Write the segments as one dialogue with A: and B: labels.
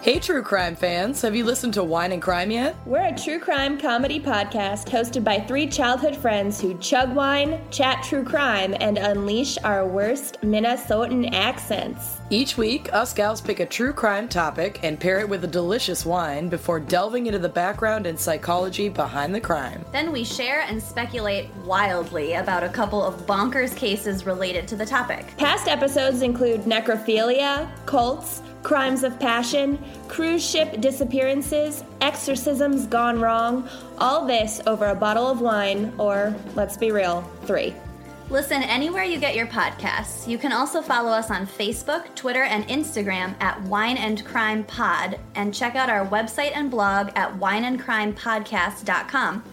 A: Hey, true crime fans, have you listened to Wine and Crime yet?
B: We're a true crime comedy podcast hosted by three childhood friends who chug wine, chat true crime, and unleash our worst Minnesotan accents.
A: Each week, us gals pick a true crime topic and pair it with a delicious wine before delving into the background and psychology behind the crime.
C: Then we share and speculate wildly about a couple of bonkers cases related to the topic.
B: Past episodes include necrophilia, cults, crimes of passion, cruise ship disappearances, exorcisms gone wrong, all this over a bottle of wine, or let's be real, three.
C: Listen anywhere you get your podcasts. You can also follow us on Facebook, Twitter, and Instagram at Wine and Crime Pod, and check out our website and blog at wineandcrimepodcast.com.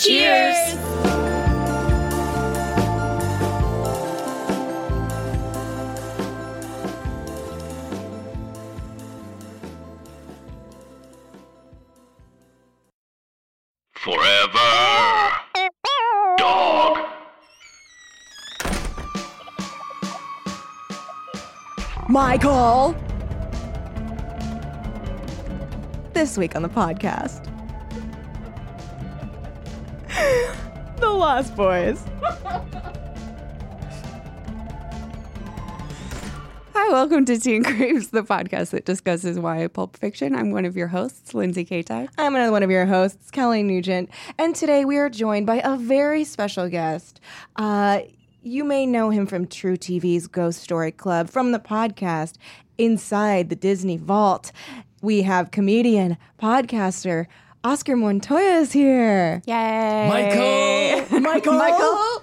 B: Cheers!
D: Forever. Dog.
E: Michael! This week on the podcast, The Lost Boys. Hi, welcome to Teen Craves, the podcast that discusses why pulp fiction. I'm one of your hosts, Lindsay Kaitai.
F: I'm another one of your hosts, Kelly Nugent, and today we are joined by a very special guest. Uh, you may know him from True TV's Ghost Story Club, from the podcast Inside the Disney Vault. We have comedian, podcaster Oscar Montoya is here.
E: Yay!
G: Michael!
F: Michael,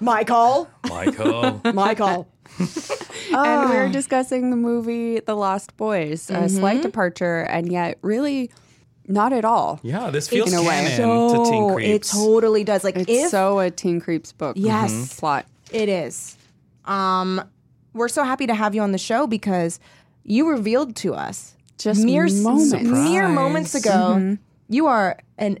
F: Michael, Michael,
G: Michael.
F: Michael. Oh.
E: And
F: Ah.
E: we were discussing the movie The Lost Boys, a
F: Mm-hmm.
E: slight departure, and yet really not at all.
G: Yeah, this feels
E: In a way.
G: canon to Teen
F: so it
G: Creeps. Mm-hmm.
F: totally does. Like
E: It's
F: if
E: so a Teen Creeps book.
F: Yes.
E: Mhm. Plot.
F: It is. Um, we're so happy to have you on the show because you revealed to us
E: Just moments. Mm-hmm.
F: mere
E: Surprise.
F: moments ago you are an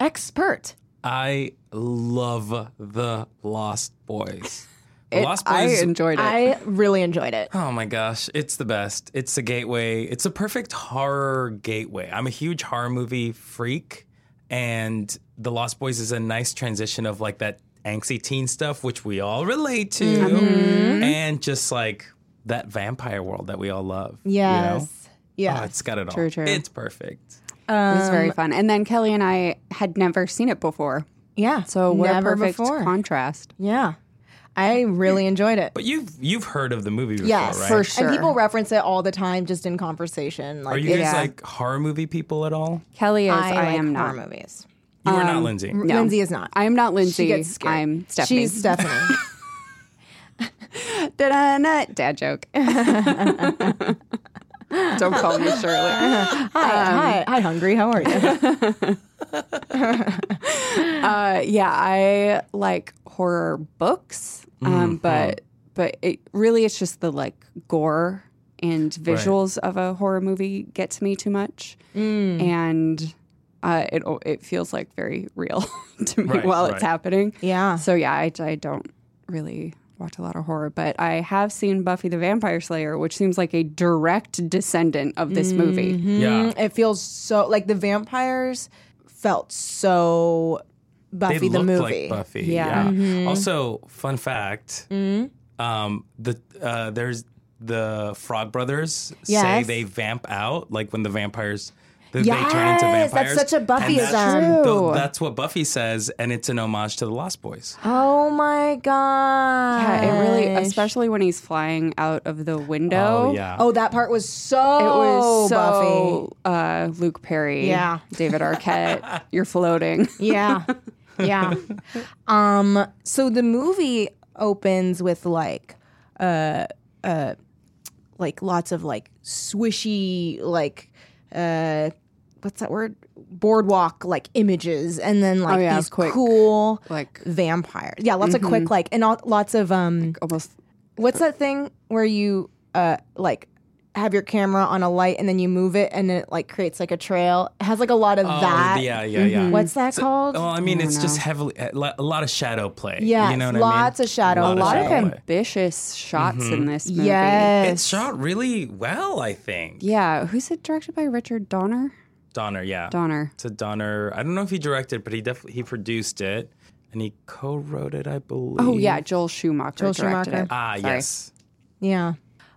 F: expert.
G: I love the Lost Boys. The
E: It-
G: Lost
E: I
G: Boys.
E: enjoyed it.
F: I really enjoyed it.
G: oh my gosh, it's the best. It's a gateway. It's a perfect horror gateway. I'm a huge horror movie freak, and The Lost Boys is a nice transition of like that angsty teen stuff, which we all relate to,
E: Mm-hmm.
G: and just like that vampire world that we all love. you know?
F: Yes. Yeah.
G: Oh, it's got it all.
E: True, true.
G: It's perfect.
E: it was
F: Um,
E: very fun. And then Kelly and I had never seen it before.
F: yeah.
E: So what
F: Never
E: a perfect
F: before.
E: contrast.
F: yeah. I really enjoyed it.
G: But you've you've heard of the movie before,
F: Yes,
G: right?
E: for sure.
F: And people reference it all the time just in conversation. Like
G: Are you guys
E: Yeah.
G: like horror movie people at all?
E: Kelly is I,
F: I, like
E: am not.
F: horror movies.
G: You are
F: Um,
G: not Lindsay.
F: Lindsay is not.
E: I am not Lindsay.
F: she gets scared.
E: I'm Stephanie.
F: She's Stephanie.
E: Da-da-na. Dad joke. Don't call me Shirley.
F: hi, hi, Um, hi, hungry. How are you?
E: Uh, yeah, I like horror books,
G: Mm-hmm.
E: um, but but it really it's just the like gore and visuals of a horror movie get to me too much, Mm. and uh, it it feels like very real to me
G: Right,
E: while it's
G: right.
E: happening.
F: yeah.
E: So yeah, I, I don't really watch a lot of horror, but I have seen Buffy the Vampire Slayer, which seems like a direct descendant of this
F: Mm-hmm.
E: movie.
G: Yeah.
F: It feels so like the vampires felt so Buffy
G: they
F: the
G: looked
F: movie. Mm-hmm.
G: like Buffy. Yeah. Also, fun fact: um, the uh, there's the Frog Brothers say
F: Yes.
G: they vamp out, like when the vampires.
E: Mm.
G: They, they
F: Yes,
G: turn into
F: that's
G: vampires.
F: such a
G: and that's-
F: Buffyism.
E: True.
G: tho- that's what Buffy says, and it's an homage to the Lost Boys.
F: Oh my god!
E: Yeah, it really, especially when he's flying out of the window.
G: Oh, yeah.
F: Oh, that part was so.
E: It was
F: Oh, Buffy.
E: so uh, Luke Perry,
F: Yeah.
E: David Arquette, you're floating.
F: Yeah, yeah. Um. So the movie opens with like uh, like lots of like swishy like uh, what's that word boardwalk like images, and then like
E: Oh, yeah,
F: these
E: quick,
F: cool
E: like- Mm-hmm.
F: vampires. Yeah, lots of quick like and all, lots of um.
E: Almost
F: What's that thing where you uh like have your camera on a light and then you move it and it like creates like a trail? It has like a lot of
G: Oh,
F: that. Mm-hmm.
G: yeah, yeah, yeah.
F: What's that called?
G: Well, Mm. oh, I mean, it's just heavily a lo- a lot of shadow play.
F: Yes,
G: you know what
F: lots
G: I mean?
F: of shadow, a
E: a lot of
F: Okay.
G: shadow play.
E: ambitious shots
G: Mm-hmm.
E: in this movie.
F: yes.
G: It's shot really well, I think.
E: Yeah. Who's it directed by? Richard Donner?
G: Donner, yeah.
E: Donner.
G: It's a Donner. I don't know if he directed, but he definitely he produced it and he co-wrote it, I believe.
E: Oh, yeah. Joel Schumacher
F: Joel
E: directed
F: Schumacher.
E: it.
G: Ah,
E: Sorry.
G: yes.
F: Yeah.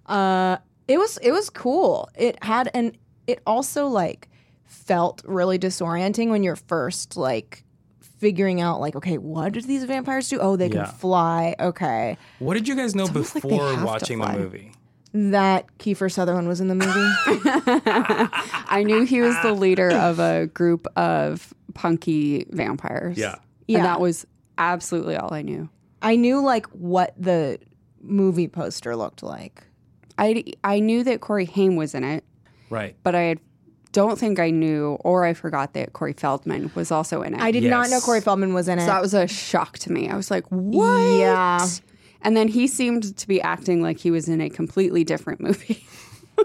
F: Uh it was it was cool. It had an it also like felt really disorienting when you're first like figuring out like okay, what do these vampires do? Oh, they
G: Yeah.
F: can fly. Okay.
G: What did you guys know
E: almost like they
G: before
E: have to
G: watching the
E: fly.
G: movie?
F: That Kiefer Sutherland was in the movie.
E: I knew he was the leader of a group of punky vampires.
G: Yeah.
F: Yeah.
E: And that was absolutely all I knew.
F: I knew like what the movie poster looked like.
E: I, I knew that Corey Haim was in it,
G: Right.
E: but I don't think I knew or I forgot that Corey Feldman was also in it.
F: I did not know
G: Yes.
F: Corey Feldman was in it.
E: So that was a shock to me. I was like, what?
F: Yeah.
E: And then he seemed to be acting like he was in a completely different movie.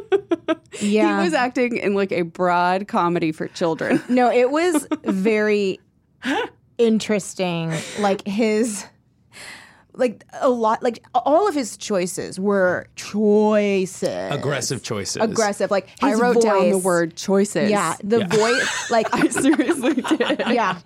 F: yeah.
E: he was acting in like a broad comedy for children.
F: No, it was very interesting. Like his, like a lot, like all of his choices were choices,
G: Aggressive choices.
F: aggressive. Like his
E: I wrote down the
F: voice-
E: word choices.
F: Yeah, the voice. Like
E: I seriously did.
F: yeah.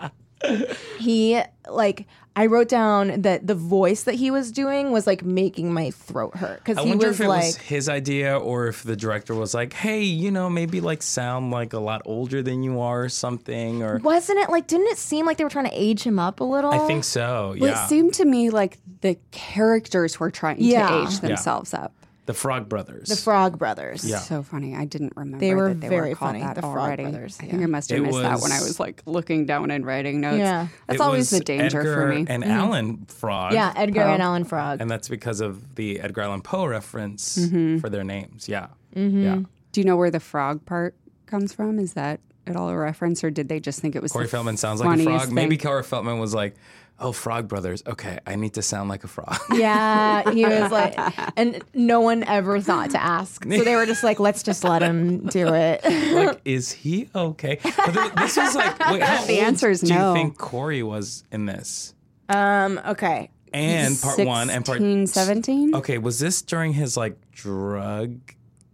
F: He like I wrote down that the voice that he was doing was like making my throat hurt because
G: I
F: he
G: wonder
F: was
G: if it
F: like
G: was his idea or if the director was like, "Hey, you know, maybe like sound like a lot older than you are or something." Or
F: wasn't it like didn't it seem like they were trying to age him up a little?
G: I think so.
E: Well,
G: Yeah.
E: it seemed to me like the characters were trying
F: Yeah.
E: to age themselves up.
G: the Frog Brothers.
F: the Frog Brothers.
G: Yeah.
E: So funny. I didn't remember
F: They were
E: that they
F: very
E: were called
F: funny,
E: that
F: the Frog
E: already.
F: Brothers,
E: I think I must have
G: It
E: missed that when I
G: was-
E: was like looking down and writing notes.
F: Yeah.
E: That's
G: It
E: always the
G: was
E: danger
G: Edgar
E: for me. Mm-hmm.
G: And Alan Frog.
F: Yeah, Edgar and Allan Frog.
G: And that's because of the Edgar Allan Poe reference
E: Mm-hmm.
G: for their names. Yeah. Yeah.
E: Do you know where the frog part comes from? Is that at all a reference, or did they just think it was
G: Corey
E: the
G: Feldman sounds like a
E: funniest
G: frog. Maybe
E: thing?
G: Corey Feldman was like, "Oh, Frog Brothers. Okay, I need to sound like a frog."
F: Yeah, he was like, and no one ever thought to ask. So they were just like, let's just let him do it.
G: like, is he okay? But th- this was like, wait, how
E: The
G: old
E: answer is
G: do
E: no.
G: you think Corey was in this?
F: Um, okay.
G: And part one and part
E: 16, 17?
G: Okay, was this during his like drug?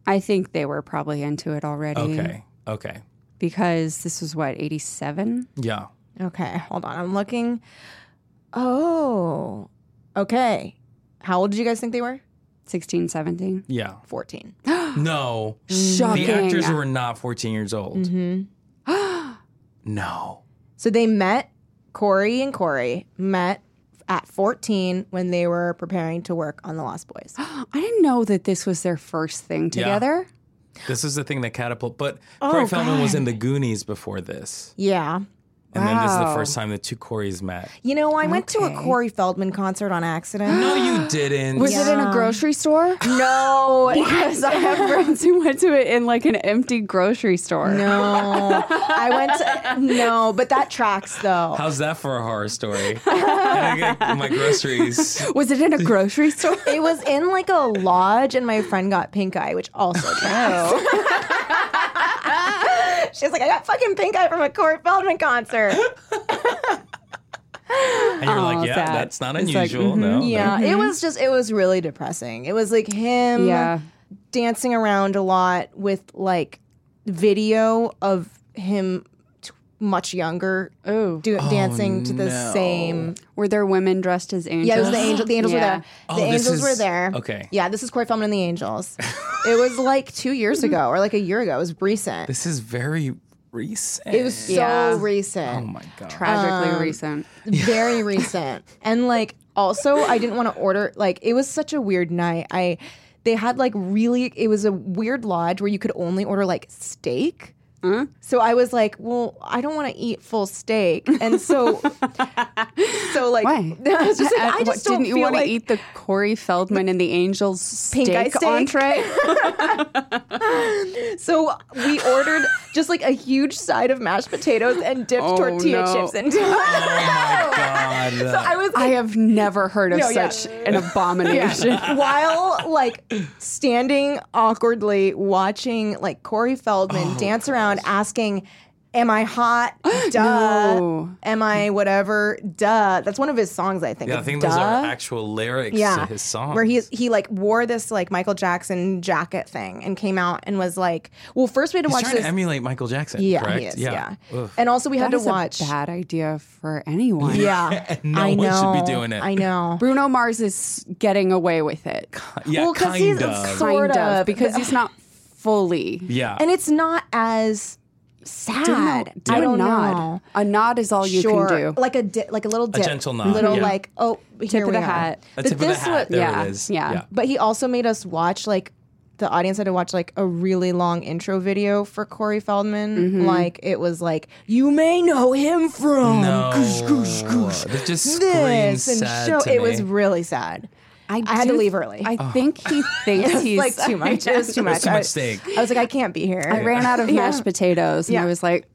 E: I think they were probably into it already.
G: Okay, okay,
E: Because this was what, 87?
G: yeah.
F: Okay, hold on. I'm looking. Oh, okay. How old did you guys think they were?
E: 16, 17?
G: Yeah.
F: 14.
G: No.
E: Shocking.
G: The actors were not 14 years old.
F: Mm-hmm.
G: no.
F: So they met, Corey and Corey met at 14 when they were preparing to work on The Lost Boys.
E: I didn't know that this was their first thing
G: Yeah.
E: together.
G: This is the thing that catapult. But
F: Oh,
G: Corey Feldman was in the Goonies before this.
F: Yeah.
G: And then this is the
E: Wow.
G: first time the two Corys met.
F: You know, I went to a
E: Okay.
F: Corey Feldman concert on accident.
G: No, you didn't.
E: Was it in a grocery store?
F: No,
E: Because I have friends who went to it in like an empty grocery store.
F: No, I went to no, but that tracks though.
G: How's that for a horror story? I gotta get my groceries.
E: Was it in a grocery store?
F: It was in like a lodge, and my friend got pink eye, which also tracks.
G: Oh.
F: She was like, I got fucking pink eye from a Corey Feldman concert.
G: Oh, And you're
E: Oh,
G: like, yeah,
E: sad.
G: that's not
E: It's like,
G: unusual. no, Mm-hmm. no.
F: mm-hmm. Yeah, it was just, it was really depressing. It was like him
E: Yeah.
F: dancing around a lot with like video of him t- much younger
E: Oh.
F: do- dancing to the
G: Oh, no.
F: same
E: Were there women dressed as angels?
F: Yeah, it was the angel. The angels
E: Yeah.
F: were there. The
G: Oh, this
F: angels were
G: is-
F: there.
G: okay.
F: Yeah, this is Corey Feldman and the Angels. it was like two years ago or like a year ago. It was recent.
G: This is very recent.
F: it was so
E: Yeah.
G: Oh
F: recent,
G: my god.
E: Tragically recent.
F: very recent, and like also I didn't want to order. Like it was such a weird night. I they had like really. It was a weird lodge where you could only order like steak. So I was like, well, I don't want to eat full steak, and so, so like,
E: Why?
F: I was just like, I
E: What,
F: just don't
E: didn't you
F: feel
E: want
F: like
E: to eat the Corey Feldman and the Angels
F: Pink eye
E: steak,
F: steak?
E: entree?
F: So we ordered just like a huge side of mashed potatoes and dipped
E: Oh,
F: tortilla
E: no.
F: chips into it.
G: God.
F: So I was
E: I
F: like,
E: have never heard of
F: No, yeah.
E: such an abomination.
F: while like standing awkwardly watching like Corey Feldman
E: Oh,
F: dance around asking, Am I hot? Duh.
E: No.
F: Am I whatever? Duh. That's one of his songs, I think.
G: yeah, I
F: It's
G: think
F: Duh.
G: those are actual lyrics to his song.
F: Where he he like wore this like Michael Jackson jacket thing and came out and was like, well, first we had to
G: He's
F: watch
G: trying
F: this.
G: to emulate Michael Jackson,
F: yeah,
G: correct?
F: he is. Yeah.
G: Ugh.
F: And also we had
E: That
F: to
E: is
F: watch.
E: a bad idea for anyone.
F: Yeah.
G: no
F: I
G: one
F: know.
G: should be doing it.
F: I know.
E: Bruno Mars is getting away with it.
G: Yeah,
F: Well, 'cause
G: kind
F: he's-
G: of.
F: Sort
E: kind of,
F: of,
E: because
F: but-
E: he's not fully.
G: yeah.
F: And it's not as sad.
E: Do
F: I don't
E: a nod.
F: know.
E: A nod is all you
F: sure.
E: can do.
F: Like a di- like a little dip,
G: gentle nod,
F: little
G: yeah.
F: like oh here
E: Tip of
F: we
E: the
F: are.
E: hat.
G: A
F: But
G: tip of the
F: this
G: hat.
F: wa-
G: there
E: yeah,
G: it is.
E: yeah.
F: But he also made us watch like the audience had to watch like a really long intro video for Corey Feldman. Like it was like you may know him from
G: No.
F: goosh, goosh, goosh,
G: That just
F: this
G: screams
F: and
G: sad
F: show.
G: to
F: it was
G: me.
F: really sad. I had
E: do-
F: to leave early.
E: I think he thinks he's
F: like too much. It was too much.
G: too
F: I-
G: much steak.
F: I was like, I can't be here.
E: I ran out of mashed potatoes, and
F: Yeah.
E: I was like,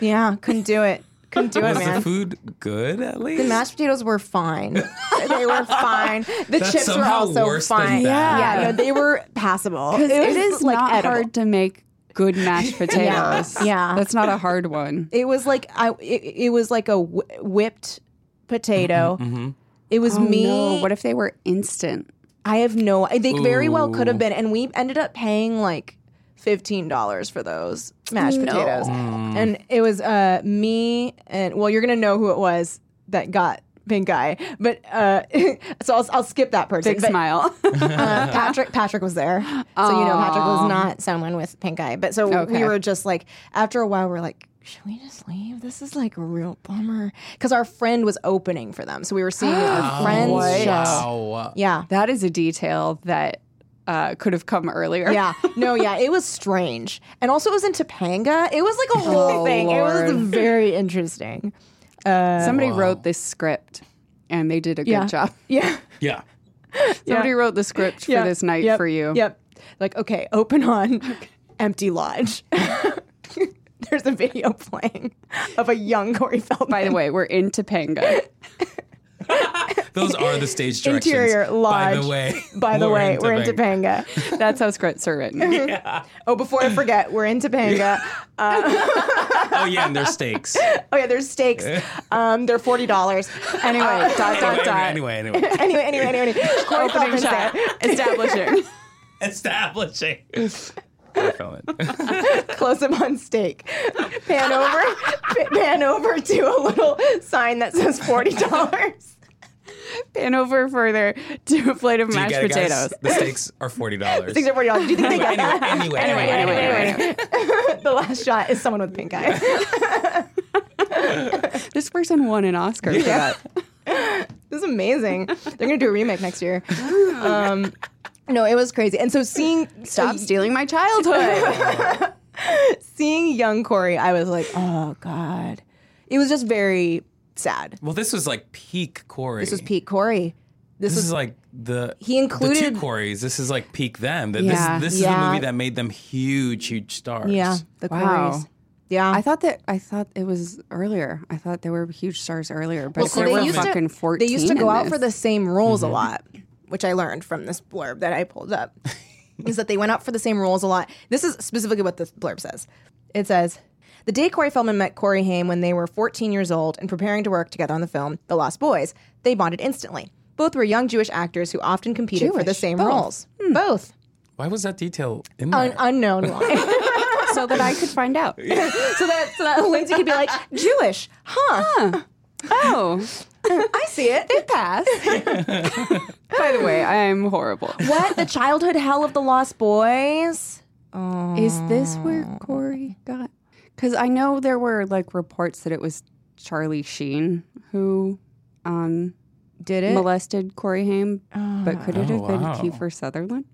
F: Yeah, couldn't do it. Couldn't do it,
G: Was the
F: man.
G: food good at least?
F: The mashed potatoes were fine. they were fine. The
G: That's
F: chips were
G: somehow
F: also
G: worse than
F: fine.
G: bad.
F: Yeah, no, they were passable. It,
E: it
F: was,
E: is
F: like
E: not
F: edible.
E: hard to make good mashed potatoes.
F: yeah.
E: that's not a hard one.
F: It was like I. It, it was like a wh- whipped potato.
G: Mm-hmm,
F: It was
E: Oh,
F: me.
E: no. What if they were instant?
F: I have no. They very well
G: Ooh.
F: could have been, and we ended up paying like fifteen dollars for those mashed potatoes.
G: Hmm.
F: And it was uh me and well, you're gonna know who it was that got pink eye, but uh so I'll, I'll skip that person.
E: Big
F: But,
E: smile.
F: uh, Patrick Patrick was there, so you know Patrick was not someone with pink eye. But so
E: Okay.
F: we were just like after a while we are like. Should we just leave? This is like a real bummer. Because our friend was opening for them. So we were seeing
E: Oh,
F: our friend's show.
G: Wow.
F: Yeah.
E: that is a detail that uh, could have come earlier.
F: Yeah. No, yeah. It was strange. And also, it was in Topanga. It was like a whole
E: Oh,
F: thing. It was
E: Lord.
F: very interesting.
E: Somebody wrote this script, and they did a good
F: Yeah.
E: job.
F: Yeah.
G: Yeah.
E: Somebody wrote the script for
F: Yeah.
E: this night
F: Yep.
E: for you.
F: Yep. Like, okay, open on empty lodge. There's a video playing of a young Corey Feldman.
E: By the way, we're in Topanga.
G: Those are the stage directions.
F: Interior
G: By
F: lodge.
G: the way.
F: By the way, we're in
G: Topanga.
F: Topanga.
E: That's how scripts are written.
F: Oh, before I forget, we're in Topanga.
G: Oh yeah, and there's steaks.
F: Oh yeah, Oh, there's steaks. Um, they're forty dollars. Anyway, dot
G: anyway,
F: dot dot.
G: anyway, anyway, anyway.
F: Anyway, anyway, anyway. anyway. Corey
E: Opening
F: Feldman's
E: shot.
F: there.
E: Establishing.
G: Establishing. I felt it.
F: close up on steak. Pan over, pa- pan over to a little sign that says forty dollars.
E: Pan over further to a plate of
G: Do you
E: mashed
G: get it, guys?
E: potatoes.
G: The steaks are forty dollars.
F: These are forty dollars. Do you think they got
G: Anyway,
F: that?
G: anyway, anyway,
F: Anyway,
G: anyway.
F: anyway, anyway. the last shot is someone with pink eye.
E: This person won an Oscar for that.
F: This is amazing. They're gonna do a remake next year. Um, no, it was crazy. And so seeing
E: Stop stealing my childhood.
F: seeing young Corey, I was like, oh god, it was just very sad.
G: Well, this was like peak Corey.
F: This was Pete Corey. This,
G: This
F: was
G: is like the
F: He
G: the
F: included-
G: two Corey's. This is like peak them. Th-
E: Yeah.
G: This, this is
F: Yeah.
G: the movie that made them huge, huge stars.
F: yeah, the
E: Wow.
F: Coreys. Yeah,
E: I thought that I thought it was earlier. I thought they were huge stars earlier, but
F: so
E: they
F: they
E: were
F: used to-
E: fucking fourteen.
F: They used to
E: in
F: go out
E: this.
F: for the same roles a lot, which I learned from this blurb that I pulled up. is that they went out for the same roles a lot. This is specifically what this blurb says. It says, the day Corey Feldman met Corey Haim when they were 14 years old and preparing to work together on the film The Lost Boys, they bonded instantly. Both were young Jewish actors who often competed for the
E: Jewish?
F: same
E: Both? Hmm.
F: roles. Both.
G: Why was that detail in
F: An
G: there?
F: unknown why.
E: so that I could find out.
F: so, that, so that Lindsay could be like, Jewish, huh?
E: Oh,
F: I see it. They pass.
E: by the way, I'm horrible.
F: what? The childhood hell of the Lost Boys?
E: Is this where Corey got? Because I know there were like reports that it was Charlie Sheen who um,
F: Did it?
E: Oh, molested Corey Haim, but could it have been
G: wow.
E: Kiefer Sutherland?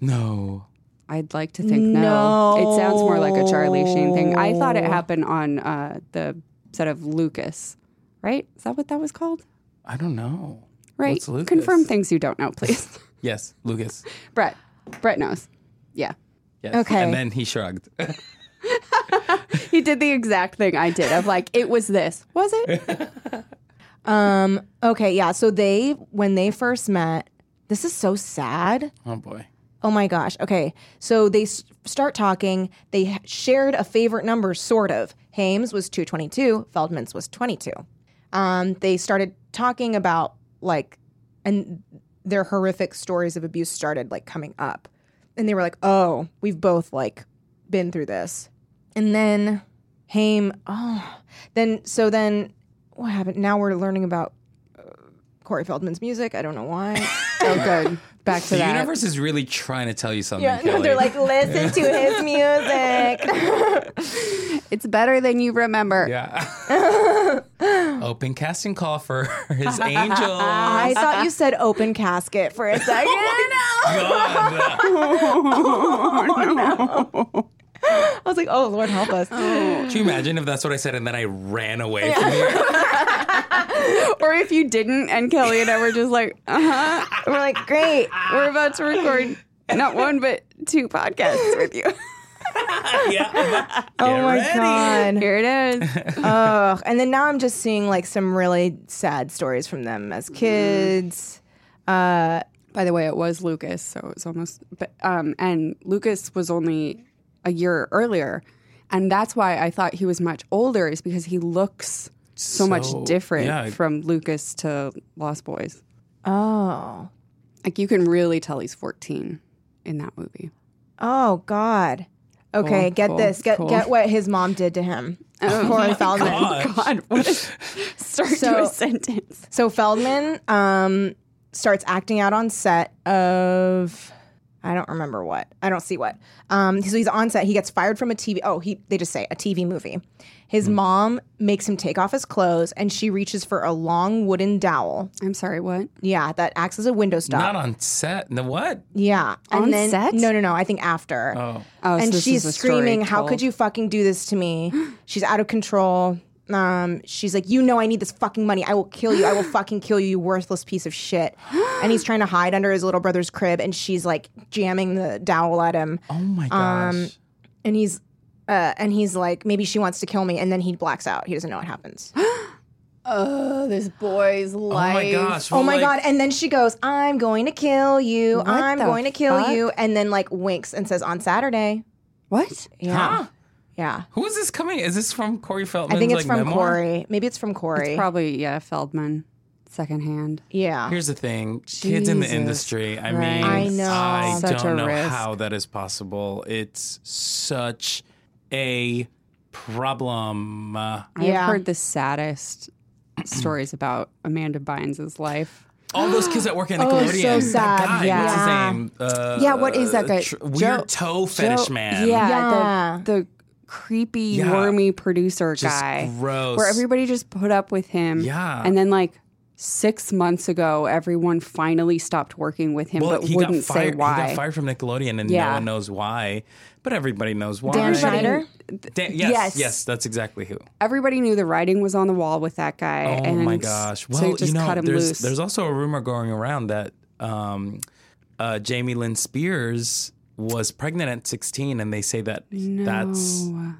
G: no.
E: I'd like to think no. It sounds more like a Charlie Sheen thing. I thought it happened on uh, the set of Lucas, right? Is that what that was called?
G: I don't know.
E: Right.
G: What's Lucas?
E: Confirm things you don't know, please.
G: Yes, Lucas.
E: Brett. Brett knows. Yeah.
G: Yes.
F: Okay.
G: And then he shrugged.
E: He did the exact thing I did of like, it was this. Was it?
F: Um. Okay. Yeah. So they when they first met, this is so sad.
G: oh boy.
F: Oh my gosh. Okay. So they s- start talking. They h- shared a favorite number, sort of. Hames was 222, Feldman's was 22. Um, they started talking about like, and their horrific stories of abuse started like coming up. And they were like, oh, we've both like been through this. And then Haim, oh, then, so then what happened? Now we're learning about uh, Corey Feldman's music. I don't know why.
E: Oh, good. Back to
G: The
E: that.
G: universe is really trying to tell you something.
F: Yeah, no, they're
G: Kelly.
F: like, listen to his music.
E: It's better than you remember.
G: Yeah. Open casting call for his angel.
F: I thought you said open casket for a second.
G: God.
F: I was like, oh, Lord, help us.
G: Can you imagine if that's what I said and then I ran away from you?
E: Or if you didn't, and Kelly and I were just like, uh huh,
F: We're like, great.
E: we're about to record not one, but two podcasts with you.
G: yeah.
F: Oh my God.
E: Here it is.
F: Ugh. And then now I'm just seeing like some really sad stories from them as kids. Uh,
E: By the way, it was Lucas, so it was almost. But um, and Lucas was only a year earlier, and that's why I thought he was much older, is because he looks so,
G: So,
E: much different
G: yeah.
E: from Lucas to Lost Boys.
F: oh.
E: Like you can really tell he's fourteen in that movie.
F: Oh, God. Okay,
E: Cool,
F: get
E: cool,
F: this. Get
E: cool.
F: get what his mom did to him. Corey Feldman.
G: Uh,
E: God, what a start to
F: So-
E: a sentence.
F: So Feldman um, starts acting out on set of I don't remember what. I don't see what. Um, so he's on set. He gets fired from a TV. Oh, he they just say a TV movie. His
G: Hmm.
F: mom makes him take off his clothes, and she reaches for a long wooden dowel.
E: I'm sorry, what?
F: Yeah, that acts as a window
G: Not
F: stop.
G: on set. No, what?
F: yeah, and
E: On
F: then
E: set?
F: no, no, no. I think after.
G: Oh.
E: Oh, so
F: and
E: this
F: she's
E: is a story
F: screaming, "How
E: told.
F: could you fucking do this to me?" she's out of control. Um, she's like, "You know, I need this fucking money. I will kill you. I will fucking kill you, you worthless piece of shit." and he's trying to hide under his little brother's crib, and she's like jamming the dowel at him,
G: Oh my gosh.
F: and he's. Uh, and he's like, maybe she wants to kill me, and then he blacks out. He doesn't know what happens.
E: Oh, this boy's
G: oh
E: life.
G: my gosh.
F: oh
G: We're
F: my
G: like-
F: god! And then she goes, "I'm going to kill you.
E: What
F: I'm
E: the
F: going to kill
E: fuck?
F: you," and then like winks and says, "On Saturday."
E: What?
F: Yeah,
G: Huh?
F: yeah.
G: Who is this coming? Is this from Corey Feldman?
F: I think it's
G: like,
F: from
G: memoir?
F: Corey. Maybe it's from Corey.
E: It's probably yeah, Feldman, secondhand.
F: yeah.
G: Here's the thing, kids in the
E: Jesus
G: industry. I
E: Christ.
G: mean,
E: I
F: know.
G: I
E: Such
G: don't
E: a
G: know
E: risk.
G: how that is possible. It's such a problem. Uh,
F: Yeah.
E: I've heard the saddest stories about Amanda Bynes' life.
G: all those kids that work at
F: Oh,
G: Nickelodeon.
F: it's so sad.
G: That guy, what's his
F: Yeah.
G: name? Uh,
E: Yeah, what is that guy?
G: tr-
E: Joe-
G: weird toe fetish
E: Joe-
G: man.
E: Yeah,
F: Yeah.
E: The, the creepy,
G: Yeah.
E: wormy producer
G: Just
E: guy.
G: gross.
E: Where everybody just put up with him.
G: Yeah.
E: And then, like, six months ago, everyone finally stopped working with him,
G: Well,
E: but
G: he
E: wouldn't
G: got fired.
E: say why.
G: He got fired from Nickelodeon, and no
E: Yeah.
G: one knows why. But everybody knows why.
F: Dan Schneider?
G: Dan- yes, yes,
E: Yes.
G: that's exactly who.
E: Everybody knew the writing was on the wall with that guy.
G: Oh
E: and
G: my gosh! Well,
E: so you just
G: know,
E: cut him
G: there's
E: loose.
G: there's also a rumor going around that um, uh, Jamie Lynn Spears was pregnant at 16, and they say that that's
E: No.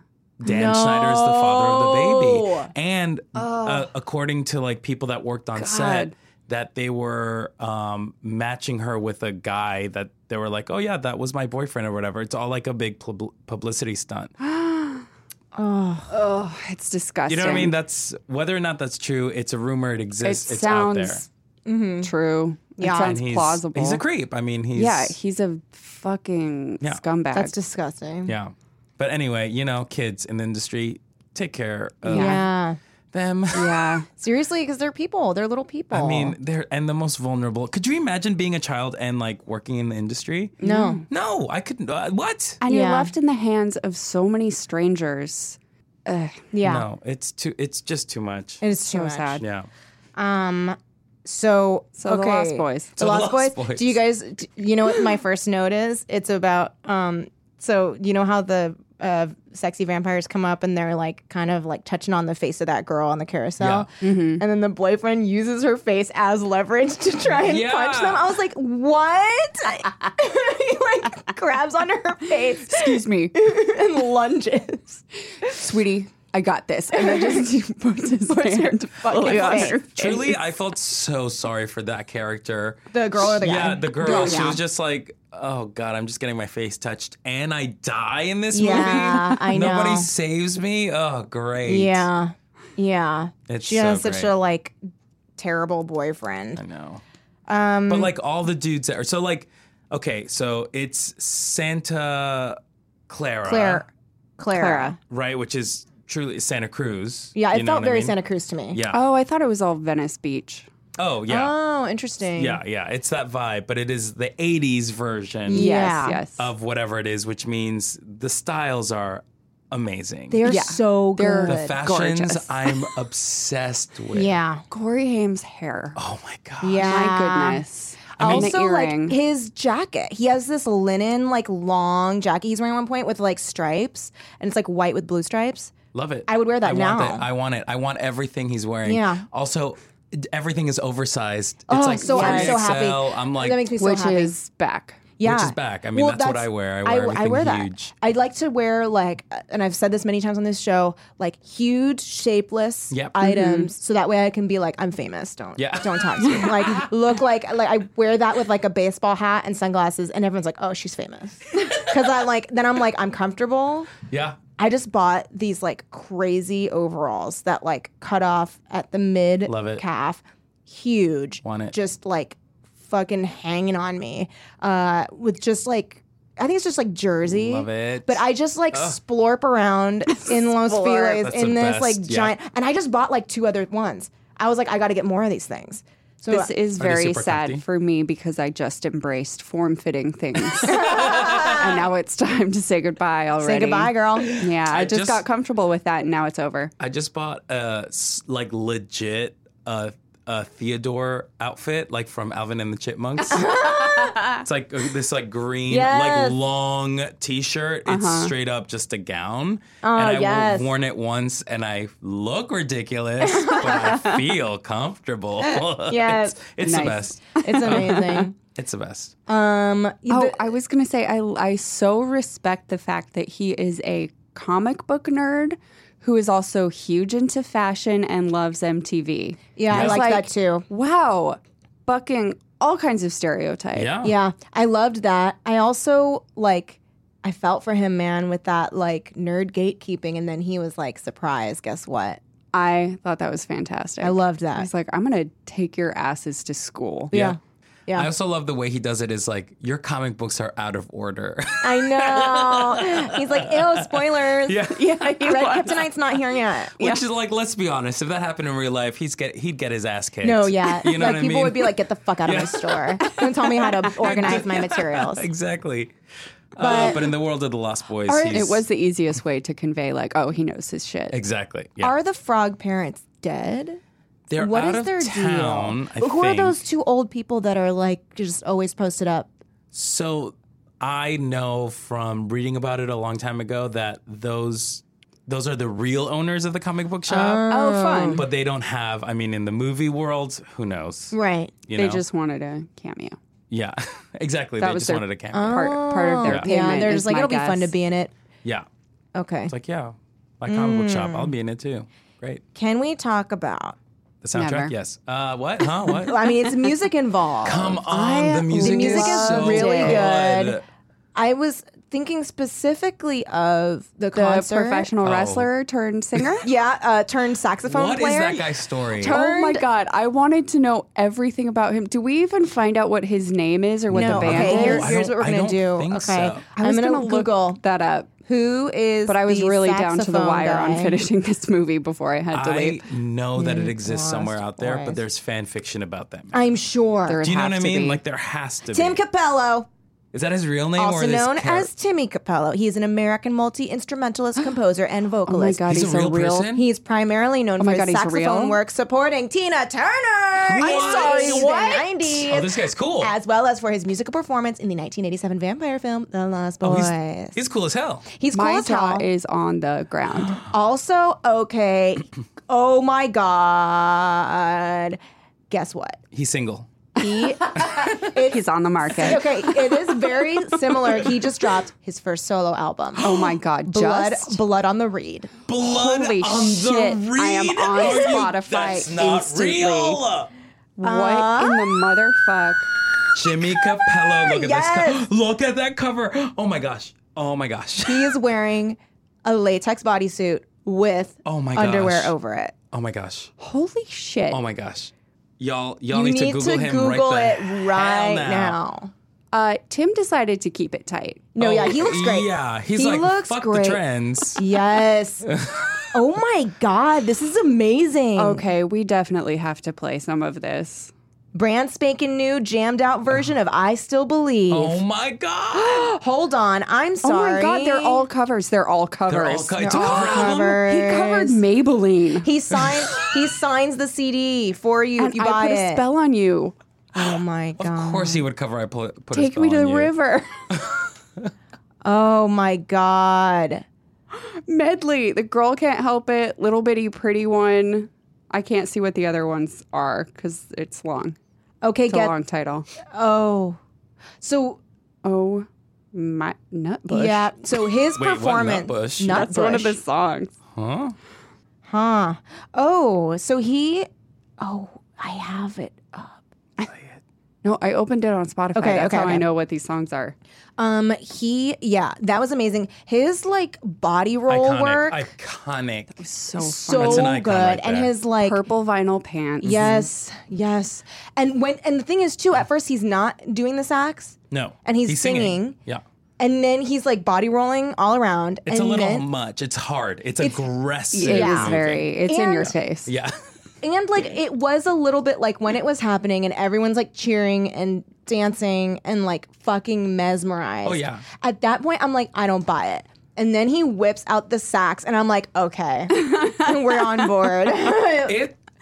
G: Dan Schneider is the father of the baby. And uh, according to like people that worked on set,
E: God.
G: that they were um, matching her with a guy that they were like, oh yeah, that was my boyfriend or whatever. It's all like a big pub- publicity stunt.
E: Oh, it's
G: You
E: disgusting.
G: know what I mean? That's whether or not that's true. It's a rumor. It
E: it
G: exists. it's out there.
E: sounds true.
F: Yeah.
E: It
F: And
E: sounds
G: He's,
E: plausible.
G: he's a creep. I mean, he's
E: yeah, he's a fucking
G: Yeah.
E: scumbag.
F: That's disgusting.
G: yeah. But anyway, you know, kids in the industry, take care of
F: Yeah.
G: them.
E: yeah.
F: Seriously, because they're people. They're little people.
G: I mean, they're and the most vulnerable. Could you imagine being a child and like working in the industry?
E: Mm.
F: no.
G: No, I couldn't. Uh, what?
E: And
F: Yeah.
E: you're left in the hands of so many strangers.
F: Yeah.
G: No, it's too. It's just too much.
F: It's too
E: So
F: much.
E: sad.
G: yeah.
F: Um, So,
E: So the
F: okay.
E: Lost Boys.
F: The Lost,
G: Lost
F: Boys.
G: Boys.
F: Do you guys? d- You know what my first note is? It's about um. So you know how the uh, sexy vampires come up and they're like kind of like touching on the face of that girl on the carousel, and
E: Mm-hmm.
F: then the boyfriend uses her face as leverage to try and
G: Yeah.
F: punch them. I was like, what? he like grabs onto her face
E: Excuse me,
F: and lunges.
E: sweetie. I got this. And I just puts his hand
F: Oh
E: fully on
F: face.
E: her face.
G: Truly, I felt so sorry for that character.
F: The girl or the guy?
G: Yeah, the girl.
E: Girl,
G: She
E: yeah.
G: was just like, "Oh God, I'm just getting my face touched, and I die in this movie.
F: Yeah, I know.
G: Nobody saves me. Oh, great.
F: Yeah, yeah.
G: It's
F: she
G: so
F: has such
G: great.
F: a like terrible boyfriend.
G: I know.
F: um,
G: but like all the dudes that are so like, okay, so it's Santa Clara,
F: Claire, Clara.
G: right? Which is truly Santa Cruz.
F: Yeah, it
G: You know
F: felt
G: what I
F: very
G: mean?
F: Santa Cruz to me.
G: Yeah.
E: Oh, I thought it was all Venice Beach.
G: Oh yeah.
F: Oh, interesting.
G: yeah, yeah. It's that vibe, but it is the '80s version.
F: Yeah.
E: Yes, yes.
G: of whatever it is, which means the styles are amazing.
F: They are
E: Yeah.
F: so
E: They're-
F: good.
G: the fashions
E: gorgeous.
G: I'm obsessed with.
F: yeah.
E: Corey Haim's hair.
G: Oh my god.
F: Yeah.
E: My goodness. I mean, the
F: also,
E: earring.
F: like his jacket. He has this linen, like long jacket he's wearing at one point with like stripes, and it's like white with blue stripes.
G: Love it.
F: I would wear that
G: I
F: now.
G: Want that. I want it. I want everything he's wearing.
F: Yeah.
G: Also, d- everything is oversized. It's
F: Oh,
G: like
F: so I'm so
G: 3XL.
F: happy.
G: I'm like
F: that makes me so
E: which
F: happy.
E: is back.
F: yeah.
G: is back. I mean, that's what I wear. I wear
F: I wear
G: everything
F: that.
G: huge.
F: I like to wear like, uh, and I've said this many times on this show, like huge, shapeless
G: Yep.
F: items, so that way I can be like, I'm famous. Don't,
G: Yeah.
F: don't talk to me. Like, look like, like I wear that with like a baseball hat and sunglasses, and everyone's like, oh, she's famous, because I like, then I'm like, I'm comfortable.
G: yeah.
F: I just bought these like crazy overalls that like cut off at the mid
G: Love it.
F: calf. Huge.
G: Want it.
F: Just like fucking hanging on me. Uh with just like I think it's just like jersey.
G: Love it.
F: But I just like splorp around in Los Feliz
G: That's
F: in
G: the
F: this
G: best,
F: like
G: yeah.
F: giant and I just bought like two other ones. I was like, I gotta get more of these things. So
E: This is
G: they
E: very
G: super
E: sad
G: comfy?
E: for me because I just embraced form fitting things. and now it's time to say goodbye already.
F: say goodbye, girl.
E: Yeah, I,
G: I
E: just,
G: just-
E: got comfortable with that and now it's over.
G: I just bought a s- like legit uh a Theodore outfit like from Alvin and the Chipmunks. it's like uh, this like green
F: Yes. Uh-huh.
G: like long t-shirt. It's straight up just a gown. and I
F: Oh, yes.
G: worn it once and I look ridiculous, but I feel comfortable.
F: Yes.
G: it's, it's
E: Nice.
G: the best.
F: It's amazing.
G: It's the best.
F: Um
E: Oh,
F: the-
E: I was going to say, I, I so respect the fact that he is a comic book nerd who is also huge into fashion and loves MTV.
F: yeah, I
E: It's
F: like, that too.
E: Wow, bucking all kinds of stereotypes.
G: Yeah.
F: Yeah, I loved that. I also like I felt for him, man, with that like nerd gatekeeping, and then he was like, "Surprise! Guess what?
E: I thought that was fantastic.
F: I loved
E: I
F: that."
E: was like, I'm going to take your asses to school.
F: Yeah,
G: I also love the way he does it is like your comic books are out of order.
F: I know. He's like, "Ew, spoilers!
G: Yeah.
F: yeah Red Kryptonite's not here yet."
G: Which is like, let's be honest, if that happened in real life, he's get he'd get his ass kicked.
F: No, yeah,
G: You know
F: like
G: what I
F: people
G: mean?
F: would be like, "Get the fuck out of my store! Don't tell me how to organize my materials."
G: exactly. But,
F: But-
G: uh, but in the world of the Lost Boys, he's,
E: It was the easiest way to convey, like, oh, he knows his shit.
G: exactly. Yeah.
F: Are the frog parents dead?
G: They're
F: What
G: out
F: is
G: of
F: their
G: town. I
F: deal? Who are
G: think.
F: those two old people that are like just always posted up?
G: So I know from reading about it a long time ago that those those are the real owners of the comic book
F: Uh,
G: shop.
E: Oh, fun.
G: But they don't have. I mean, in the movie world, who knows?
F: Right.
G: You
E: they
G: know?
E: just wanted a cameo.
G: yeah, exactly.
E: That
G: They
E: was
G: just
E: their-
G: wanted a camera.
E: Part, part of their
G: Yeah.
E: payment.
F: Oh, Yeah, they're
E: is
F: just like,
E: my
F: it'll be
E: guess.
F: fun to be in it.
G: yeah,
F: Okay.
G: it's like yeah, my comic book shop.
F: Mm.
G: I'll be in it too. Great.
F: Can we talk about?
G: The soundtrack.
E: Never.
G: Yes. Uh, what? Huh? What?
F: I mean, it's music involved.
G: Come on, the music,
F: music
G: is,
F: is
G: so
F: really
G: good.
F: good. I was thinking specifically of the,
E: The
F: concert.
E: professional
G: Oh.
E: wrestler turned singer.
F: Yeah, uh, turned saxophone
G: What is
F: player.
G: that guy's story?
E: Oh my god! I wanted to know everything about him. Do we even find out what his name is or what
F: No,
E: the band
F: okay. Here,
E: is?
G: I
F: here's what
G: don't-
F: we're
G: I
F: gonna
G: don't
F: do.
G: think
F: Okay,
G: so.
E: I
F: I'm
E: was
F: gonna,
E: gonna look
F: Google
E: that up,
F: who is.
E: but I was
F: the
E: really down to the
F: saxophone
E: wire on
F: guy?
E: finishing this movie before I had to
G: I
E: leave.
G: know that it exists somewhere
F: Lost
G: out there,
F: Boys.
G: but there's fan fiction about that. Man.
F: I'm sure.
E: There
G: Do you know
E: has
G: what I
E: to
G: mean?
E: be.
G: Like there has to
F: Tim
G: be.
F: Capello.
G: Is that his real name or
F: also
G: this
F: known
G: char-
F: as Timmy Capello. He's an American multi-instrumentalist, composer, and vocalist.
E: Oh my God,
G: He's a
E: he's so
G: real
E: real.
G: person?
F: He's primarily known
E: Oh
F: for
E: my
F: his
E: God, he's
F: saxophone
E: real?
F: work supporting Tina Turner in
G: sorry,
F: the
G: what?
F: 90s,
G: Oh, this guy's cool.
F: as well as for his musical performance in the 1987 vampire film The Lost Boys.
G: Oh,
F: he's,
G: he's, he's cool as hell.
F: cool
E: My
F: as hell.
E: jaw is on the ground.
F: also, okay, oh my God. Guess what?
G: He's single.
F: He
E: He's on the market.
F: okay, it is very similar. He just dropped his first solo album.
E: Oh my god,
F: Blood,
E: just
F: blood on the reed.
G: Blood
E: Holy
G: on
E: shit,
G: the reed.
E: I am on
G: Are you-
E: Spotify
G: That's not
E: instantly.
G: real.
F: Uh, Uh-huh.
E: what in the motherfuck?
G: Jimmy Capello. Look at this.
F: Yes.
G: Co- look at that cover. Oh my gosh. Oh my gosh.
F: He is wearing a latex bodysuit with
G: Oh my
F: underwear
G: gosh.
F: over it.
G: Oh my gosh.
E: Holy shit.
G: Oh my gosh. Y'all, y'all
F: you
G: need, to Google him
F: Google
G: right the
F: it right
G: hell
F: now.
E: Uh, Tim decided to keep it tight.
F: No,
G: Oh,
F: yeah, he looks great.
G: Yeah, he's
F: He
G: like
F: looks
G: fuck
F: great.
G: the trends.
F: Yes. oh my God, this is amazing.
E: Okay, we definitely have to play some of this.
F: Brand spanking new jammed out version of I Still Believe.
G: Oh my god.
F: Hold on, I'm sorry.
E: Oh my god, they're all covers. They're all covers.
G: They're all co- it's a
E: They're all
G: cover album?
E: covers. He covered Maybelline.
F: He signs. he signs the CD for you if
E: and
F: you
E: I
F: buy
E: put
F: it.
E: a spell on you.
F: oh my
G: of
F: god.
G: course he would cover I put, put a
E: Take
G: spell
E: me to
G: on
E: the
G: you.
E: river.
F: Oh my god.
E: Medley. The girl can't help it. Little bitty pretty one. I can't see what the other ones are because it's long.
F: Okay,
E: It's a
F: get
E: long title.
F: oh. So
E: Oh my nutbush.
F: yeah, so his
G: Wait, what,
F: performance.
G: Nutbush?
F: Nutbush.
E: That's one of the songs.
G: Huh?
F: Huh. Oh, so he. Oh, I have it.
E: No, I opened it on Spotify.
F: Okay,
E: That's
F: okay,
E: how I
F: okay.
E: know what these songs are.
F: Um, he. Yeah, that was amazing. His like body roll
G: Iconic.
F: work.
G: Iconic.
E: So
F: so
G: That's an icon
F: good,
G: right
F: and
G: there.
F: his like
E: purple vinyl pants.
F: Yes, yes. And when and the thing is too, at first he's not doing the sax,
G: No.
F: And he's singing.
G: Yeah.
F: and then he's like body rolling all around.
G: It's
F: and
G: a little
F: then-
G: much. It's hard. It's, aggressive.
E: It is
F: Yeah.
E: very. It's in
F: And-
E: your face.
G: Yeah.
F: and like it was a little bit like when it was happening, and everyone's like cheering and dancing and like fucking mesmerized.
G: Oh, yeah.
F: At that point, I'm like, I don't buy it. And then he whips out the sax, and I'm like, okay, we're on board.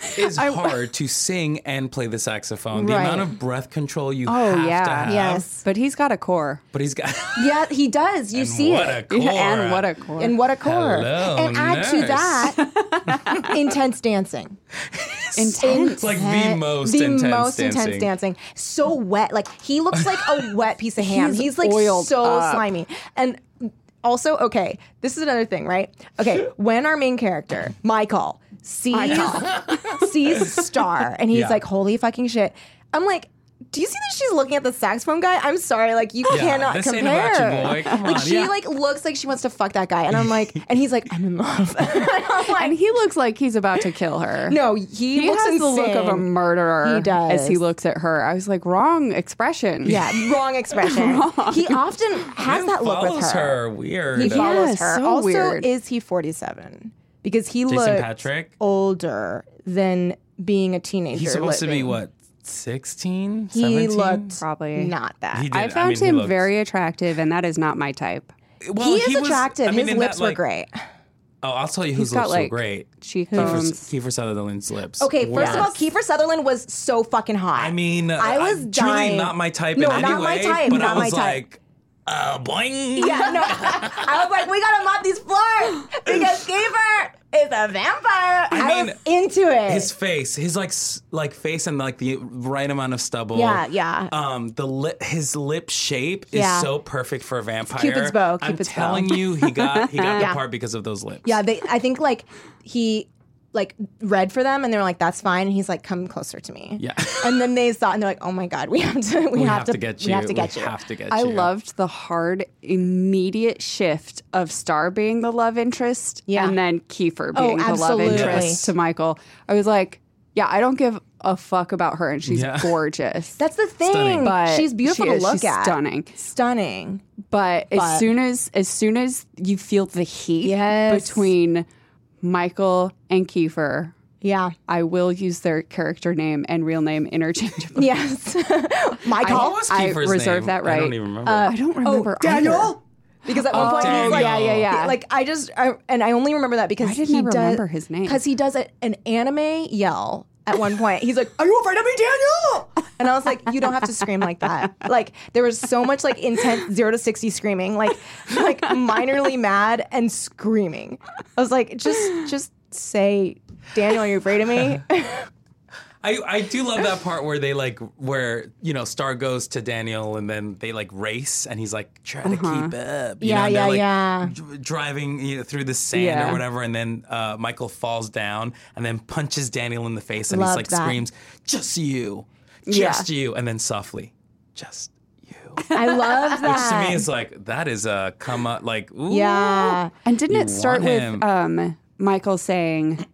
G: It is hard to sing and play the saxophone. The
F: Right.
G: amount of breath control you
E: Oh
G: have to
E: yeah.
G: have.
F: Yes.
E: But he's got a core.
G: But he's got
F: yeah, he does. You see
G: what
F: it.
G: a core.
E: And what a core.
F: and what a core.
G: Hello,
F: and add to
G: nurse.
F: that intense dancing.
E: Intense.
G: like the most
F: the
G: intense
F: most
G: dancing.
F: intense dancing. So wet. Like he looks like a wet piece of ham.
E: He's
F: He's, like
E: oiled
F: so
E: up.
F: slimy. And also, okay, this is another thing, right? Okay, when our main character, Michael, sees sees Star and he's
G: Yeah.
F: like, holy fucking shit. I'm like, do you see that she's looking at the saxophone guy? I'm sorry, like you
G: Yeah,
F: cannot
G: this ain't
F: compare.
G: about you, boy. Come
F: Like
G: on,
F: she
G: yeah.
F: like looks like she wants to fuck that guy, and I'm like, and he's like, I'm in love. I'm like,
E: And he looks like he's about to kill her.
F: no, he,
E: He
F: looks
E: has the look
F: insane.
E: of a murderer
F: He does.
E: as he looks at her. I was like, wrong expression.
F: Yeah, wrong expression. He often has that look with
G: follows
F: her.
G: her. Weird.
F: He follows
E: Yeah,
F: her.
E: so
F: also,
E: weird.
F: is he 47? Because he
G: Jason
F: looks
G: Patrick?
F: older than being a teenager.
G: He's supposed to be
F: living.
G: what, 16?
F: He
G: 17?
F: looked
E: Probably.
F: not that.
G: He did.
E: I
G: mean,
E: found
G: he
E: him
G: looked-
E: very attractive, and that is not my type.
G: Well,
F: he is
G: was-
F: attractive.
G: I mean,
F: His
G: in that,
F: lips were
G: like-
F: great.
G: Oh, I'll tell you whose
E: He's got,
G: lips
E: like,
G: were great. Kiefer,
E: Cheekbones.
G: Kiefer Sutherland's lips.
F: Okay, first
G: were-
F: of all, Kiefer Sutherland was so fucking hot.
G: I mean,
F: I was
G: truly
F: dying.
G: not my type
F: No,
G: in any
F: not
G: way.
F: my type,
G: But
F: not
G: I
F: my
G: was
F: type.
G: like, uh, boing.
F: Yeah, no. I was like, we gotta mop these floors because Kiefer is a vampire. I,
G: I
F: was
G: mean,
F: into it.
G: His face, his like s- like face and like the right amount of stubble.
F: Yeah, yeah.
G: Um, the lip, his lip shape
F: Yeah.
G: is so perfect for a vampire.
F: Cupid's bow,
G: I'm
F: Cupid's bow.
G: telling you, he got he got
F: Yeah.
G: the part because of those lips.
F: Yeah, they. I think like he like read for them, and they're like, "That's fine." And he's like, "Come closer to me."
G: Yeah.
F: And then they saw, and they're like, "Oh my god, we have to. We,
G: we have, to, get you.
F: We have to get
G: we
F: you."
G: Have to get
E: I
G: you.
E: loved the hard, immediate shift of Star being the love interest
F: Yeah.
E: and then Kiefer
F: Oh,
E: being the love
F: absolutely.
E: interest to Michael. I was like, yeah, I don't give a fuck about her, and she's
G: Yeah.
E: gorgeous.
F: That's the thing.
G: Stunning.
E: but
F: she's beautiful
E: she
F: to
E: is.
F: look
E: She's
F: at.
E: Stunning.
F: Stunning.
E: But,
F: But-
E: as soon as as soon as you feel the heat
F: Yes.
E: between Michael and Kiefer,
F: Yeah.
E: I will use their character name and real name interchangeably.
F: Yes. My
G: What
F: call.
G: was
E: I
G: Kiefer's
E: reserve
G: name?
E: that
G: I
E: right.
G: don't even
F: Uh,
G: remember.
E: I don't
F: Oh,
E: remember. either.
F: Because at one point, he was
G: Daniel.
F: like,
G: Yeah, yeah,
E: yeah.
F: Like I just, I, and I only remember that because
E: Why didn't
F: he
E: I
F: does-
E: remember his name?
F: Because he does a, an anime yell at one point. He's like, "Are you afraid of me, Daniel?" And I was like, "You don't have to scream like that." Like there was so much like intense zero to sixty screaming, like like minorly mad and screaming. I was like, just just say, "Daniel, are you afraid of me?"
G: I, I do love that part where they like where you know Star goes to Daniel and then they like race and he's like try to
E: Uh-huh.
G: keep up. You
F: Yeah,
G: know, and they're,
F: yeah, yeah.
G: like, dr- driving you know, through the sand
E: Yeah.
G: or whatever, and then uh, Michael falls down and then punches Daniel in the face and he's
F: Love
G: like
F: that.
G: screams, "Just you,
E: Yeah.
G: just you," and then softly, "Just you." Which
F: I love
G: to
F: that.
G: me is like that is a come up like ooh.
F: yeah.
E: And didn't
G: You
E: it start
G: want
E: with
G: him.
E: um, Michael saying,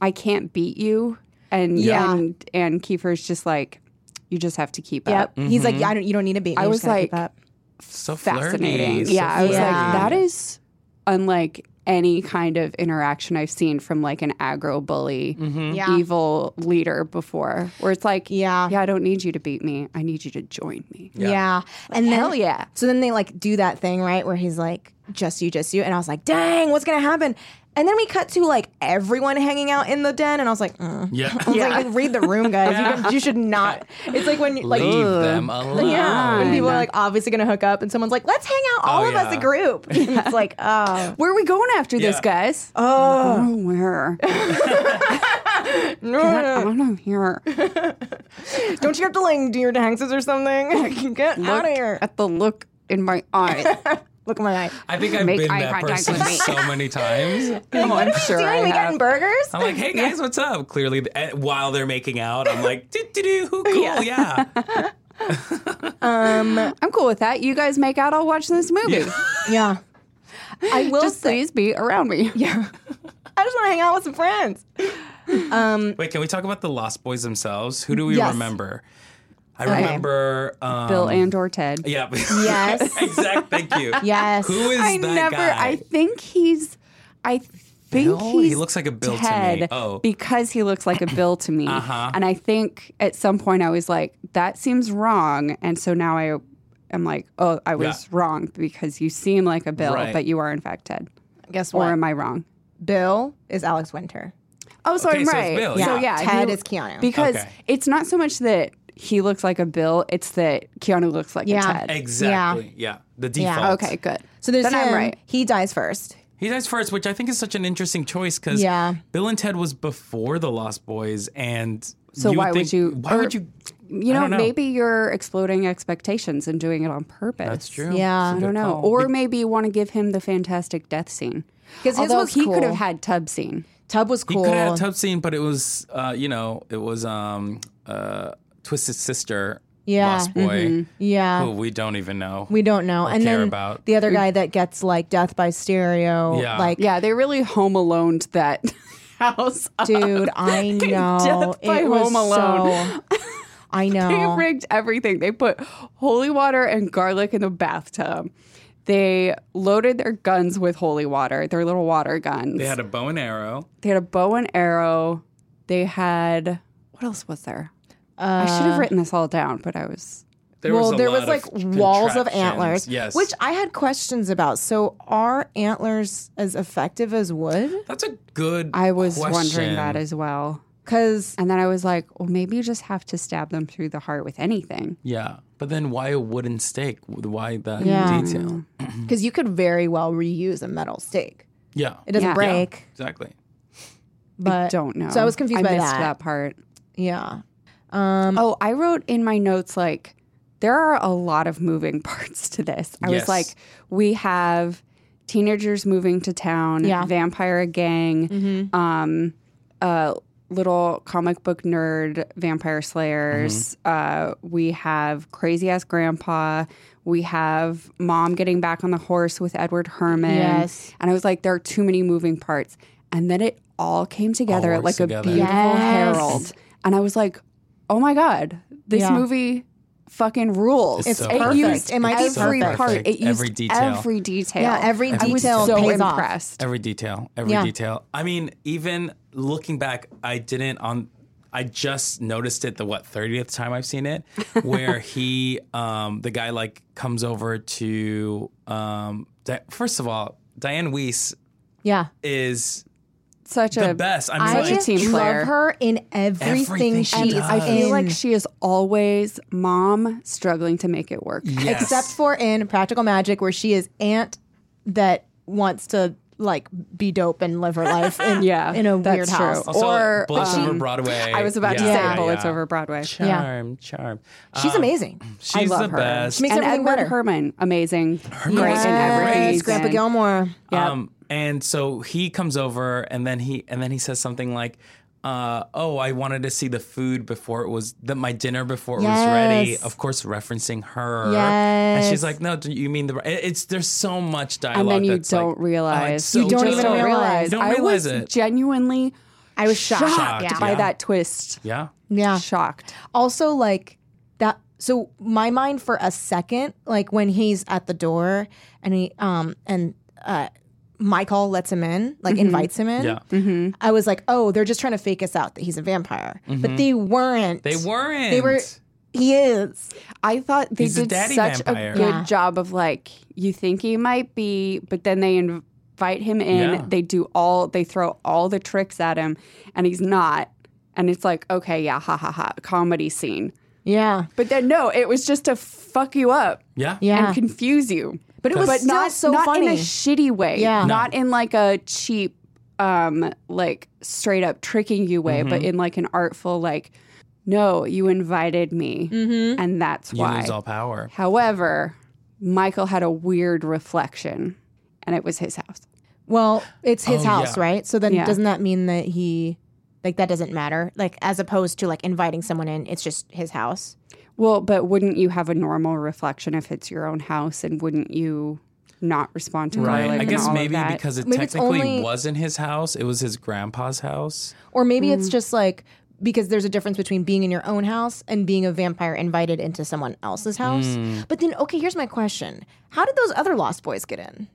E: "I can't beat you," and
F: Yeah.
E: and and Kiefer's just like, "You just have to keep
F: Yep.
E: up."
F: He's like, "Yeah, I don't. You don't need to beat me.
E: I
F: You
E: was
F: just gotta keep
E: like,
F: up.
G: so
E: Fascinating.
G: flirty. so
E: yeah, I was
F: Yeah.
E: like, that is unlike any kind of interaction I've seen from like an aggro bully,
G: Mm-hmm.
F: Yeah.
E: evil leader before, where it's like,
F: Yeah.
E: yeah, I don't need you to beat me. I need you to join me.
F: Yeah. and then,
E: hell yeah.
F: So then they like do that thing, right? Where he's like, just you, just you. And I was like, dang, what's going to happen? And then we cut to like everyone hanging out in the den. And I was like, mm.
G: Yeah.
F: I was like, read the room, guys. You, can, you should not. It's like when, like,
G: Leave
F: ugh.
G: them alone.
F: yeah, when people are like obviously going to hook up and someone's like, let's hang out, all
G: Oh,
F: of us, a
G: yeah.
F: group. And it's like, oh,
E: Where are we going after this,
G: Yeah.
E: guys?
F: Uh.
E: Oh, where?
F: no,
E: I
F: no, no.
E: don't know here.
F: don't you have to like do your dances or something? Get out of
E: Look
F: here.
E: At the look in my eyes.
F: Look at my eye.
G: I think I've
E: Make
G: been
E: eye
G: that
E: contact
G: person
E: with me.
G: so many times.
E: oh, I'm sure I
F: Doing we
E: have. Oh.
F: getting burgers?
G: I'm like, hey guys, what's up? Clearly, th- eh, while they're making out, I'm like, doo doo doo, who cool, yeah.
E: I'm cool with that. You guys make out. I'll watch this movie.
F: Yeah. I will
E: Just
F: say,
E: please be around me.
F: yeah. I just want to hang out with some friends.
G: Wait, can we talk about the Lost Boys themselves? Who do we
F: Yes.
G: remember? I remember um,
E: Bill and or Ted.
G: Yeah.
F: Yes.
G: exact. Thank you.
F: Yes.
G: Who is
E: I
G: that
E: never.
G: guy?
E: I think he's. I think
G: Bill? He
E: he's.
G: looks like a Bill to me.
E: Ted
G: Oh.
E: because he looks like a Bill to me.
G: Uh-huh.
E: And I think at some point I was like, that seems wrong, and so now I am like, oh, I was wrong because you seem like a Bill,
G: Right.
E: but you are in fact Ted.
F: Guess
E: Or
F: what?
E: am I wrong?
F: Bill is Alex Winter.
E: Oh, so
G: Okay,
E: I'm
G: so it's
E: right.
G: Bill,
E: So
G: yeah.
E: yeah,
F: Ted
E: he-
F: is Keanu.
E: because
G: Okay.
E: it's not so much that he looks like a Bill; it's that Keanu looks like
F: Yeah.
E: a Ted.
G: Exactly. Yeah. The default.
E: Okay, good.
F: so there's
E: then I'm
F: him.
E: right.
F: He dies first.
G: He dies first, which I think is such an interesting choice because
F: Yeah.
G: Bill and Ted was before the Lost Boys, and
E: So
G: you
E: why would
G: think-
E: you-
G: Why
E: or-
G: would you?
E: You
G: I
E: know,
G: don't know.
E: maybe you're exploding expectations and doing it on purpose.
G: That's true.
F: Yeah.
G: It's a
E: I don't
G: good
E: know.
G: call.
E: Or maybe you want to give him the fantastic death scene.
F: 'Cause his
E: Although
F: was
E: he
F: cool.
E: could have had tub scene.
F: Tub was
G: He
F: cool.
G: could have had a tub scene, but it was, uh, you know, it was um, uh, Twisted Sister,
F: Yeah.
G: Lost Boy,
E: mm-hmm.
F: yeah.
G: who we don't even know.
F: we don't know. And
G: care
F: then
G: about.
F: the other guy that gets like death by stereo.
G: Yeah.
F: Like,
E: Yeah, they really home alone that house. up.
F: dude, I know.
E: Death by
F: it was
E: Home Alone.
F: so- I
E: They
F: know.
E: rigged everything. They put holy water and garlic in the bathtub. They loaded their guns with holy water, their little water guns.
G: They had a bow and arrow.
E: They had a bow and arrow. They had what else was there? I should have written this all down, but I was
G: There
F: Uh, well,
G: was a
F: there
G: lot
F: was like
G: of
F: walls of
G: contraptions.
F: antlers,
G: Yes,
F: which I had questions about. So, are antlers as effective as wood?
G: that's a good.
E: I was
G: question.
E: wondering that as well.
F: Because
E: And then I was like, well, maybe you just have to stab them through the heart with anything.
G: yeah, but then why a wooden stake? Why that
F: Yeah.
G: detail?
F: because you could very well reuse a metal stake.
G: Yeah,
F: It doesn't
E: Yeah.
F: break,
G: exactly.
F: but
E: Don't know.
F: So I was confused by
E: missed
F: that.
E: that. part.
F: Yeah. Um,
E: Oh, I wrote in my notes like there are a lot of moving parts to this. I
G: Yes.
E: was like, we have teenagers moving to town,
F: Yeah. Mm-hmm.
E: vampire gang, um, uh, little comic book nerd vampire slayers.
F: Mm-hmm.
E: Uh, we have crazy ass grandpa. We have mom getting back on the horse with Edward Herman.
F: Yes.
E: And I was like, there are too many moving parts. And then it all came together
G: works
E: like
G: together.
E: a beautiful
F: Yes.
E: herald. And I was like, oh my God, this
F: Yeah.
E: movie fucking rules.
G: It's It's so
E: it
G: perfect.
E: used
F: It might be
E: every
F: perfect.
E: part.
G: Perfect.
E: It used
G: Every detail.
E: Every detail.
F: Yeah, every
E: I was
F: detail
E: so
F: pays off.
E: impressed.
G: Every detail, every
F: Yeah.
G: detail. I mean, even looking back, I didn't on. I just noticed it the what thirtieth time I've seen it, where he, um, the guy, like comes over to. Um, Di- first of all, Diane Weiss
F: Yeah.
G: is
E: Such
G: the
E: a
G: best. I'm
F: I
G: such a
E: team
F: love
E: player.
F: her in everything,
G: Everything she
F: she's
G: does.
E: I feel
F: in.
E: like she is always mom struggling to make it work.
G: Yes.
F: except for in Practical Magic, where she is aunt that wants to like be dope and live her life in,
E: Yeah,
F: in a
E: that's
F: weird
E: true.
F: house.
G: also,
E: or,
G: Bullets
E: um,
G: over Broadway.
E: I was about to
G: Yeah,
E: say
G: yeah,
E: Bullets
G: yeah.
E: Over Broadway.
G: Charm, charm.
F: She's
G: Um,
F: amazing.
G: She's
E: I love
G: the
E: her.
G: best.
F: She makes
E: and
F: everything
E: Edward
F: better.
E: Herman, amazing, great in everything.
F: Yes,
E: he's
F: Grandpa
E: in.
F: Gilmore.
G: Um, and so he comes over, and then he and then he says something like, uh, "Oh, I wanted to see the food before it was the, my dinner before it was ready."
F: Yes.
G: Of course, referencing her. And
F: Yes.
G: she's like, "No, do you mean the?" it- It's there's so much dialogue.
E: And then you
G: that's like,
E: don't
G: oh, it's
E: realize.
G: so
F: You don't
G: good.
F: even don't realize.
G: Don't
E: I
G: realize
E: was
G: it.
E: genuinely
F: I was shocked.
G: Shocked,
F: Yeah.
E: by
G: Yeah.
E: that twist.
G: Yeah.
F: yeah.
E: Shocked.
F: also like that so my mind for a second like when he's at the door and he um and uh michael lets him in like
E: Mm-hmm.
F: invites him in
G: Yeah.
F: i was like oh they're just trying to fake us out that he's a vampire but they weren't
G: Mm-hmm. They weren't.
F: they were he is
E: I thought they
G: He's a
E: did
G: daddy
E: such
G: vampire.
E: a good job of like you think he might be, but then they invite him in.
G: Yeah.
E: They do all they throw all the tricks at him, and he's not. And it's like okay, yeah, ha ha ha, comedy scene.
F: yeah
E: But then no, it was just to fuck you up
G: Yeah.
F: yeah
E: and confuse you.
F: but it was
E: but
F: still
E: not
F: so
E: not
F: funny
E: in a shitty way.
F: Yeah. No.
E: Not in like a cheap, um, like straight up tricking you way,
G: Mm-hmm.
E: but in like an artful like, no, you invited me, and that's
G: You
E: why.
G: lose all power.
E: However, Michael had a weird reflection, and it was his house.
F: well it's his
G: Oh,
F: house
G: yeah.
F: right so then
E: Yeah.
F: doesn't that mean that he like that doesn't matter like as opposed to like inviting someone in it's just his house
E: Well, but wouldn't you have a normal reflection if it's your own house, and wouldn't you not respond to
G: Right.
E: Garlic
G: I
E: and
G: guess
E: all of
G: maybe
E: that?
G: because it
F: Maybe it's
G: technically
F: only-
G: wasn't his house. It was his grandpa's house.
F: Or maybe it's just like because there's a difference between being in your own house and being a vampire invited into someone else's house. But then, okay, here's my question: How did those other Lost Boys get in?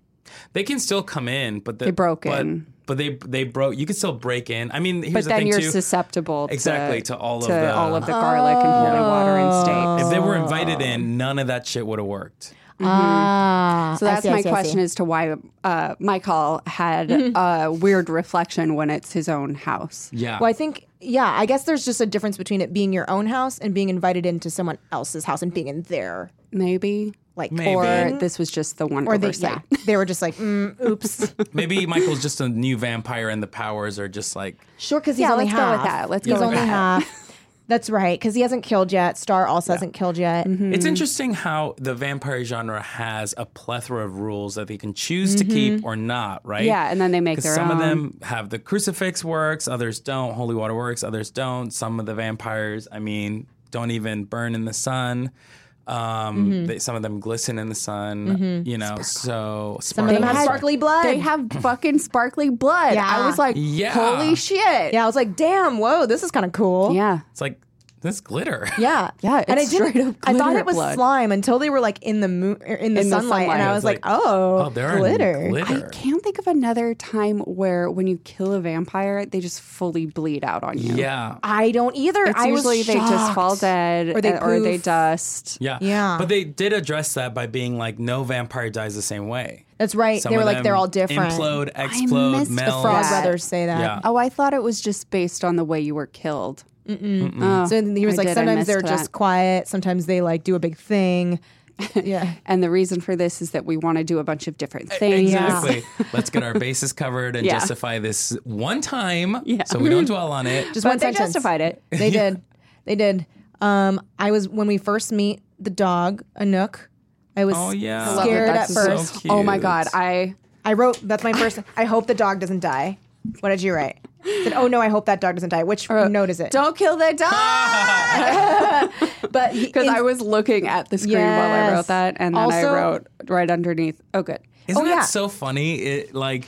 G: They can still come in, but the,
E: They broke
G: but,
E: in.
G: But they they broke. You can still break in. I mean, here's
E: but
G: the
E: then
G: thing
E: you're
G: too.
E: susceptible
G: Exactly, to all of the-
E: all of the garlic and holy water and
G: if
E: steaks.
G: they were invited in, none of that shit would have worked.
F: Ah,
E: So that's my question as to why uh, Michael had
F: Mm-hmm.
E: a weird reflection when it's his own house.
G: Yeah.
F: Well, I think yeah, I guess there's just a difference between it being your own house and being invited into someone else's house and being in their
E: Maybe.
F: like mm-hmm.
G: Maybe.
E: Or this was just the one
F: or they
E: oversight.
F: yeah, they were just like mm, oops,
G: Maybe Michael's just a new vampire and the powers are just like
F: sure because he's
E: Yeah,
F: only
E: let's go
F: half.
E: with that. Let's go
F: he's
E: with
F: only
E: that.
F: half. That's right because he hasn't killed yet. Star also hasn't killed yet.
G: It's interesting how the vampire genre has a plethora of rules that they can choose to
F: Mm-hmm.
G: keep or not, right?
E: Yeah, and then they make
G: 'Cause
E: their
G: some of
E: own.
G: them have the crucifix works, others don't. Holy water works, others don't. Some of the vampires, I mean, don't even burn in the sun. Um,
F: Mm-hmm.
G: they, some of them glisten in the sun. You know, so
F: Some of them
G: sparkle.
F: have sparkly blood.
E: They have fucking sparkly blood.
F: Yeah.
E: I was like,
G: Yeah.
E: holy shit.
F: Yeah, I was like, damn, whoa, this is kind of cool.
E: Yeah.
G: It's like this glitter.
F: Yeah,
E: Yeah,
F: and
E: it's
F: I didn't.
E: straight up
F: I thought
E: glitter
F: it was
E: blood.
F: slime until they were like in the moon, er, in the,
E: In the
F: sunlight,
E: sunlight.
F: and
E: Yeah,
F: I
G: it's
F: was like,
G: like,
F: oh,
G: Oh, they're in
F: glitter.
E: I
G: glitter.
E: can't think of another time where when you kill a vampire, they just fully bleed out on you.
G: Yeah.
F: I don't either.
E: It's
F: I was
E: usually they just
F: shocked.
E: fall dead
F: Or they
E: and- or they
F: poof.
E: dust.
G: Yeah.
F: Yeah.
G: But they did address that by being like, no vampire dies the same way.
F: That's right.
G: Some
F: they were
G: of
F: like,
G: them
F: they're all different.
G: Implode, explode,
E: missed the
F: The
G: melt.
F: Frog
E: Yeah.
F: brothers say that.
G: Yeah.
E: Oh, I thought it was just based on the way you were killed. Uh,
F: So he was
E: I
F: like,
E: did, I
F: sometimes
E: missed
F: they're
E: that.
F: just quiet. Sometimes they like do a big thing. yeah.
E: And the reason for this is that we want to do a bunch of different things.
G: Exactly. Let's get our bases covered and
E: Yeah.
G: justify this one time so we don't dwell on it.
F: Just
E: But
F: one
E: they
F: sentence.
E: justified it.
F: They did. They did. Um, I was when we first meet the dog Anook. I was
G: Oh, yeah. I love that
F: scared at
G: that's so
F: first.
G: cute.
E: Oh my god, I
F: I wrote that's my first. I hope the dog doesn't die. What did you write? I said, oh no, I hope that dog doesn't die. Which note is it?
E: don't kill the dog
F: But he-
E: because
F: in-
E: I was looking at the screen while I
F: Yes.
E: wrote that, and then
F: Also-
E: I wrote right underneath. Oh, good.
G: Isn't
F: yeah.
G: that so funny? It like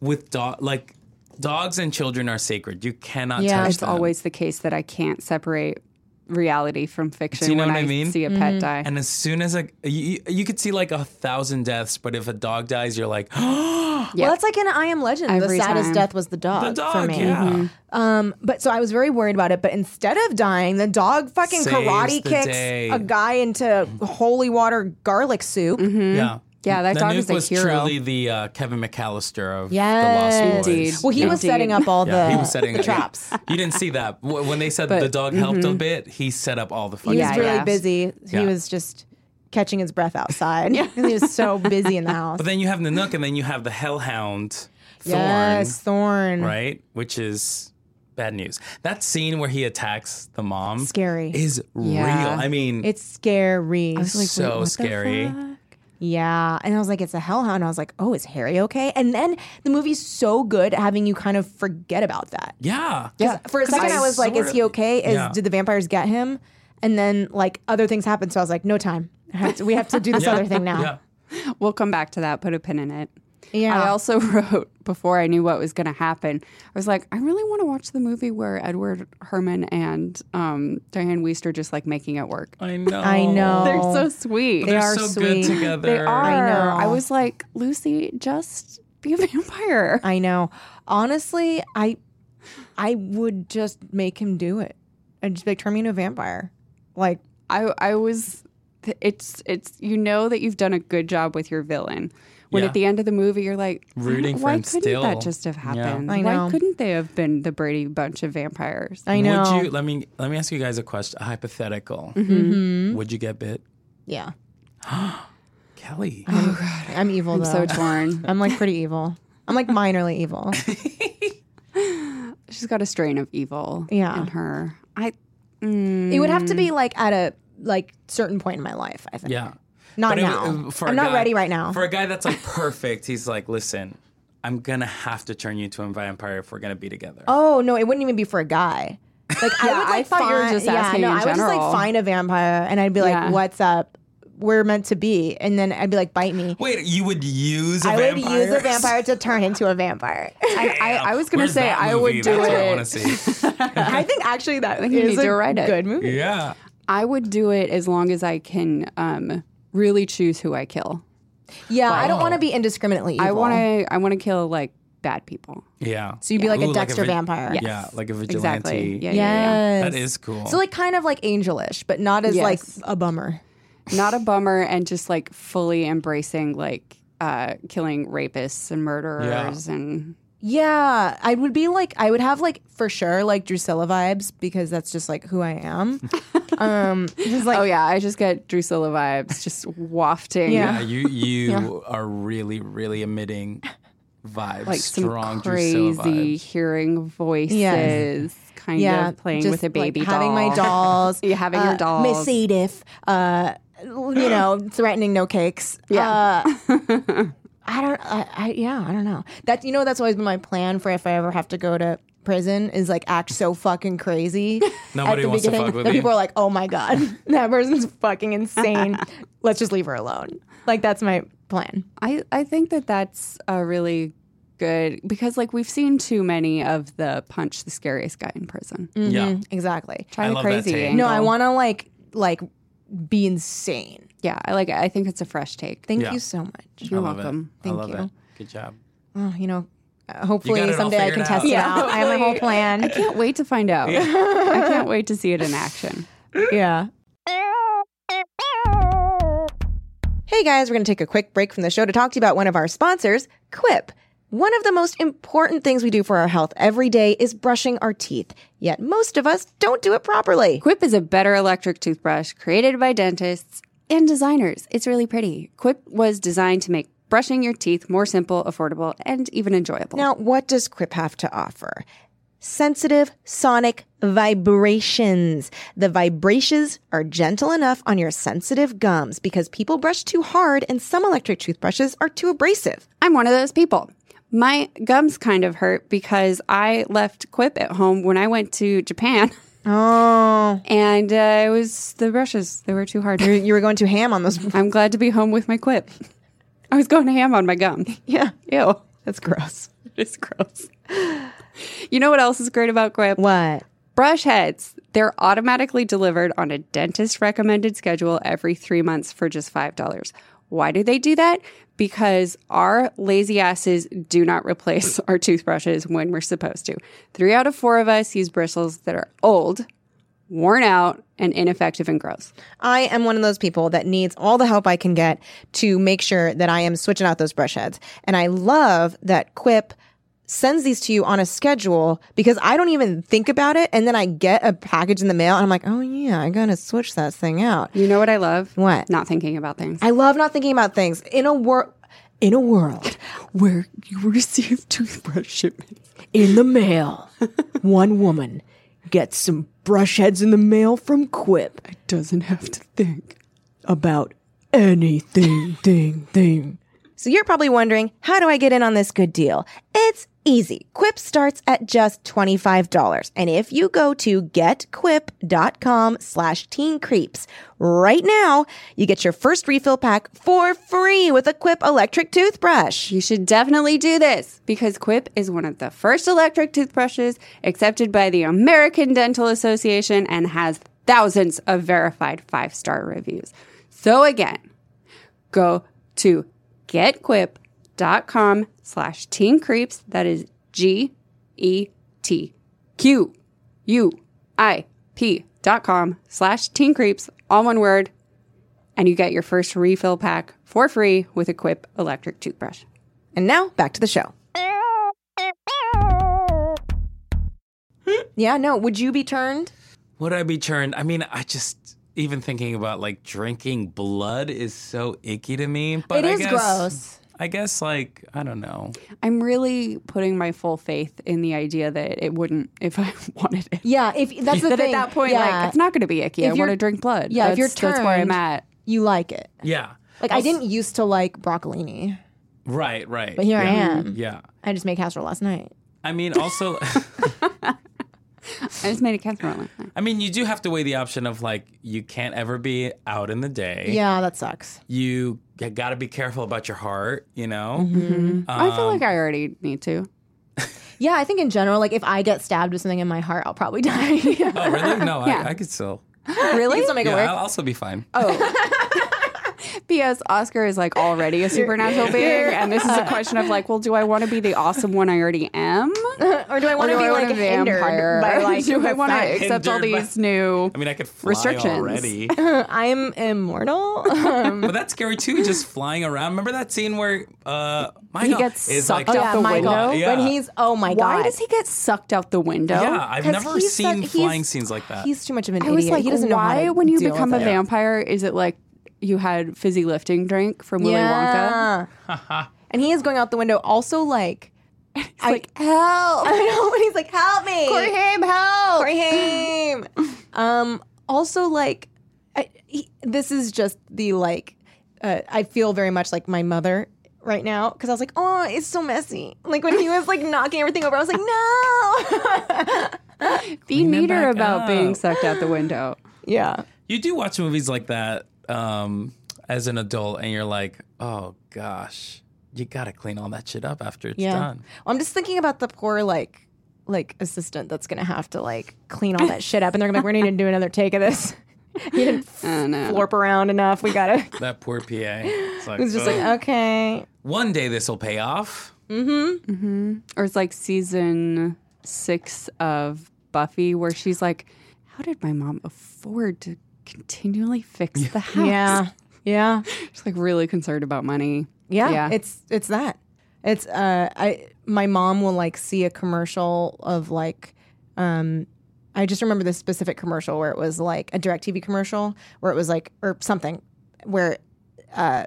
G: with dog like dogs and children are sacred. You cannot
F: Yeah.
G: touch
E: It's
G: them.
E: always the case that I can't separate reality from fiction
G: Do you know
E: when
G: what I mean?
E: see a pet die.
G: And as soon as like you, you could see like a thousand deaths, but if a dog dies, you're like, oh,
E: Yeah.
F: Well, that's like in I Am Legend.
E: Every
F: the saddest
E: time. Mm-hmm.
F: death was the dog,
G: dog,
F: for me.
G: yeah. Mhm.
F: Um, but so I was very worried about it. But instead of dying, the dog fucking
G: Saves
F: karate
G: the
F: kicks
G: day.
F: a guy into holy water garlic soup.
E: Mm-hmm.
G: yeah,
E: Yeah, that dog
G: Nanook
E: is a
G: was
E: hero.
G: truly the uh, Kevin McAllister of
F: Yes.
G: the Lost Boys.
E: Indeed.
F: Well, he was
E: Indeed.
F: setting up all
G: Yeah,
F: the,
G: he was setting
F: the traps. mm-hmm.
G: You didn't see that Wh- when they said
E: But-
G: the dog helped a bit. He set up all the fucking.
F: He
E: Yeah,
F: was really
E: yeah.
F: busy.
G: Yeah.
F: He was just catching his breath outside. he was so busy in the house.
G: But then you have Nanook, and then you have the Hellhound Thorn,
F: yes, Thorn.
G: right? Which is bad news. That scene where he attacks the mom
F: Scary.
G: is
E: Yeah.
G: real. I mean,
F: It's scary.
G: so scary.
F: Yeah. And I was like, it's a hellhound. I was like, oh, is Harry okay? And then the movie's so good at having you kind of forget about that.
G: yeah,
F: Yeah. For a second, I,
G: I
F: was like, is
G: sort
F: he
G: of-
F: okay? Is
G: Yeah.
F: Did the vampires get him? And then like other things happened. So I was like, no time. I have to- we have to do this other thing now.
G: yeah.
E: We'll come back to that. Put a pin in it.
F: Yeah.
E: I also wrote before I knew what was going to happen. I was like, I really want to watch the movie where Edward Herman and um, Diane Weist are just like making it work.
G: I know.
F: I know.
E: They're so sweet.
F: They
G: They're
F: are
G: so
F: sweet.
G: good together.
E: They are.
F: know.
E: I was like, Lucy, just be a vampire.
F: I know. Honestly, I I would just make him do it. I'd just be like, turn me into a vampire. Like,
E: I I was it's it's you know that you've done a good job with your villain. When
G: Yeah.
E: at the end of the movie you're like
G: Rooting for
E: why
G: him
E: couldn't
G: still."
E: that just have
G: Yeah.
E: happened?
F: I know.
E: Why couldn't they have been the Brady bunch of vampires?
F: I know. Mm-hmm.
G: Would you let me let me ask you guys a question? A hypothetical. Would you get bit?
F: yeah.
G: Kelly.
F: I'm evil
E: I'm
F: though.
E: so torn.
F: I'm like pretty evil. I'm like minorly evil.
E: She's got a strain of evil
F: Yeah.
E: in her. I
F: It would have to
E: Mm.
F: be like at a like certain point in my life, I think.
G: Yeah.
F: Not
G: But it-
F: now.
G: uh, for a
F: I'm not
G: guy-
F: ready right now.
G: For a guy that's like perfect, he's like, listen, I'm gonna have to turn you into a vampire if we're gonna be together.
F: oh no, it wouldn't even be for a guy. Like I would like
E: I thought you were
F: find-
E: just
F: yeah,
E: asking
F: no,
E: in
F: I would just
E: general.
F: like find a vampire and I'd be like,
E: Yeah.
F: What's up? We're meant to be and then I'd be like, bite me.
G: Wait, you would use a
F: I would
G: vampire?
F: use a vampire to turn into a vampire.
E: I, I, I was gonna
G: Where's
E: say
G: that
E: I
G: movie?
E: would do
G: That's
E: it.
G: What I want to see.
F: I think actually that
E: think you
F: is
E: need to
F: a
E: write it.
F: good movie.
G: yeah.
E: I would do it as long as I can um, really choose who I kill.
F: Yeah, I don't
G: Wow.
F: want to be indiscriminately evil.
E: I want to I want to kill like bad people.
G: Yeah.
F: So you'd be like a
G: Ooh,
F: Dexter
G: vi-
F: vampire.
E: Yes.
G: Yeah, like a vigilante.
E: Exactly. Yeah, yeah, yeah.
F: Yes.
G: That is cool.
F: So like kind of like angelish, but not as like
E: Yes.
F: a bummer.
E: not a bummer and just like fully embracing like uh killing rapists and murderers and
F: Yeah, I would be like I would have like for sure like Drusilla vibes because that's just like who I am. um just like
E: oh yeah i just get drusilla vibes just wafting
F: Yeah.
G: yeah, you you are really really emitting vibes,
E: like some
G: strong
E: crazy
G: Drusilla vibes.
E: hearing voices kind
F: yeah,
E: of playing
F: just,
E: with a baby
F: like,
E: doll
F: having my dolls,
E: Yeah, having your dolls.
F: Miss Edith, uh, you know, threatening no cakes. Yeah, uh, I don't. I, I yeah, I don't know. That you know, that's always been my plan for if I ever have to go to prison is like act so fucking crazy. at
G: Nobody
F: the
G: wants to
F: beginning,
G: fuck with
F: and
G: you.
F: people are like, "Oh my god, that person's fucking insane. Let's just leave her alone." Like that's my plan.
E: I, I think that that's a really good because like we've seen too many of the punch the scariest guy in prison
F: Mm.
G: Yeah.
F: Mm-hmm. Exactly.
E: try
G: I
E: the
G: love that
E: crazy
G: take.
F: No,
E: angle.
F: I want to like like be insane.
E: yeah i like it. i think it's a fresh take
F: Thank
G: Yeah.
F: you so much.
E: you're
G: I love
E: welcome
G: It.
F: Thank
G: I love
F: you.
G: It. Good job.
F: Oh, you know, uh,
G: You got
F: hopefully
G: it all
F: someday I
G: figured
F: can
G: out.
F: test it
E: Yeah,
F: out. I have my whole
E: I
F: plan.
E: can't wait to find out. I can't wait to see it in action.
F: yeah. Hey guys, we're going to take a quick break from the show to talk to you about one of our sponsors, Quip. One of the most important things we do for our health every day is brushing our teeth, yet most of us don't do it properly.
E: Quip is a better electric toothbrush created by dentists and designers. It's really pretty. Quip was designed to make brushing your teeth more simple, affordable, and even enjoyable.
F: Now, what does Quip have to offer? Sensitive sonic vibrations. The vibrations are gentle enough on your sensitive gums because people brush too hard and some electric toothbrushes are too abrasive.
E: I'm one of those people. My gums kind of hurt because I left Quip at home when I went to Japan,
F: Oh,
E: and uh, it was the brushes. They were too hard.
F: you you were going too ham on those.
E: I'm glad to be home with my Quip. I was going ham on my gums.
F: Yeah,
E: Ew.
F: that's gross.
E: It's gross. You know what else is great about Quip?
F: What?
E: Brush heads. They're automatically delivered on a dentist recommended schedule every three months for just $5. Why do they do that? Because our lazy asses do not replace our toothbrushes when we're supposed to. Three out of four of us use bristles that are old, worn out, and ineffective and gross.
F: I am one of those people that needs all the help I can get to make sure that I am switching out those brush heads. And I love that Quip sends these to you on a schedule because I don't even think about it. And then I get a package in the mail and I'm like, oh yeah, I gotta switch that thing out.
E: You know what I love?
F: What?
E: Not thinking about things.
F: I love not thinking about things in a world. In a world
E: Where you receive toothbrush shipments.
H: in the mail. One woman gets some brush heads in the mail from Quip
E: Doesn't have to think.
H: about anything, thing, thing.
F: So you're probably wondering, how do I get in on this good deal? It's easy. Quip starts at just $25. And if you go to getquip.com slash teen creeps right now, you get your first refill pack for free with a Quip electric toothbrush.
E: You should definitely do this because Quip is one of the first electric toothbrushes accepted by the American Dental Association and has thousands of verified five star reviews. So again, go to getquip.com slash teen creeps. That is G E T Q U I P dot com slash teen creeps, all one word, and you get your first refill pack for free with a Quip electric toothbrush.
F: And now back to the show. Hmm? Yeah, no, would you be turned?
G: Would I be churned? I mean, I just even thinking about like drinking blood is so icky to me. But
F: It
G: I
F: is
G: guess,
F: gross.
G: I guess like I don't know.
E: I'm really putting my full faith in the idea that it wouldn't if I wanted it.
F: Yeah, if that's the
E: That at that point, like, it's not going to be icky.
F: If
E: I
F: you're-
E: want to drink blood.
F: Yeah,
E: that's,
F: if you're
E: that's where I'm
F: turned-
E: at.
F: you like it.
G: Yeah.
F: Like I didn't used to like broccolini,
G: Right. Right.
F: but here I
G: Yeah.
F: am.
G: Yeah.
F: I just made casserole last night.
G: I mean, also.
E: I just made a casserole. last night.
G: I mean, you do have to weigh the option of like you can't ever be out in the day.
F: Yeah, that sucks.
G: You got to be careful about your heart, you know?
E: I feel like I already need to.
F: Yeah, I think in general, like if I get stabbed with something in my heart, I'll probably die.
G: Oh, really? No, I, I could still.
F: really? Still make it
G: Yeah,
F: work.
G: I'll also be fine.
E: P.S. Oscar is like already a supernatural being, and this is a question of like, well, do I want to be the awesome one I already am,
F: or do I want
E: do
F: to be
E: I wanna
F: like hindered by like?
E: do I want to
F: fact-
E: accept all
G: Hindered by-
E: these new?
G: I mean, I could fly
E: Restrictions.
G: already.
F: I'm immortal. Um,
G: But that's scary too, just flying around. Remember that scene where uh, Michael
E: gets
G: is
E: sucked
G: like,
E: out the
F: Oh, Michael,
E: window?
G: Yeah.
F: when he's oh my god,
E: Why does he get sucked out the window?
G: Yeah, I've
F: 'Cause
G: never
F: he's
G: seen
F: such- he's-
G: flying scenes like that.
F: He's too much of an
E: I
F: idiot.
E: was like,
F: he doesn't know
E: why
F: how to
E: when you
F: deal
E: become a
F: with it.
E: vampire is it like you had fizzy lifting drink from Willy Wonka?
F: Yeah. and he is going out the window. Also, like,
E: It's like help.
F: I know, and he's like, "Help me,
E: Corey Haim, help!
F: Corey Haim. um, also, like, I, he, this is just the like. Uh, I feel very much like my mother right now because I was like, "Oh, it's so messy." Like when he was like knocking everything over, I was like, "No."
E: Be neater
G: back
F: Oh.
E: about being
G: up.
E: sucked out the window.
F: yeah.
G: you do watch movies like that um, as an adult, and you're like, oh gosh, you got to clean all that shit up after it's
F: Yeah.
G: done.
F: Well, I'm just thinking about the poor like like assistant that's gonna have to like clean all that shit up, and they're gonna be like, "We need to do another take of this." he didn't
E: Oh, no.
F: florp around enough. We gotta.
G: That poor PA. It's like,
F: It's just like
G: "Ugh,
F: okay.
G: one day this will pay off.
E: Or it's like season six of Buffy where she's like, How did my mom afford to continually fix the house?
F: Yeah. Yeah.
E: She's like really concerned about money.
F: Yeah,
E: Yeah.
F: It's it's that. It's uh I my mom will like see a commercial of like um I just remember this specific commercial where it was like a DirecTV commercial where it was like or something where uh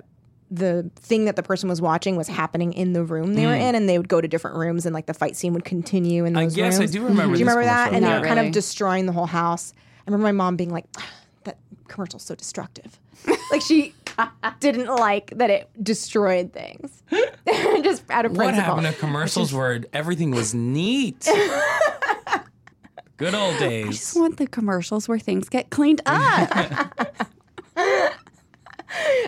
F: the thing that the person was watching was happening in the room they were in, and they would go to different rooms, and like the fight scene would continue in
G: Mm. I
F: those
G: guess I
F: rooms.
G: do remember.
F: Do you
G: this
F: remember that?
G: commercial.
F: And they
E: Not
F: were kind
E: really.
F: of destroying the whole house. I remember my mom being like, "Ah, that commercial's so destructive. like she didn't like that it destroyed things. Just out of
G: What
F: principle.
G: happened to commercials where everything was neat? Good old
E: I just
G: days.
E: want the commercials where things get cleaned up.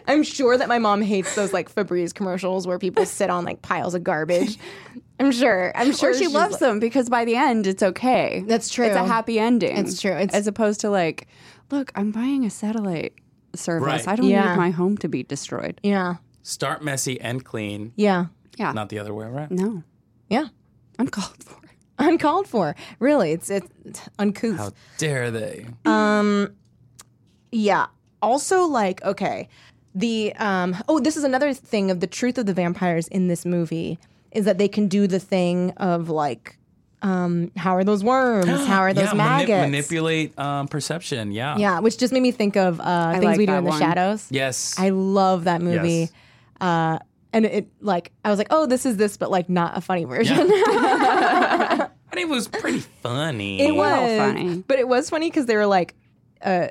F: I'm sure that my mom hates those like Febreze commercials where people sit on like piles of garbage.
E: I'm sure. I'm sure she
F: she's
E: loves them because by the end, it's okay.
F: That's true.
E: It's a happy ending.
F: It's true. It's-
E: As opposed to like, look, I'm buying a satellite service.
G: Right.
E: I don't
F: Yeah.
E: need my home to be destroyed.
F: Yeah.
G: Start messy and clean,
F: Yeah.
E: Yeah.
G: not the other way around.
E: No.
F: Yeah.
E: Uncalled for.
F: Uncalled for. Really. It's it's uncouth.
G: How dare they?
F: Yeah. Also, like, okay, the um, oh, this is another thing of the truth of the vampires in this movie is that they can do the thing of like, um, how are those worms? How are those
G: yeah, mani-
F: maggots?
G: manipulate um, perception. Yeah.
F: yeah, which just made me think of uh, things
E: like
F: we do
E: that
F: in the
E: one.
F: shadows.
G: Yes.
F: I love that movie.
G: Yes.
F: Uh, and it like I was like, oh, this is this, but like not a funny version.
G: and it was pretty funny.
F: It was
E: funny.
F: but it was funny because they were like, uh,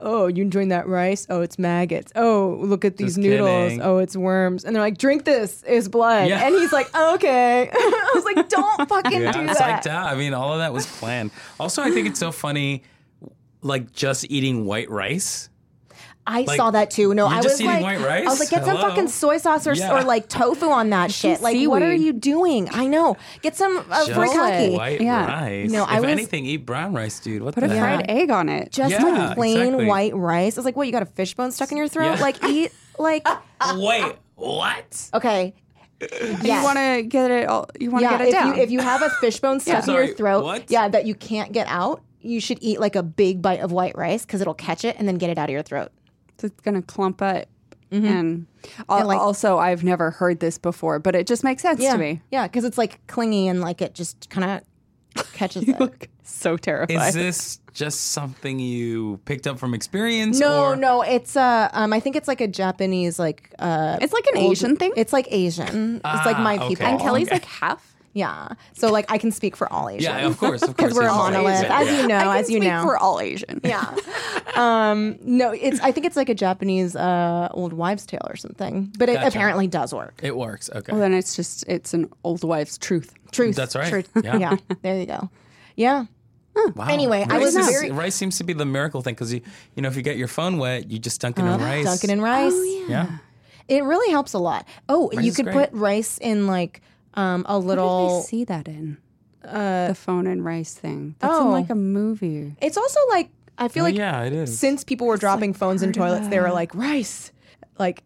F: "Oh, you enjoying that rice? Oh, it's maggots. Oh, look at these
G: Just
F: noodles.
G: kidding.
F: Oh, it's worms." And they're like, "Drink this, it's blood."
G: Yeah.
F: And he's like, "Okay." I was like, "Don't fucking
G: Yeah,
F: do
G: it's
F: that."
G: like that. I mean, all of that was planned. Also, I think it's so funny, like just eating white rice.
F: I
G: Like,
F: saw that too. No,
G: you're
F: I
G: just
F: was
G: eating
F: like,
G: white rice?
F: I was like, get some
G: Hello?
F: fucking soy sauce or,
G: Yeah.
F: or like tofu on that shit. Like, what are
E: seaweed.
F: you doing? I know. Get some uh,
G: Just
F: furikake.
G: white
E: Yeah.
G: rice.
F: No,
G: if
F: I was-
G: anything, eat brown rice, dude. What
E: Put
G: the
E: a
G: heck?
E: fried egg on it.
F: Just
G: Yeah,
F: like plain
G: exactly.
F: white rice. I was like, what? You got a fishbone stuck in your throat?
G: Yeah.
F: Like, eat like
G: Wait, what?
F: okay.
E: You
F: Yes.
E: want to get it all. You want to
F: Yeah,
E: get it
F: if
E: down.
F: you if you have a fishbone stuck in
G: Sorry,
F: your throat,
G: what?
F: yeah, that you can't get out, you should eat like a big bite of white rice because it'll catch it and then get it out of your throat.
E: it's gonna clump up. And, al-
F: Mm-hmm. like-
E: also, I've never heard this before, but it just makes sense
F: Yeah,
E: to me.
F: yeah, because it's like clingy and like it just kind of catches it.
E: So
G: Is
E: terrified.
G: this just something you picked up from experience?
F: No,
G: or-
F: no, it's uh, um, I think it's like a Japanese like uh,
E: it's like an Asian thing.
F: it's like Asian. it's like
G: Ah,
F: my
G: okay.
F: people.
G: And
E: Kelly's like half.
F: yeah. So like I can speak for all Asian.
G: Yeah, of course, of course.
F: Because we're a
G: it's all
F: monolith,
G: Asian.
F: as
G: Yeah.
F: you know,
E: I can
F: as you
E: speak
F: know.
E: for all Asian. Yeah.
F: um, no, it's. I think it's like a Japanese uh, old wives' tale or something. But it
G: Gotcha.
F: apparently does work.
G: It works. Okay.
E: Well, then it's just it's an old wife's truth.
F: Truth.
G: That's right.
F: Truth.
G: Yeah.
F: yeah. There you go. Yeah.
G: Wow.
F: Anyway, I was
G: rice is-
F: very-
G: rice seems to be the miracle thing because you you know if you get your phone wet, you just dunk it in rice.
F: Dunkin' Uh-huh, in rice.
E: Oh,
G: Yeah.
F: It really helps a lot. Oh, you
G: is
F: could
G: great.
F: put rice in like um, a
E: Where did I
F: little.
E: see that in? the phone and rice thing. That's in
F: Oh.
E: like a movie.
F: It's also like I feel
G: Oh,
F: like
G: yeah, it is.
F: since people were dropping phones in toilets, they were like rice. Like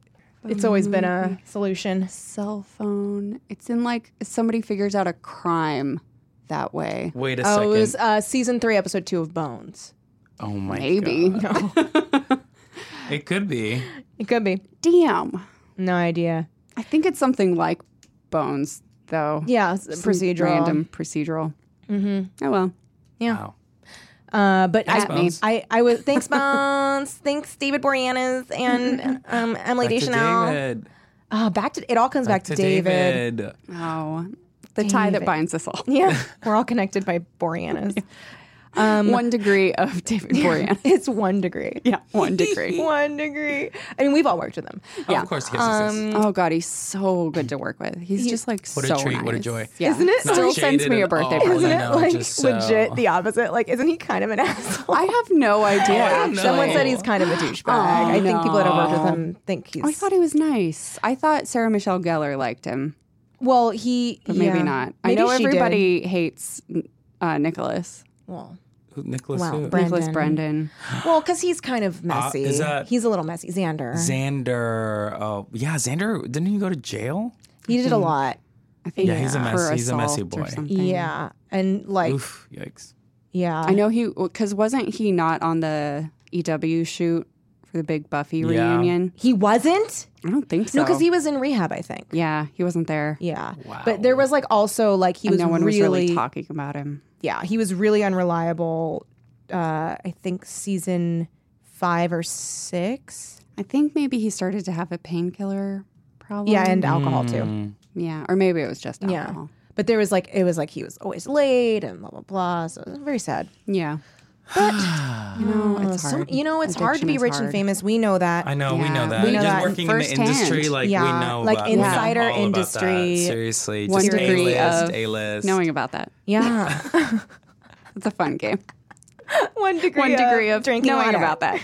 F: it's always been a solution.
E: Cell phone. It's in like somebody figures out a crime that way.
G: Wait a
F: Oh,
G: second.
F: it was uh, season three, episode two of Bones.
G: oh my
E: Maybe.
G: God. It could be.
F: It could be.
E: Damn.
F: No idea.
E: I think it's something like Bones, though.
F: Yeah, it's
E: Some
F: procedural.
E: Random procedural. Mm-hmm. Oh well.
G: Wow.
F: Uh, but
E: Thanks,
F: I,
E: Bones.
F: I, I was thanks Bones, thanks David Boreanaz and um, Emily
G: Back to
F: Deschanel.
G: David.
F: Uh, back to it all comes back, to, David.
G: David.
E: Oh, the tie that binds us all.
F: Yeah, we're all connected by Boreanaz.
E: one degree of David Borean.
F: It's one degree.
E: yeah, one degree.
F: One degree. I mean, we've all worked with them.
G: Oh, of course, yes, yes,
F: Um,
G: yes.
E: Oh God, he's so good to work with. He's just like
G: What a
E: so
G: treat, what a
E: nice.
G: joy.
E: Yeah.
F: Isn't it?
G: Not
E: Still sends
G: shaded
E: me a
G: at
E: birthday
G: all,
E: present.
F: Isn't
G: you
F: it
G: know,
F: like
G: just uh, so-
F: legit the opposite? Like, isn't he kind of an asshole?
E: I have no idea.
G: don't know.
E: actually.
F: Someone said he's kind of a douchebag. I think people that have worked with him think he's.
E: I thought he was nice. I thought Sarah Michelle Gellar liked him,
F: well, he.
E: but maybe
F: yeah.
E: not.
F: Maybe
E: I know
F: she did.
E: everybody hates uh, Nicholas.
F: Well,
G: Who- Nicholas
F: Wow,
G: who?
F: Brandon.
E: Nicholas Brendan.
F: well, because he's kind of messy.
G: Uh, is that-
F: he's a little messy. Xander.
G: Xander. Oh, yeah, Xander. Didn't he go to jail?
F: he did a lot.
E: I think
G: Yeah, he's a
E: for
G: mess- he's a messy
E: assault or
G: boy.
E: something.
F: Yeah, and like,
G: Oof. Yikes.
F: yeah,
E: I know he because wasn't he not on the EW shoot for the big Buffy
G: Yeah.
E: reunion?
F: he wasn't.
E: I don't think so.
F: No, because he was in rehab. I think.
E: yeah, he wasn't there.
F: Yeah, but there was like also like he
E: and
F: was
E: no one was
F: really
E: really talking about him.
F: yeah he was really unreliable. Uh, I think season five or six.
E: I think maybe he started to have a painkiller problem.
F: Yeah, and alcohol too.
E: yeah, or maybe it was just
F: Yeah,
E: Mm. alcohol.
F: but there was like it was like he was always late and blah blah blah. So it was very sad.
E: Yeah, but you know, it's hard.
F: Some- you know, it's hard to
E: Addiction
F: be
E: is
F: rich and
E: hard.
F: famous. We know that.
G: I know, we
E: Yeah,
G: know that.
E: we know
G: just
F: that
G: working in the
E: firsthand.
G: industry, like
F: Yeah,
G: we know,
F: like
G: about, we know
F: insider
G: all about that.
F: industry,
G: Seriously,
E: one
G: just
E: degree
G: A-list,
E: of
G: A-list.
E: Knowing about that,
F: Yeah,
E: it's a fun game.
F: one degree.
E: One degree of
F: drinking
E: knowing
F: water.
E: about that.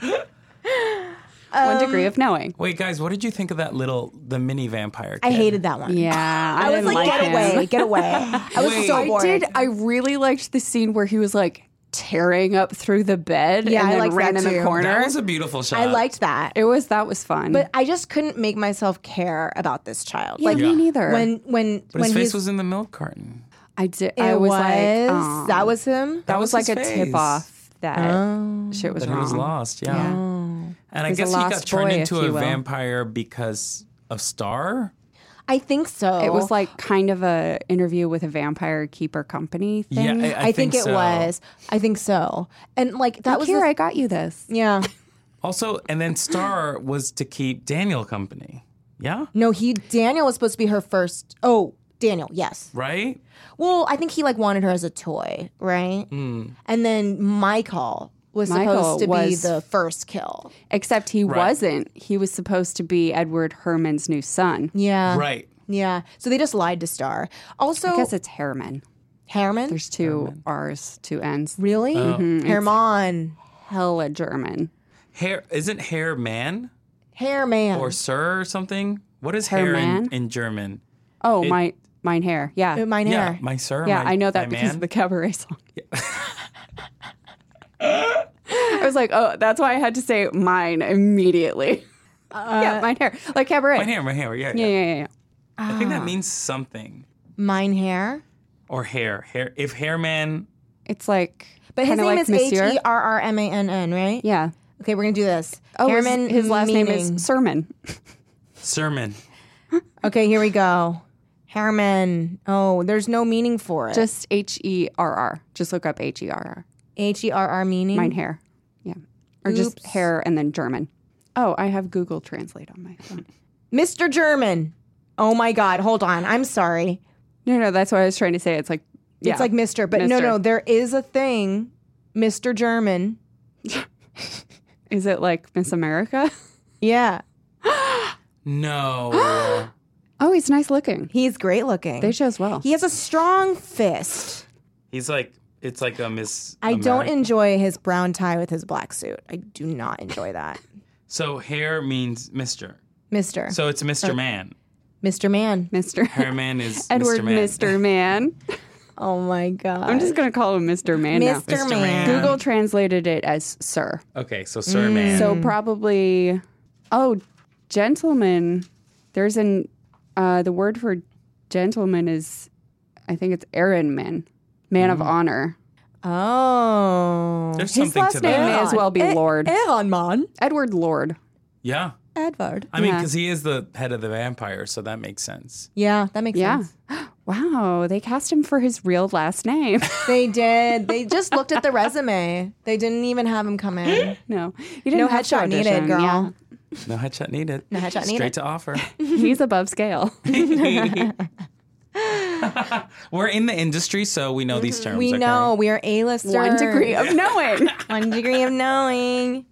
E: one degree
F: Um,
E: of knowing.
G: Wait, guys, what did you think of that little the mini vampire?
F: I
G: kid?
F: hated that one.
E: Yeah,
F: I, was
E: didn't
F: like, get
E: him.
F: away, get away. I was
G: Wait.
F: so
E: I
F: bored.
E: did. I really liked the scene where he was like tearing up through the bed
F: Yeah,
E: and
F: I
E: then
F: liked
E: ran
F: that
E: in the
F: too.
E: corner.
G: That was a beautiful shot.
F: I liked that.
E: it was that was fun.
F: But I just couldn't make myself care about this child.
E: yeah,
F: like
E: me neither.
F: when when
G: But
F: when
G: his face
F: he's-
G: was in the milk carton.
E: I did,
F: it
E: I was, like,
F: was-
E: "Aw."
F: that was him.
E: that was like
G: his
E: a
G: face. Oh.
E: tip off that shit was
G: That he
E: wrong.
G: was lost. Yeah.
E: Yeah.
G: And I
E: He's a
G: guess he got
E: lost
G: turned
E: boy, if
G: into
E: you
G: a
E: will.
G: vampire because of Star.
F: I think so.
E: It was like kind of a interview with a vampire keeper company thing.
G: Yeah, I, I
F: I, think, it
G: so.
F: was. I think so. And like that
E: Like,
F: was
E: here.
F: the-
E: I got you this.
F: yeah.
G: Also, and then Star was to keep Daniel company. Yeah.
F: No, he Daniel was supposed to be her first. Oh, Daniel, yes.
G: Right?
F: Well, I think he like wanted her as a toy, right?
G: Hmm.
F: Mm. And then Michael was
E: Michael
F: supposed to be
E: was-
F: the first kill.
E: Except he wasn't. He was supposed to be Edward Herman's new son.
F: Yeah.
G: Right.
F: Yeah. So they just lied to Star. Also,
E: I guess it's Herman.
F: Herman.
E: There's Mm-hmm. two R's, two N's.
F: Really?
G: Oh.
F: Herman.
E: Hella German.
G: Hair isn't hair man
F: Hairman.
G: or sir or something? What is hair, in,
E: man?
G: in German?
E: Oh, my mine hair. Yeah.
F: Uh, Mine
G: Yeah,
F: hair.
G: my sir.
E: yeah,
G: my-
E: I know
G: my
E: that because
G: man.
E: of the cabaret song. I was like, oh, that's why I had to say mine immediately.
F: Uh,
E: yeah, mine hair. Like cabaret.
G: my hair, my hair. Yeah,
E: Yeah,
G: yeah.
E: yeah, yeah, yeah.
G: I
E: Ah.
G: think that means something.
F: Mine hair.
G: Or hair, hair. If hair man,
E: It's like
F: But his
E: kinda
F: name
E: like
F: is H
E: Monsieur.
F: E R R M A N N, right?
E: Yeah.
F: Okay, we're gonna do this.
E: Oh, his-
F: Herman.
E: his, last name
F: meaning.
E: is Sermon.
G: sermon.
F: Okay, here we go. Herman. Oh, there's no meaning for it.
E: Just H E R R. Just look up H E R R.
F: H E R R meaning.
E: Mine hair. Yeah. Or just hair and then German. Oh, I have Google Translate on my phone.
F: Mr. German. Oh my God. Hold on. I'm sorry.
E: No, no, that's what I was trying to say. It's like, yeah.
F: It's like Mr. But no,
E: Mr..
F: no, there is a thing, Mr. German.
E: is it like Miss America?
F: Yeah.
G: No.
E: Oh, he's nice looking.
F: He's great looking.
E: They chose well.
F: he has a strong fist.
G: He's like, it's like a Miss.
F: I don't
G: America.
F: enjoy his brown tie with his black suit. I do not enjoy that.
G: So hair means Mister.
F: Mr.
G: So it's Mister Man.
F: Mr. Man.
E: Mr.
G: Hair man is
E: Edward
G: Mr. Man.
E: Mr. Man.
F: Oh my God.
E: I'm just going to call him Mr. Man now.
F: Mr.
G: Mr.
F: Man.
G: Man.
E: Google translated it as sir.
G: Okay, so Sir Man.
E: So probably, oh, gentleman. There's an, uh, the word for gentleman is, I think it's Aaron man, man
G: Mm.
E: of honor.
F: Oh.
G: There's something to
E: It
G: that.
E: may as well be Lord.
F: Aaron Man.
E: Edward Lord.
G: yeah.
F: Edward.
G: I mean,
E: Yeah.
G: because he is the head of the vampire, so that makes sense.
F: Yeah, that makes
E: Yeah.
F: sense.
E: Wow, they cast him for his real last name.
F: They did. They just looked at the resume. They didn't even have him come in.
E: no, he didn't
F: No
E: have to
F: headshot needed,
E: audition.
F: girl.
E: Yeah.
G: No headshot needed. No
F: headshot
G: Straight
F: needed.
G: to offer.
E: He's above scale.
G: We're in the industry, so we know these terms.
F: We
G: okay?
F: know we are A-listers.
E: One degree of knowing.
F: One degree of knowing.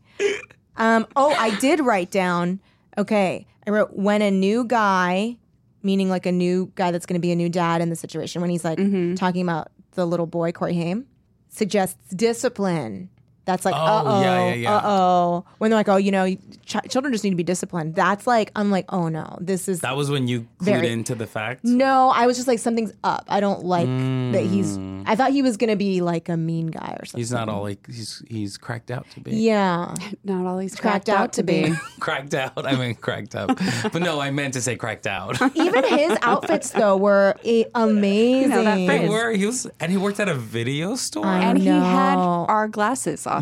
F: Um, oh, I did write down. Okay, I wrote when a new guy, meaning like a new guy that's going to be a new dad in the situation, when he's like talking about the little boy Corey Haim, suggests discipline. That's like,
G: Oh,
F: uh oh,
G: yeah, yeah, yeah.
F: uh oh. When they're like, oh, you know, ch- children just need to be disciplined. That's like, I'm like, oh no, this is
G: That was when you clued
F: Very- Mm.
G: into the fact.
F: No, I was just like something's up. I don't like that he's. I thought he was gonna be like a mean guy or something.
G: He's not all like he's he's cracked out to be.
F: yeah,
E: Not all he's
F: cracked out to be.
G: Cracked out. I mean cracked up. but no, I meant to say cracked out.
F: Even his outfits though were a- amazing.
E: know that
G: They
E: phrase.
G: were. He was, and he worked at a video store.
F: I
E: And he had
F: know.
E: our glasses, Oscar.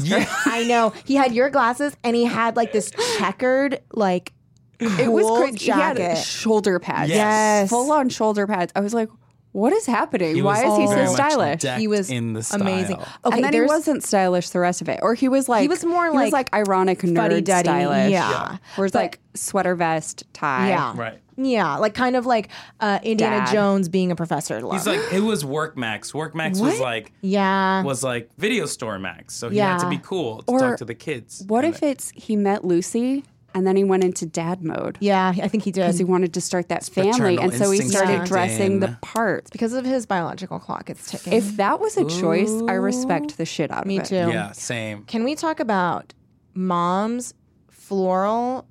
F: I know he had your glasses and he had like this checkered like
E: It was
F: cool
E: crazy.
F: jacket.
E: He had shoulder pads.
G: Yes.
E: Full on shoulder pads. I was like, what is happening?
G: He was
E: Why is he
G: very
E: so
G: much
E: stylish?
G: decked
F: He was
G: in the style.
F: amazing. Oh, Okay,
E: and then he
F: there's
E: wasn't stylish the rest of it. Or he was like
F: He was more
E: he was
F: like
E: like ironic nerd
F: fuddy-duddy.
E: stylish.
F: Yeah. Yeah.
E: Where it's like sweater vest, tie.
F: yeah,
G: Right.
F: yeah, like kind of like uh, Indiana
E: Dad.
F: Jones being a professor. Look.
G: He's like it was Work Max. Work Max was like
F: yeah,
G: was like video store Max. So he had to
F: Yeah.
G: be cool to
E: Or
G: talk to the kids.
E: What
G: And
E: if it's he met Lucy and then he went into dad mode?
F: yeah. I think he did
E: Because he wanted to start that family.
G: paternal
E: And so he
G: instincts
E: started
G: kicked
E: dressing
G: in.
E: the part.
F: because of his biological clock. It's ticking.
E: If that was a choice, I respect the shit out of
F: Me
E: it.
F: too.
G: yeah, same.
F: Can we talk about moms floral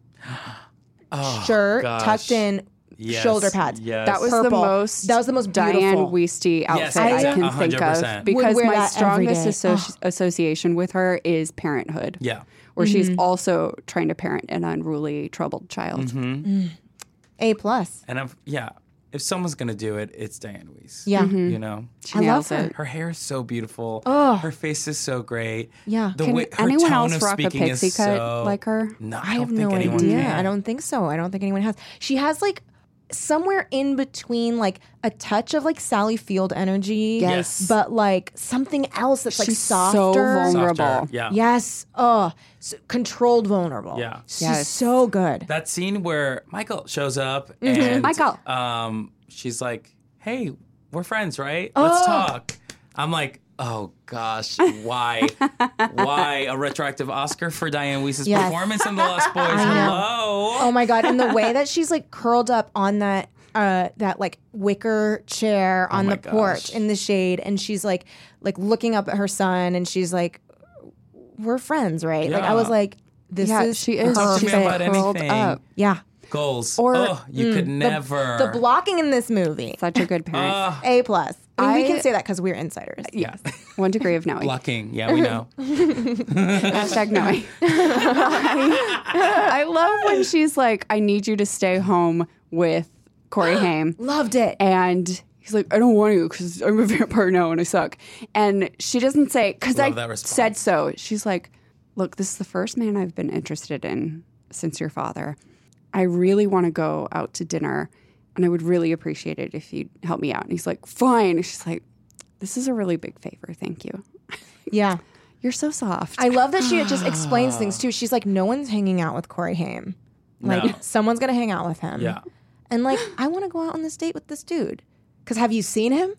F: shirt
G: Oh, gosh.
F: tucked in
G: Yes,
F: shoulder pads.
G: yes.
E: That was
F: Purple.
E: the most
F: That was the most
E: Diane
F: beautiful.
E: Weisty outfit
G: Yes,
E: I
G: exact-
E: can think
G: 100%.
E: of because
F: Would wear
E: my
F: that every
E: strongest
F: day.
E: asso- association with her is parenthood.
G: Yeah.
E: Where
F: Mm-hmm.
E: she's also trying to parent an unruly, troubled child.
F: A plus.
G: Mm-hmm. And I've yeah, if someone's gonna do it, it's Diane Weiss.
F: Yeah.
E: Mm-hmm.
G: You know?
E: She nails
F: her.
E: it.
G: Her hair is so beautiful.
F: Oh.
G: Her face is so great.
F: Yeah.
G: The
E: Can
G: way, her
E: anyone
G: tone
E: else
G: of
E: rock a
G: speaking is
E: pixie cut
G: so-
E: like her?
G: No, I,
F: I
G: don't
F: have
G: think
F: no
G: anyone
F: idea.
G: Can.
F: I don't think so. I don't think anyone has. She has like somewhere in between like a touch of like Sally Field energy.
G: Yes.
F: But like something else that's like
E: She's so
F: softer.
E: vulnerable.
G: Softer, Yeah.
F: Yes. Oh, s- controlled vulnerable.
G: Yeah.
F: She's
E: Yes.
F: so good.
G: That scene where Michael shows up and
E: Mm-hmm. Michael.
G: um she's like, Hey, we're friends, right?
E: Oh.
G: Let's talk. I'm like, Oh gosh, why? why a retroactive Oscar for Diane Weiss's
F: Yes.
G: performance in The Lost Boys? Hello.
F: Oh my god! And the way that she's like curled up on that uh that like wicker chair
G: Oh
F: on the porch in the shade, and she's like like looking up at her son, and she's like, "We're friends, right?" Like I was
G: Yeah.
F: like, "This
E: yeah,
F: is
E: she is.
G: Talk to
E: She's
G: me
E: like
G: about
E: curled
G: anything.
E: up.
F: yeah."
G: Goals.
E: Or- mm,
G: oh, you could never. Ah,
F: The blocking in this movie,
E: Such a good parent.
F: a plus. I mean, we
E: I-
F: can say that because we're insiders.
G: yeah.
E: One degree of knowing.
G: Blocking. Yeah, we know.
E: Hashtag knowing. I, I love when she's like, I need you to stay home with Corey Haim.
F: Loved it.
E: And he's like, I don't want to because I'm a vampire now and I suck. And she doesn't say, because
G: Love
E: I
G: that response.
E: said so. She's like, Look, this is the first man I've been interested in since your father. I really want to go out to dinner and I would really appreciate it if you'd help me out. And he's like, Fine. And she's like, This is a really big favor. Thank you.
F: Yeah.
E: You're so soft.
F: I love that she just explains things too. She's like, no one's hanging out with Corey Haim. Like,
G: No.
F: someone's going to hang out with him.
G: Yeah.
F: And like, I want to go out on this date with this dude. Because have you seen him?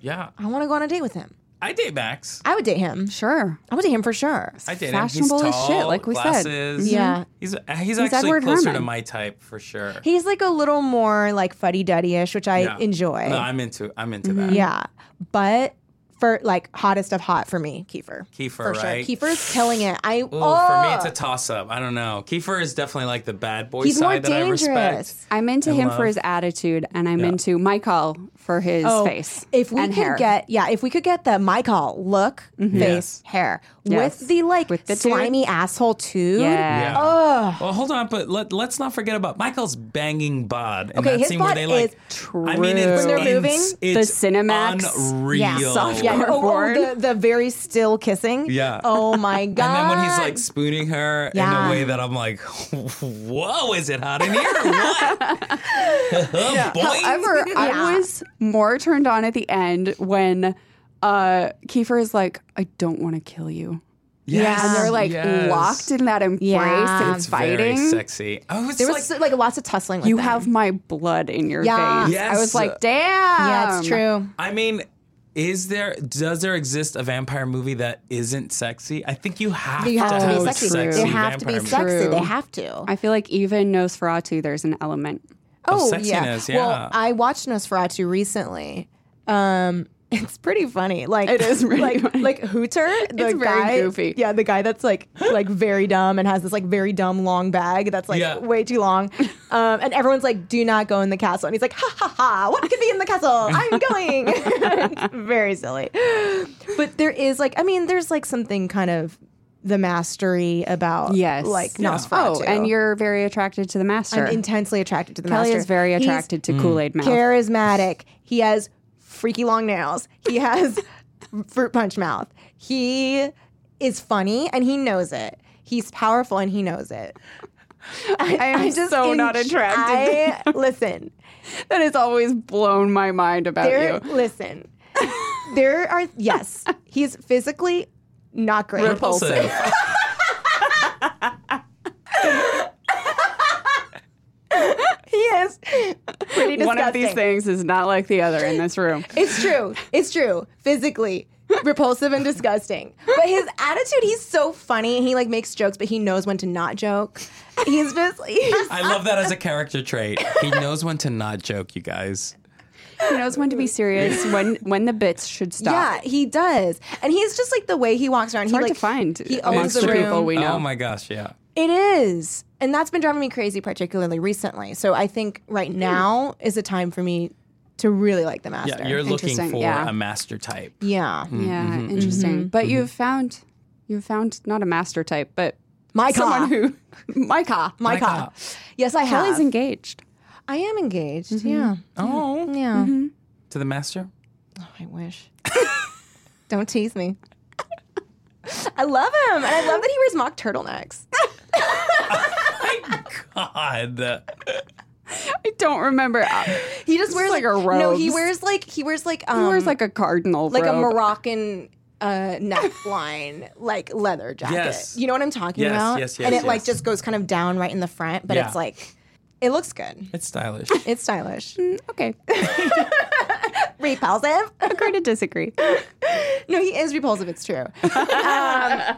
G: Yeah.
F: I want to go on a date with him.
G: I date Max.
F: I would date him.
E: sure.
F: I would date him for sure.
G: I date
E: Fashionable
G: him.
E: as
G: He's tall,
E: shit, like we said.
G: glasses.
F: Yeah.
G: He's he's actually
E: Edward
G: closer to
E: Herman.
G: my type for sure.
F: He's like a little more like fuddy duddy ish, which I
G: Yeah.
F: enjoy. Mm-hmm.
G: No, I'm into I'm into that.
F: yeah. But for like hottest of hot for me, Kiefer.
G: Kiefer,
F: For sure.
G: right?
F: Kiefer's killing it. I
G: Ooh,
F: oh,
G: for me it's a toss up. I don't know. Kiefer is definitely like the bad boy
F: he's more
G: side that I respect.
F: dangerous.
E: I'm into him for his attitude, and I'm into Michael for his
F: Oh,
E: face.
F: If we
E: and
F: could
E: hair. Mm-hmm.
F: get, yeah, if we could get the my call look, face,
G: Yes.
F: hair
E: Yes.
F: with the like
E: With the dude.
F: slimy asshole too.
E: yeah,
G: Oh. Well, hold on, but let, let's not forget about Michael's banging bod. In
F: Okay,
G: that
F: his
G: scene
F: bod
G: where they like,
F: is
G: I mean, it's,
F: When they're
G: it's,
F: moving,
E: the
G: it's
E: Cinemax.
G: unreal.
F: Yeah,
E: soft
F: Yeah,
E: Or
F: oh, oh,
E: porn.
F: the, the very still kissing.
G: Yeah.
F: Oh my god.
G: And then when he's like spooning her in
F: Yeah.
G: a way that I'm like, whoa, is it hot in here or what? Boing.
E: However, I was more turned on at the end when uh, Kiefer is like, "I don't want to kill you,"
G: Yes.
E: and they're like
G: Yes.
E: locked in that embrace
F: Yeah.
E: and
G: It's very
E: fighting.
G: sexy. I was
F: um, there
G: like,
F: was like, lots of tussling. With
E: You
F: them.
E: have my blood in your
F: Yeah.
E: face.
G: Yes.
E: I was like, "Damn,
F: Yeah, it's true.
G: I mean, is there does there exist a vampire movie that isn't sexy? I think you have,
F: You have
G: to,
F: to
G: have
F: be
G: a
F: sexy.
G: sexy
F: They have to be
G: vampire
F: sexy.
E: True.
F: They have to.
E: I feel like even Nosferatu, there's an element.
F: Oh
G: sexiness, yeah.
F: Well, I watched Nosferatu recently. Um, it's pretty funny. Like it is
E: really
F: like
E: funny.
F: like Hooter, the
E: It's very
F: guy,
E: goofy.
F: yeah, the guy that's like like very dumb and has this like very dumb long bag that's like
G: Yeah.
F: way too long. Um, and everyone's like, "Do not go in the castle," and he's like, "Ha ha ha! What could be in the castle? I'm going." It's very silly, but there is like, I mean, there's like something kind of the mastery about
E: Yes,
F: like Nosferatu.
E: Oh, and you're very attracted to the master.
F: I'm intensely attracted to the
E: Kelly
F: master.
E: is very
F: He's
E: attracted
G: Mm.
E: to Kool Aid Mouth.
F: charismatic. He has freaky long nails. He has fruit punch mouth. He is funny and he knows it. He's powerful and he knows it. I,
E: am so not attracted
F: I, listen,
E: that has always blown my mind about
F: there.
E: you.
F: Listen, there are yes. He's physically not great.
G: Repulsive.
F: He is pretty disgusting.
E: One of these things is not like the other in this room.
F: It's true. It's true. Physically repulsive and disgusting. But his attitude, he's so funny and he like makes jokes, but he knows when to not joke. He's just he's,
G: I love that as a character trait. He knows when to not joke, you guys.
E: He knows when to be serious, when when the bits should stop.
G: Mm-hmm.
F: yeah, he does. And he's just like the way he walks around.
E: It's
F: he
E: hard
F: like
E: to find
F: He owns
E: amongst
F: the
E: the
F: room.
E: people we know.
G: Oh my gosh, yeah.
F: It is. And that's been driving me crazy, particularly recently. So I think
E: Hmm.
F: right now is a time for me to really like the master.
G: Yeah, you're looking
E: Interesting,
G: for
E: yeah.
G: a master type.
F: Yeah.
E: Yeah,
G: Mm-hmm.
E: interesting. But you've found you've found not a master type, but
F: My car.
E: someone who my car. My
G: car.
F: Yes, I have.
E: Kelly's engaged. Mm-hmm.
F: I am engaged. Yeah.
G: Oh,
F: Yeah.
G: to the master.
F: I wish. Don't tease me. I love him. And I love that he wears mock turtlenecks.
G: God,
E: I don't remember. Uh,
F: He just wears
E: like a robe.
F: No, he wears like he wears like um,
E: he wears like a cardinal,
F: like a
E: robe.
F: Moroccan uh, neckline, like leather jacket.
G: Yes.
F: You know what I'm talking
G: Yes,
F: about?
G: yes,
F: And it
G: yes,
F: like
G: yes.
F: just goes kind of down right in the front, but
G: Yeah.
F: it's like it looks good.
G: it's stylish.
F: It's stylish.
E: Mm, Okay,
F: repulsive.
E: agree to disagree.
F: no, he is repulsive. It's true. Um,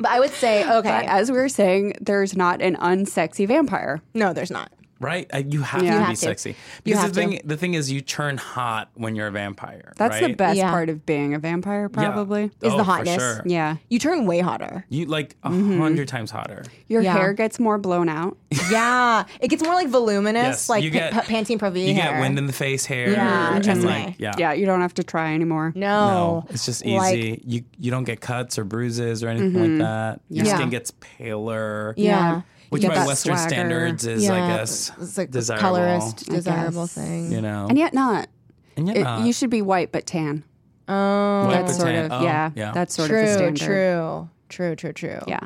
F: but I would say okay.
E: But as we were saying, there's not an unsexy vampire.
F: no, there's not.
G: Right? Uh, You have
E: Yeah.
G: to
E: You
G: be
E: have
F: to.
G: sexy.
F: You
G: Because
F: have
G: the
F: to.
G: thing the thing is you turn hot when you're a vampire.
E: That's the
G: right?
E: best
F: Yeah.
E: part of being a vampire,
G: Yeah.
E: probably.
F: Is the
G: Oh, for
F: hotness. Mm-hmm.
G: sure.
E: Yeah.
F: You turn way hotter.
G: You like a 100 times hotter.
E: Your
F: Yeah.
E: hair gets more blown out.
F: yeah, it gets more like voluminous,
G: Yes,
F: like
G: you
F: pa-
G: get-
F: pa- Pantene Pro V
G: You
F: hair.
G: get wind in the face hair.
F: Yeah, trust
G: and like,
F: me.
G: yeah.
E: Yeah, you don't have to try anymore.
F: no.
G: No, it's just easy.
F: Like- Mm-hmm.
G: you you don't get cuts or bruises or anything like that. Your
F: Yeah.
G: skin gets paler.
F: yeah.
E: Yeah.
G: Which
F: You get
G: by
F: that
G: Western
E: swagger.
G: standards is, I guess,
F: it's like
G: desirable.
F: colorist desirable
E: guess.
F: thing.
G: You know,
E: And yet not.
G: and yet
E: It-
G: not.
E: you should be white but tan.
F: Um,
G: White
E: That's
G: but
E: sort
G: tan.
E: of
G: Oh,
E: yeah,
G: yeah.
E: That's sort
F: true,
E: of the standard.
F: true, true, true, true.
E: Yeah.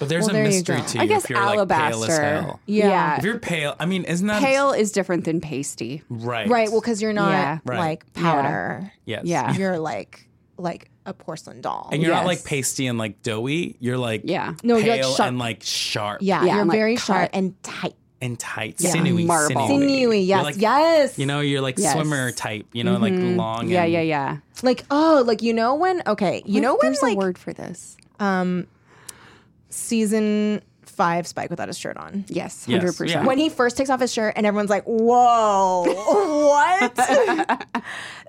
G: but there's
F: well,
G: a
F: there you
G: mystery
F: go.
G: to you.
E: I guess
G: if you're
E: alabaster.
G: Like, pale as hell.
F: Yeah.
E: yeah.
G: If you're pale, I mean, isn't that
E: Pale is different than pasty.
G: Right.
F: Right. Well, because you're not
E: Yeah.
G: Right.
F: like powder.
G: yes.
E: Yeah.
F: You're like like a porcelain doll.
G: And you're not like
E: Yes.
G: pasty and like doughy. You're like
E: Yeah.
F: No,
G: pale
F: you're, like, sharp.
G: and like sharp.
F: yeah,
E: Yeah,
F: you're
E: I'm, like,
F: very
E: cut.
F: sharp and tight,
G: And tight,
E: Yeah.
G: sinewy,
E: Marble.
G: sinewy.
F: sinewy.
G: You're,
F: Yes,
G: like,
F: yes.
G: You know, you're like
E: Yes. Mm-hmm.
G: swimmer type. You know, like long.
E: Yeah,
G: and,
E: yeah, yeah.
F: like oh, like you know when? Okay, you know when
E: There's
F: like
E: a word for this.
F: um, season five, Spike without his shirt on.
E: Yes,
G: Yes,
E: hundred percent.
G: yeah.
F: When he first takes off his shirt, and everyone's like, "Whoa, what?"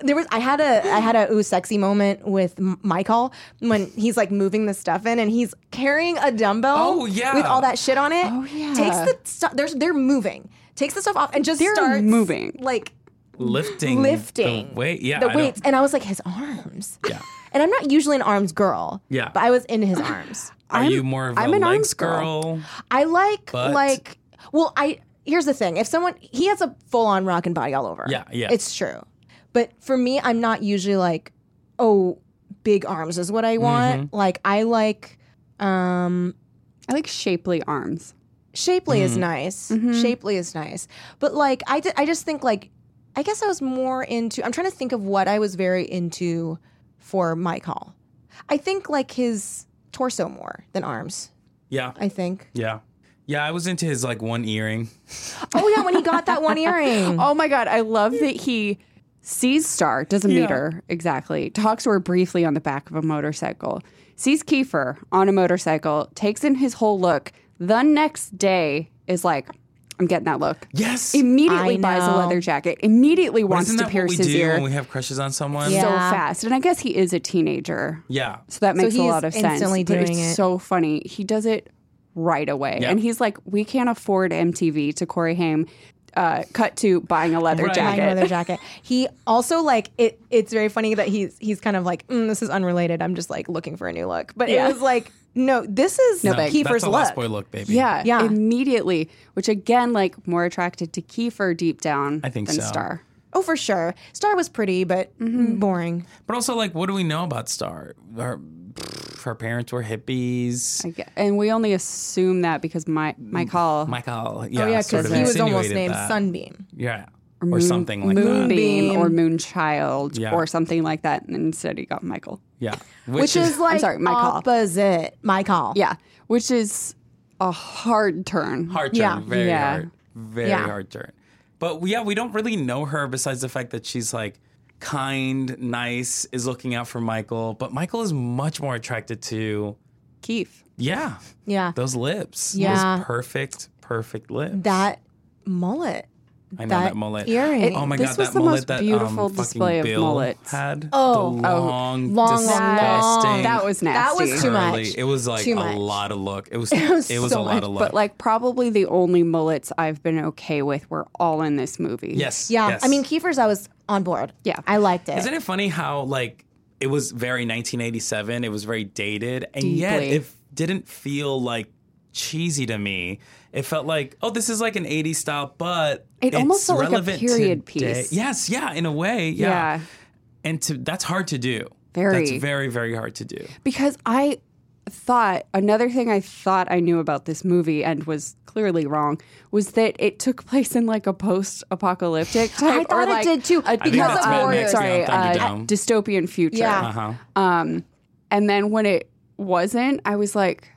F: there was I had a I had a ooh sexy moment with M- Michael when he's like moving the stuff in, and he's carrying a dumbbell.
G: Oh, yeah.
F: with all that shit on it.
E: Oh, yeah.
F: takes the stuff. They're they're moving. Takes the stuff off and just
E: They're
F: starts
E: moving.
F: like
G: Lifting.
F: lifting
G: The weight. Yeah.
F: the
G: I don't-
F: weights, and I was like his arms.
G: Yeah.
F: And I'm not usually an arms girl.
G: Yeah.
F: But I was in his arms.
G: Are
E: I'm-
G: you more of
E: I'm
G: a
E: an
G: legs
E: arms girl.
F: I like
G: But-
F: like well I here's the thing if someone he has a full on rock and body all over
G: Yeah, yeah.
F: it's true but for me I'm not usually like oh big arms is what I want
G: Mm-hmm.
F: like I like um
E: I like shapely arms.
F: shapely
G: Mm-hmm.
F: is nice shapely is nice but like I di- I just think like I guess I was more into I'm trying to think of what I was very into for my call I think like his torso more than arms
G: Yeah.
F: I think
G: Yeah. Yeah. I was into his like one earring.
F: oh yeah when he got that one earring
E: Oh my god, I love that he sees Star, doesn't meet her exactly, talks to her briefly on the back of a motorcycle, sees Kiefer on a motorcycle, takes in his whole look. The next day is like, I'm getting that look.
G: Yes.
E: Immediately
F: I
E: buys a
F: know.
E: leather jacket, immediately
G: But
E: wants
G: Isn't
E: to
G: that what
E: pierce
G: we
E: his
G: do
E: ear
G: when we have crushes on someone?
F: Yeah.
E: so fast. And I guess he is a teenager.
G: Yeah.
E: So that
F: So
E: makes
F: he
E: a
F: is
E: lot of sense.
F: instantly
E: But
F: doing
E: it's
F: it.
E: so funny. He does it right away.
G: Yeah.
E: And he's like, we can't afford MTV to Corey Haim. Uh, cut to buying a leather
G: Right.
E: jacket.
F: buying a leather jacket. He also like it. It's very funny that he's he's kind of like mm, this is unrelated. I'm just like looking for a new look, but
E: Yeah.
F: it was like no, this is
G: No,
F: Kiefer's
G: that's a lost
F: look.
G: boy look, baby.
E: Yeah,
F: Yeah.
E: immediately. Which again, like more attracted to Kiefer deep down.
G: I think
E: than
G: so.
E: Star.
F: Oh, for sure. Star was pretty, but boring.
G: But also, like, what do we know about Star? Her, pff, her parents were hippies.
E: I gue- and we only assume that because my my
G: Mm.
E: call
G: Michael, yeah,
F: oh yeah,
G: sort
F: because
G: of
F: he was almost
G: insinuated
F: named
G: that.
F: Sunbeam.
G: yeah, or, something like that.
E: Moonbeam
F: Moonbeam.
E: or Moonchild
G: Yeah.
E: or something like that, and instead he got Michael.
G: Yeah,
F: Which is like
E: sorry, my call.
F: opposite my call.
E: Yeah, which is a hard turn.
G: hard turn,
F: Yeah.
G: very
E: Yeah.
G: hard, very
F: Yeah.
G: hard turn. But we- yeah, we don't really know her besides the fact that she's like kind, nice, is looking out for Michael. But Michael is much more attracted to
E: Keith.
G: yeah,
F: yeah.
G: those lips,
F: Yeah.
G: those perfect, perfect lips.
F: That mullet.
G: I know
I: That
G: that, mullet.
I: earring.
G: Oh my
E: This
G: god,
E: was
G: that
E: the
G: mullet
E: most
G: that
E: beautiful
G: um, fucking
E: display of
G: Bill
E: mullets.
G: had.
J: Oh.
G: the
J: long,
G: long,
J: long.
G: disgusting
E: That was
J: That was
E: nasty.
J: too
G: curly-
J: much.
G: It was like
J: Too
G: a
J: much.
G: lot of look. It was it was,
J: so
G: a lot
J: much,
G: of look.
E: But like probably the only mullets I've been okay with were all in this movie.
G: yes,
J: Yeah,
G: yes.
J: I mean, Kiefer's, I was on board.
E: Yeah.
J: I liked it.
G: Isn't it funny how like it was very 1987? It was very dated, and yet
E: Deeply.
G: it f- didn't feel like cheesy to me. It felt like, oh, this is like an 80s style, but
E: It almost
G: it's
E: felt like a
G: relevant
E: period
G: today.
E: piece.
G: Yes, yeah, in a way, yeah.
E: Yeah.
G: And to that's hard to do.
E: Very.
G: That's very very hard to do.
E: Because I thought another thing I thought I knew about this movie and was clearly wrong was that it took place in like a post-apocalyptic type
J: I
E: or
J: thought it
E: like
J: did too,
E: a-
J: because I think
G: that's
J: of
G: Mad
J: Warriors.
G: Max
E: Sorry,
G: now, Thunder
E: uh,
G: Dome.
E: dystopian future.
J: Yeah.
G: Uh-huh.
E: And then when it wasn't, I was like,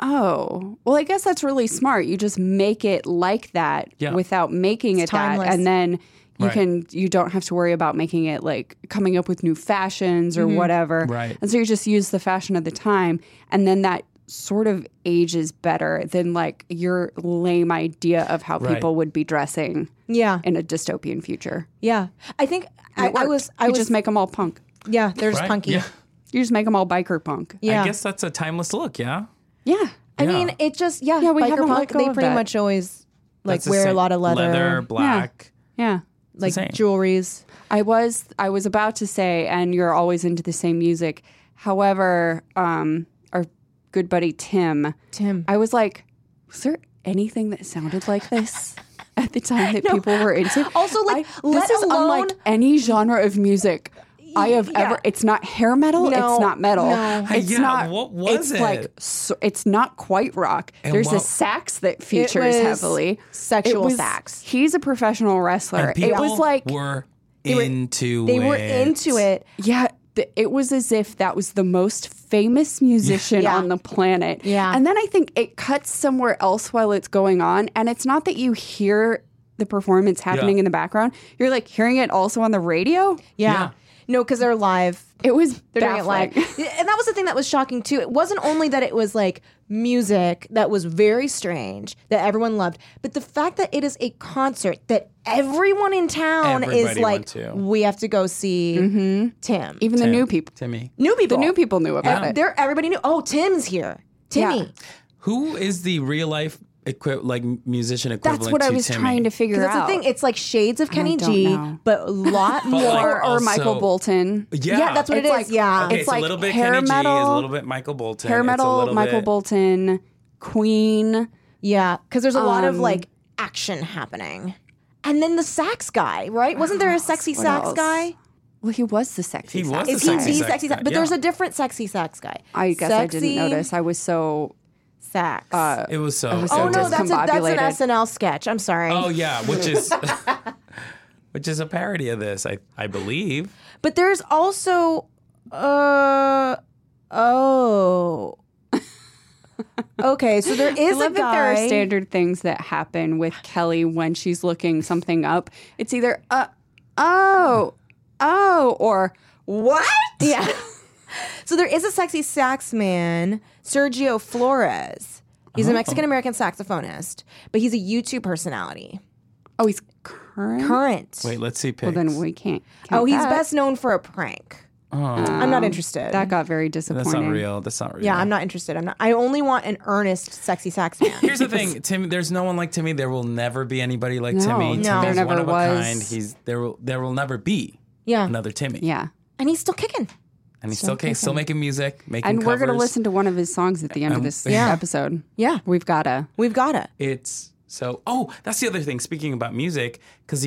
E: oh, well, I guess that's really smart. You just make it like that
G: Yeah.
E: without making it
J: timeless.
E: that. And then you
G: Right.
E: can you don't have to worry about making it like coming up with new fashions or
F: Mm-hmm.
E: whatever.
G: Right.
E: And so you just use the fashion of the time and then that sort of ages better than like your lame idea of how
G: Right.
E: people would be dressing
F: Yeah.
E: in a dystopian future.
F: Yeah. I think I,
E: It
F: I
E: worked.
F: was, I
E: you
F: was,
E: just make them all punk.
F: yeah, there's
G: Right?
F: punky.
G: Yeah.
E: You just make them all biker punk.
F: Yeah.
G: I guess that's a timeless look, yeah.
E: Yeah.
F: I
G: Yeah.
F: mean, it just, yeah,
E: Yeah, we
F: biker
E: haven't let
F: punk,
E: go
F: they
E: of
F: pretty
E: that.
F: much always like
G: That's the
F: wear a
G: same-
F: lot of leather,
G: leather black.
E: Yeah.
F: like
G: same.
F: jewelries.
E: I was I was about to say, and you're always into the same music. However, um, our good buddy Tim,
F: Tim.
E: I was like, was there anything that sounded like this at the time that people were into?
F: Also, like,
E: I-
F: let
E: this is unlike
F: alone-
E: any genre of music I have
F: Yeah.
E: ever. It's not hair metal.
F: No,
E: it's not metal.
F: no.
E: It's
G: Yeah,
E: not.
G: what was
E: it's like
G: it?
E: so, it's not quite rock.
G: And
E: There's a
G: what-
E: sax that features
F: was
E: heavily
F: sexual
E: It was-
F: sax.
E: He's a professional wrestler.
G: And people
E: it was like
G: were into
F: They
G: it.
F: were into it.
E: yeah, th- it was as if that was the most famous musician
J: Yeah.
E: on the planet.
J: Yeah.
E: And then I think it cuts somewhere else while it's going on. And it's not that you hear the performance happening
G: Yeah.
E: in the background, you're like hearing it also on the radio.
F: Yeah.
G: Yeah.
F: No, because they're live.
E: It was
F: They're doing it
E: baffling.
F: live. and that was the thing that was shocking too. It wasn't only that it was like music that was very strange that everyone loved, but the fact that it is a concert that everyone in town is
G: Everybody
F: like,
G: went to.
F: we have to go see Tim.
E: Mm-hmm. Even the new people.
G: Timmy.
F: new people.
E: The new people knew about it.
F: There, everybody knew. Oh, Tim's here. Timmy.
G: Who is the real life equi- like musician equivalent
E: That's what
G: to
E: I was
G: Timmy?
E: trying to figure
F: That's
E: out.
F: the thing. It's like shades of Kenny
E: don't
F: G,
E: know. oh.
F: but a lot more.
G: like,
E: or, or
G: also-
E: Michael Bolton.
G: Yeah.
F: yeah, that's what
E: It's
F: it is.
E: like-
F: yeah.
G: Okay,
E: It's
G: it's,
E: like
G: a little bit
E: hair
G: Kenny G, it's
E: metal-
G: a little bit Michael Bolton.
E: Hair
G: it's a
E: metal,
G: little
E: Michael
G: bit-
E: Bolton, Queen.
F: Yeah, because there's a lot
E: Um,
F: of like action happening. And then the sax guy, right? Wasn't there a sexy
E: What
F: sax
E: else?
F: guy?
E: Well, he was the sexy
G: He was
E: sax
G: the
F: Is
E: guy.
F: he
G: sexy
F: the
G: sax
F: sexy
G: guy,
F: sax? But
G: yeah.
F: there's a different sexy sax guy.
E: I guess I didn't
F: Sexy
E: notice. I was so
F: Sax.
G: It was so.
E: was
F: oh
E: so
F: no, that's a,
E: discombobulated.
F: that's an SNL sketch. I'm sorry.
G: Oh yeah, which is which is a parody of this, I I believe.
F: But there's also uh oh. okay, so there
E: I
F: is a
E: love that there
F: guy.
E: are standard things that happen with Kelly when she's looking something up. It's either uh, oh, oh, or what?
F: yeah. So there is a sexy sax man, Sergio Flores. He's
G: Oh.
F: a Mexican American saxophonist, but he's a YouTube personality.
E: Oh, he's current.
F: Current.
G: Wait, let's see pics.
E: Well, then we can't. count
F: oh, he's
E: that.
F: best known for a prank. I'm not interested.
E: Um, That got very
G: that's
E: disappointing.
G: not real. That's not real.
F: yeah, I'm not interested. I'm not, I only want an earnest sexy sax man.
G: Here's the thing, Tim. There's no one like Timmy. There will never be anybody like Timmy.
E: No,
G: Timmy's
E: there never
G: one of a
E: was.
G: kind. He's there. Will there will never be
F: Yeah.
G: another Timmy.
E: Yeah,
F: And he's still kicking.
G: and he's still ca- still making music, making
E: and we're gonna
G: covers. Um,
E: listen to one of his songs at the end of this episode.
F: Yeah.
E: we've gotta.
F: We've got it.
G: It's so. Oh, that's the other thing. Speaking about music, because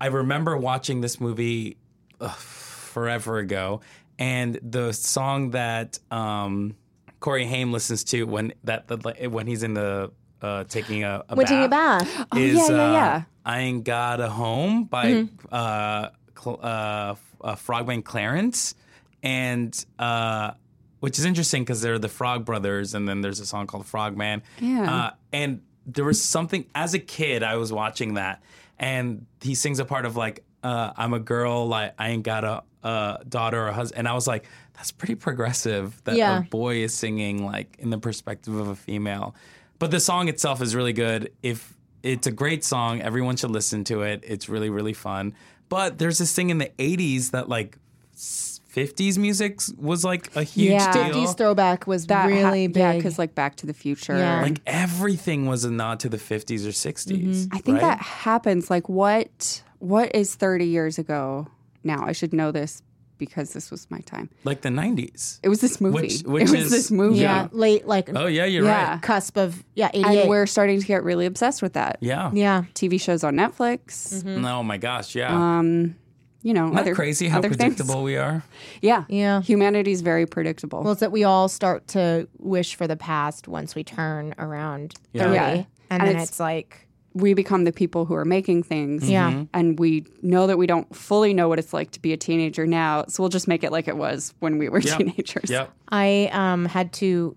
G: I remember watching this movie ugh, forever ago, and the song that um, Corey Haim listens to when that the, when he's in the uh, taking a, a
F: When
G: bath,
F: taking a bath.
G: is
E: Oh, yeah, yeah,
G: uh,
E: yeah. Mm-hmm.
G: I ain't got a home by uh, Cl- uh, F- uh, Frogman Clarence, and uh, which is interesting because they're the Frog Brothers, and then there's a song called Frogman.
E: Yeah.
G: Uh, and there was something as a kid I was watching that, and he sings a part of like uh, I'm a girl, like I ain't got a. Uh, daughter or husband, and I was like, "That's pretty progressive that
F: Yeah.
G: a boy is singing like in the perspective of a female." But the song itself is really good. If It's a great song. Everyone should listen to it. It's really, really fun. But there's this thing in the 80s that like s- 50s music was like a huge deal.
K: 50s throwback was really big.
E: Yeah, because like Back to the Future.
K: Yeah.
G: Like everything was a nod to the 50s or 60s.
E: Mm-hmm. I think
G: right?
E: that happens. Like what? What is thirty years ago now? I should know this because this was my time.
G: like the 90s.
E: It was this movie.
G: Which- which
E: it was
G: is-
E: this movie.
G: yeah.
F: yeah, late like
G: Oh yeah, you're
E: Yeah.
G: right.
F: cusp of yeah,
E: And
F: 88.
E: we're starting to get really obsessed with that.
G: Yeah.
F: yeah.
E: TV shows on Netflix.
G: Oh my gosh, yeah.
E: Um, you know,
G: Isn't that
E: other
G: crazy how
E: other things.
G: predictable we are?
E: Yeah,
F: Yeah.
E: Humanity's very predictable.
F: Well, it's that we all start to wish for the past once we turn around 30.
E: Yeah.
F: And,
E: And
F: then
E: it's-
F: it's, like,
E: we become the people who are making things.
F: Yeah.
G: Mm-hmm.
F: Mhm.
E: And we know that we don't fully know what it's like to be a teenager now. So we'll just make it like it was when we were
G: Yep.
E: teenagers.
G: Yep.
F: I um, had to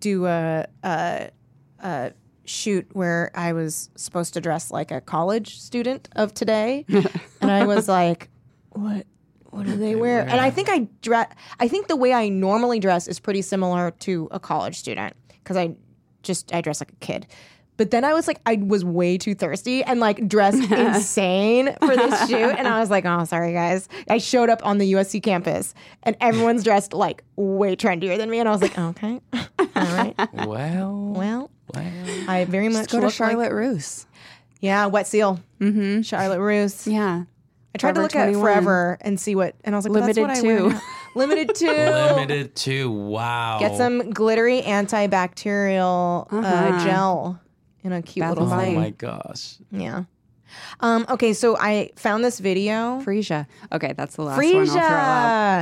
F: do a, a, a shoot where I was supposed to dress like a college student of today. and I was like, what? What do they wear? And I think I dress. I think the way I normally dress is pretty similar to a college student because I just I dress like a kid. But then I was like, I was way too thirsty and like dressed insane for this shoot. And I was like, oh, sorry, guys. I showed up on the USC campus and everyone's dressed like way trendier than me. And I was like, okay. All right.
G: Well,
F: Well,
G: well.
F: I very much
E: Go to
F: look like-
E: Charlotte Roos.
F: yeah, Wet Seal. Mm-hmm. Charlotte Roos.
E: Yeah.
F: I tried to
E: Forever
F: look at
E: 21.
F: forever and see what, and I was like, well, that's what
E: Limited
F: I wear
E: to.
F: now. limited to
G: Limited to wow.
F: Get some glittery antibacterial uh
E: Uh-huh.
F: gel in a cute
E: Bath
F: little
E: and
G: Oh
F: thing.
G: my gosh.
F: Yeah. Um, okay, so I found this video.
E: Frisia. Okay, that's the last one I'll throw out.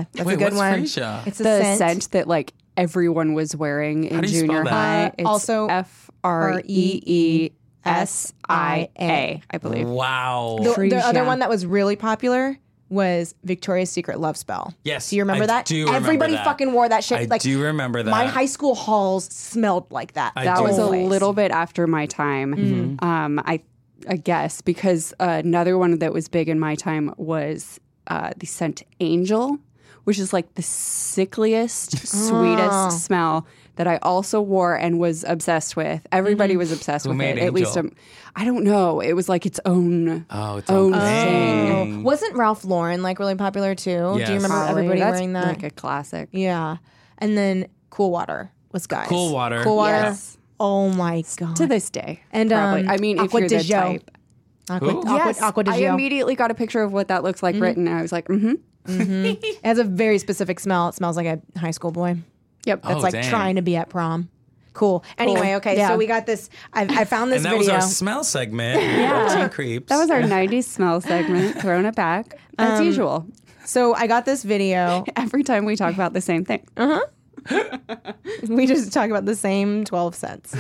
F: Freesia. That's
G: Wait,
F: a good
G: what's
F: one.
G: Freesia?
F: It's a
E: The
F: scent.
E: scent. that like everyone was wearing in
G: How do you spell
E: junior
G: that?
E: high.
F: Uh, also
E: F R E E S I A, I believe.
G: Wow.
F: The, the
E: Freesia.
F: other one that was really popular was Victoria's Secret Love Spell.
G: Yes,
F: Do you remember
G: I
F: that?
G: do remember
F: Everybody
G: that.
F: fucking wore that shit.
G: I
F: like
G: do remember that.
F: My high school halls smelled like that.
G: I
E: that
G: do.
E: was a
F: Always. Mm-hmm.
E: little bit after my time. Um, I, I guess because another one that was big in my time was uh, the scent angel, which is like the sickliest,
F: Ah.
E: sweetest smell that I also wore and was obsessed with. Everybody
F: Mm-hmm.
E: was obsessed
G: Who
E: with
G: made
E: it. At least
G: Angel?
E: um, I don't know. It was like its own.
G: Oh, it's
E: own
G: own thing.
F: Oh, wasn't Ralph Lauren like really popular too?
G: Yes.
F: Do you remember
E: Probably.
F: everybody
E: That's
F: wearing that?
E: Like a classic.
F: yeah. And then Cool Water was guys.
G: Cool Water.
F: Cool Water.
E: Yes.
F: Oh my god.
E: To this day,
F: And,
E: probably.
F: um,
E: I mean, if
F: Aqua
E: you're
F: di
E: the
F: Gio.
E: type,
F: Aqua,
G: Who?
F: Aqua,
E: Yes,
F: Aqua di
E: I
F: Gio.
E: immediately got a picture of what that looks like written, and I was like, mm-hmm.
F: It has a very specific smell. It smells like a high school boy.
E: Yep,
F: That's
G: Oh,
F: like
G: dang.
F: trying to be at prom. Cool. Anyway, okay.
E: Yeah.
F: So we got this. I, I found this
G: And that was
F: video.
G: our smell segment. yeah. creeps.
E: That was our 90s smell segment, throwing it back as
G: Um,
E: usual.
F: so I got this video.
E: Every time we talk about the same thing.
F: we just talk about the same twelve cents,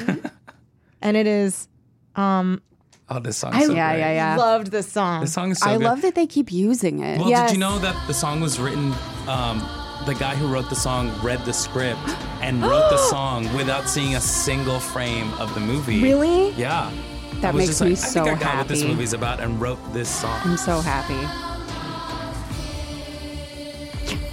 F: and it is. Um,
G: oh, this song's so
E: yeah,
G: great.
E: yeah, yeah.
F: loved this song.
G: This song is so
E: I
G: good.
E: love that they keep using it.
G: Well, did
F: Yes.
G: you know that the song was written? Um, the guy who wrote the song read the script and wrote the song without seeing a single frame of the movie.
F: Really?
G: Yeah.
E: That
G: I
E: makes
G: was just
E: me
G: like, I
E: so
G: think I got what this
E: happy.
G: movie's about and wrote this song.
E: I'm so happy.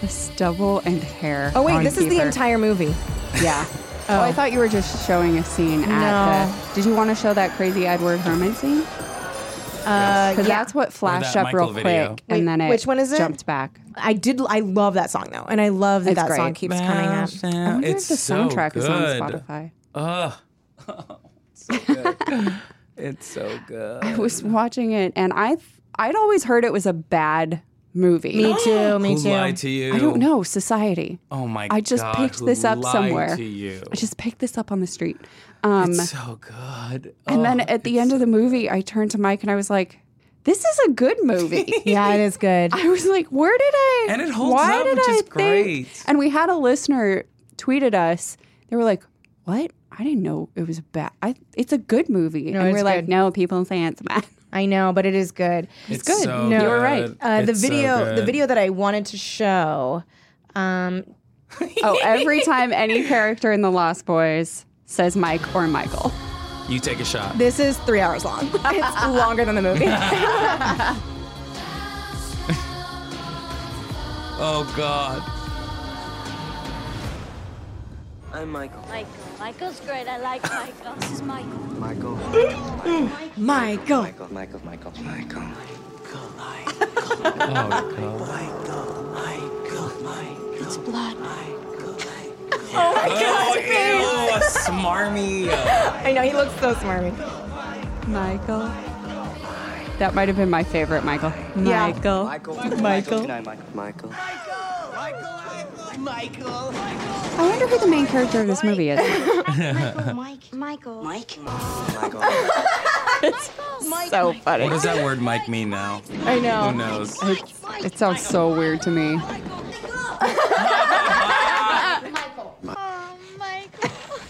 E: The stubble and hair.
F: Oh wait,
E: on
F: this is the
E: Bieber.
F: entire movie.
E: Yeah. Oh. I thought you were just showing a scene at the. Did you want to show that crazy Edward Herman scene?
F: Uh,
E: Because
F: yeah.
E: that's what flashed
G: that
E: up real
G: Michael video.
E: quick,
F: Wait,
E: and then it
F: which one is it?
E: jumped back.
F: I did. I love that song though, and I love that
E: It's
F: that song
E: great.
F: keeps coming up.
E: I wonder
G: it's
E: if the soundtrack
G: so
E: is on
G: good.
E: Spotify.
G: Ugh. it's so good.
E: I was watching it, and I I'd always heard it was a bad movie.
F: Me too. Me
G: Who
F: too.
G: lied to you?
E: I don't know society.
G: Oh my god.
E: I just picked
G: who
E: this up
G: lied
E: somewhere.
G: To you.
E: I just picked this up on the street. Um,
G: It's so good.
E: and then
G: Oh,
E: at the
G: it's
E: end
G: so
E: of the movie, I turned to Mike and I was like, "This is a good movie."
F: Yeah, it is good.
E: I was like, "Where did I?"
G: And it holds
E: why
G: up,
E: did
G: which
E: I
G: is
E: think-"
G: great.
E: And we had a listener tweet at us. They were like, "What? I didn't know it was bad. I, it's a good movie." and we're
F: it's
E: like,
F: good.
E: "No, people say it's bad."
F: I know, but it is good.
G: It's good. so
F: no,
G: You were right. good.
F: Uh, the
G: It's so
F: video, the
G: good.
F: video that I wanted to show. Um,
E: oh, every time any character in The Lost Boys says Mike or Michael.
G: You take a shot.
F: this is three hours long. it's longer than the movie.
G: Oh god.
L: I'm Michael.
M: Michael. Michael's great. I like Michael. this is Michael.
L: Michael.
M: Michael.
L: Michael. Michael. Michael. Michael.
M: It's blood.
F: Oh my
G: Oh,
F: God,
G: ew,
F: face.
G: smarmy.
F: I know he looks so smarmy.
E: Michael. That might have been my favorite, Michael.
F: Yeah.
E: Michael.
L: Michael.
E: Michael.
L: Good night, Michael. Michael.
D: Michael.
E: I wonder who the main character of this movie is.
M: Oh, Mike. Michael. Mike.
E: it's so funny.
G: What does that word Mike mean now?
E: I know.
G: Who knows?
E: It, it sounds so weird to me.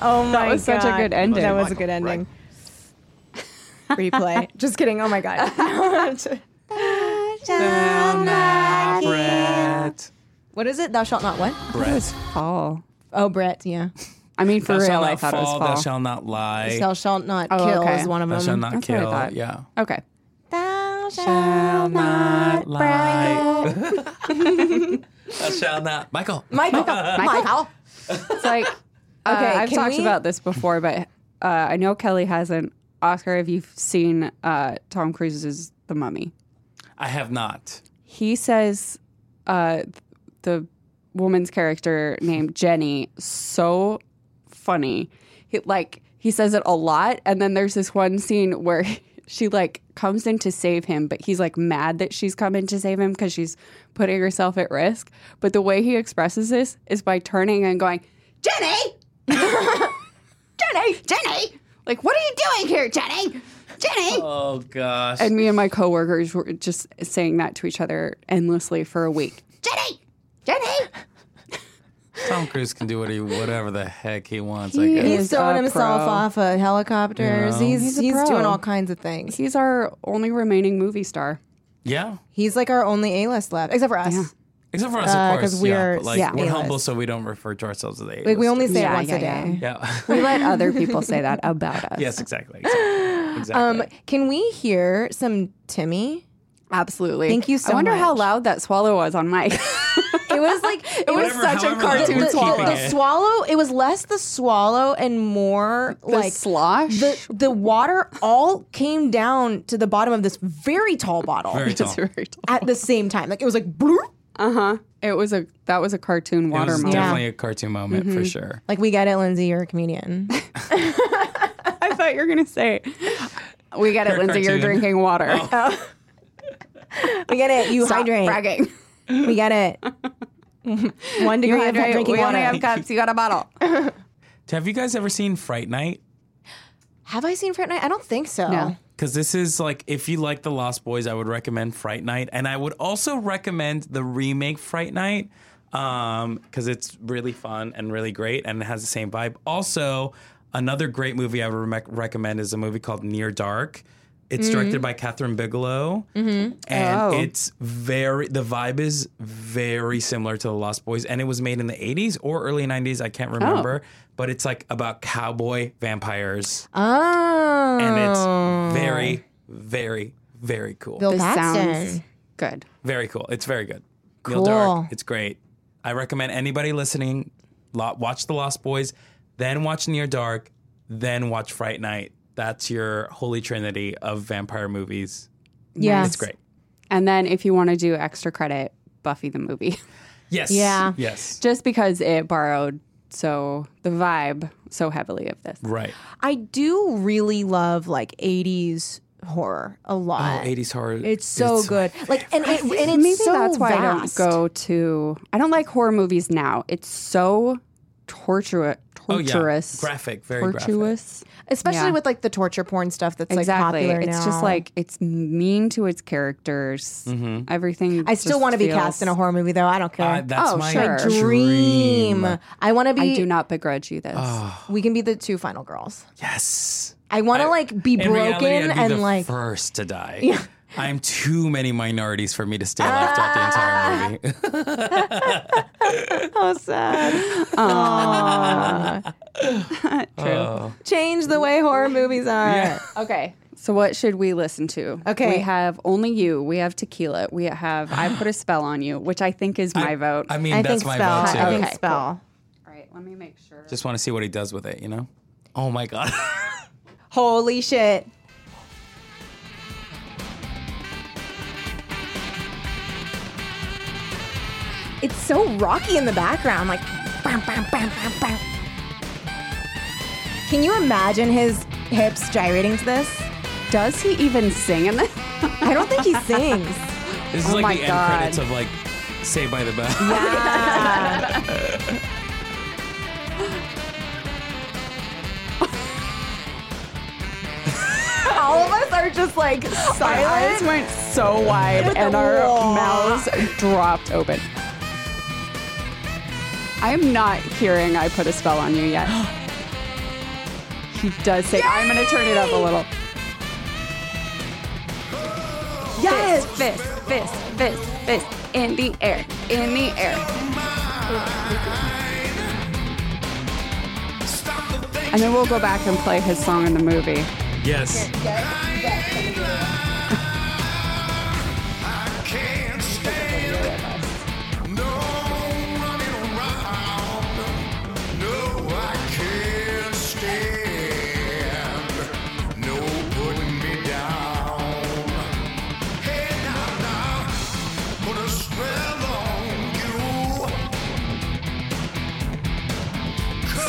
N: Oh my
E: That was such a
N: God.
E: good ending.
N: That was a good ending. Replay. Just kidding. Oh my god.
F: What is it? Thou shalt not what?
G: Brett. It was
E: fall.
F: Oh, Brett. Yeah.
E: I mean,
G: Thou shalt not fall, Thou shall not lie.
F: Thou shalt not
G: Oh,
F: kill
G: okay.
F: is one of
G: Thou
F: them.
G: shall not kill. Yeah.
E: Okay.
F: Thou shalt
G: not
F: lie.
G: Thou shalt not. Michael.
F: Michael. Michael.
E: It's like, okay,
F: Okay,
E: I've
F: can
E: talked
F: we-
E: about this before, but uh, I know Kelly hasn't. Oscar, have you seen uh, Tom Cruise's The Mummy?
G: I have not.
E: He says uh, th- the woman's character named Jenny so funny. He, like he says it a lot, and then there's this one scene where she like comes in to save him, but he's like mad that she's coming to save him because she's putting herself at risk. But the way he expresses this is by turning and going, Jenny! Jenny! Jenny! Like, what are you doing here, Jenny? Jenny!
G: Oh gosh.
E: And me and my coworkers were just saying that to each other endlessly for a week. Jenny! Jenny!
G: Tom Cruise can do what he, whatever the heck he wants. I
F: He
G: guess.
F: he's throwing himself off of helicopters.
G: Yeah.
F: He's
G: He's
F: he's,
G: a pro.
F: doing all kinds of things.
E: He's our only remaining movie star.
G: Yeah.
F: He's like our only A list left, except for us.
G: Except for us,
F: Uh,
G: of course.
F: 'cause we
G: yeah,
F: are-
G: but, like
F: yeah.
G: we're
F: A-list.
G: humble, so we don't refer to ourselves as a.
F: Like, we only say it
E: Yeah,
F: once
E: yeah,
F: a day.
G: Yeah.
E: We let other people say that about us.
G: yes, exactly. Exactly. exactly.
F: Um, can we hear some Timmy?
E: Absolutely.
F: Thank you
E: I
F: so
E: wonder how
F: much.
E: loud that swallow was on mic.
F: It was like it
E: was
F: was
E: Whatever,
F: such
E: such a
F: a cartoon
E: however they're cartoon
F: swallow.
E: keeping
F: The
E: it.
F: swallow. It was less the swallow and more like
E: slosh.
F: The the water all came down to the bottom of this very tall bottle
G: Very tall.
E: Very tall.
F: at the same time. Like it was like bloop.
E: Uh huh. It was a that was a cartoon
G: it
E: water
G: was
E: moment.
G: definitely a cartoon moment
F: Mm-hmm.
G: for sure.
F: Like we get it, Lindsay. You're a comedian.
E: I thought you were gonna say, "We get it,
G: Her
E: Lindsay. You're
G: cartoon. Oh.
E: drinking water."
F: We get it. You
E: Stop
F: hydrate.
E: bragging.
F: We get it. One
E: You
F: degree of
E: hydrate.
F: drinking
E: We
F: water.
E: only have cups. You got a bottle.
G: Have you guys ever seen Fright Night?
F: Have I seen Fright Night? I don't think so.
E: No.
G: Because this is like, if you like The Lost Boys, I would recommend Fright Night. And I would also recommend the remake Fright Night because it's really fun and really great and it has the same vibe. Also, another great movie I would rec- recommend is a movie called Near Dark. It's directed by Catherine Bigelow. And
E: Oh.
G: it's very, the vibe is very similar to The Lost Boys. And it was made in the 80s or early 90s. I can't remember. But it's like about cowboy vampires
F: Oh.
G: and it's very, very, very cool.
F: Bill
E: This
F: Paxton.
E: sounds good.
G: very cool. It's very good. Neil Dark. It's great. I recommend anybody listening lo- watch The Lost Boys, then watch Near Dark, then watch Fright Night. That's your holy trinity of vampire movies.
F: Yeah.
G: It's great.
E: And then if you want to do extra credit, Buffy the movie,
G: Yes.
F: Yeah.
G: Yes.
E: just because it borrowed so the vibe so heavily of this.
G: Right.
F: I do really love like 80s horror a
G: Oh,
F: lot.
G: 80s horror.
F: uh, it's so
G: is-
F: good. Like and it, and it's
E: Maybe
F: so
E: that's why
F: vast.
E: I don't go to. I don't like horror movies now. It's so torturous.
G: Oh, yeah.
E: Torturous.
G: Graphic. Very graphic.
E: tortuous.
F: Especially
E: Yeah.
F: with like the torture porn stuff that's
E: exactly.
F: like popular
E: it's
F: now.
E: just like it's mean to its characters. Everything.
F: I still
E: just
F: want to be
E: feels-
F: cast in a horror movie though. I don't care.
G: Uh, that's
E: Oh,
G: my
E: sure.
F: dream. I want to be
E: I do not begrudge you this.
F: we can be the two final girls.
G: Yes.
F: I want to
G: I-
F: like be
G: In
F: broken
G: reality, I'd be
F: and
G: the
F: like
G: first to die. I'm too many minorities for me to stay alive throughout the
F: Ah.
G: entire movie.
F: oh sad. Aw.
E: True.
F: Change the way horror movies are.
E: Okay. So what should we listen to?
F: Okay.
E: We have Only You. We have Tequila. We have I Put a Spell on You, which I think is my vote.
G: I mean,
F: I
G: that's
F: think
G: my
F: spell.
G: vote too.
F: I think
E: Okay,
F: spell.
E: All right. Let me make sure.
G: Just want to see what he does with it, you know? Oh my god.
N: Holy shit.
O: It's so rocky in the background, like. bam, bam, bam, bam, bam.
F: Can you imagine his hips gyrating to this?
E: Does he even sing in this?
F: I don't think he sings.
G: This is
F: Oh my
G: like the
F: God.
G: end credits of like Saved by the Bell.
E: All of us are just like silent. Our eyes went so wide and our mouths dropped open. I'm not hearing I put a spell on you yet. he does say, I'm going to turn it up a little. Yes! Fist, fist, fist, fist, fist. In the air, in the air. And then we'll go back and play his song in the movie.
G: Yes.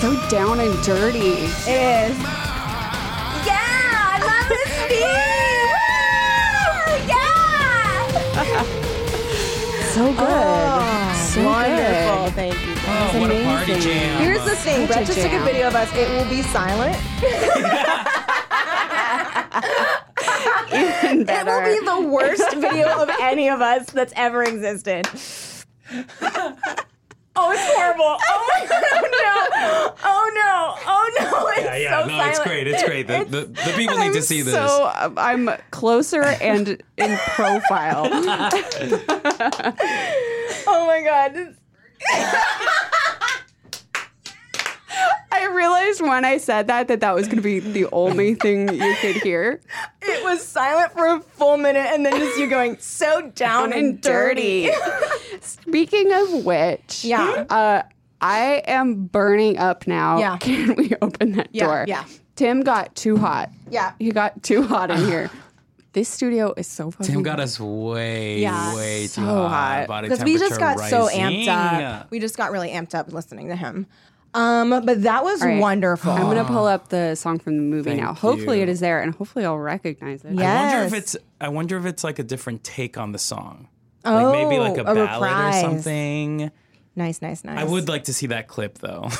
E: So down and dirty.
F: It is.
D: I love this beat! Yeah!
F: So good.
D: So
F: wonderful.
D: good.
F: Thank you.
D: Oh, what a party jam.
F: Here's the thing.
D: Such
F: Brett
D: a
F: just took a
D: jam.
F: video of us. It will be silent.
E: Even
F: It
E: better.
F: will be the worst video of any of us that's ever existed. Oh, it's horrible. Oh my god. Oh no. Oh no. Oh no. It's
G: Yeah, yeah,
F: so
G: no,
F: silent.
G: it's great. It's great. The, the, the people need to see this.
E: So um, I'm closer and in profile.
F: Oh my god.
E: I realized when I said that that that was going to be the only thing you could hear.
F: It was silent for a full minute and then just you going so down, and dirty.
E: Speaking of which,
F: Yeah.
E: uh, I am burning up now.
F: Yeah.
E: Can we open that
F: Yeah,
E: door?
F: yeah.
E: Tim got too hot.
F: Yeah.
E: He got too hot in here. This studio is so fucking
G: Tim got us way,
F: Yeah,
G: way too
F: so
G: hot. Body
F: Because we just got
G: temperature
F: so
G: rising.
F: amped up. We just got really amped up listening to him. Um, but that was
E: All right.
F: wonderful.
E: I'm going to pull up the song from the movie
G: Thank
E: now. Hopefully
G: you.
E: it is there and hopefully I'll recognize it.
G: I wonder if it's I wonder if it's like a different take on the song.
F: Oh,
G: like maybe like a,
F: a
G: ballad
F: reprise.
G: or something.
F: Nice, nice, nice.
G: I would like to see that clip though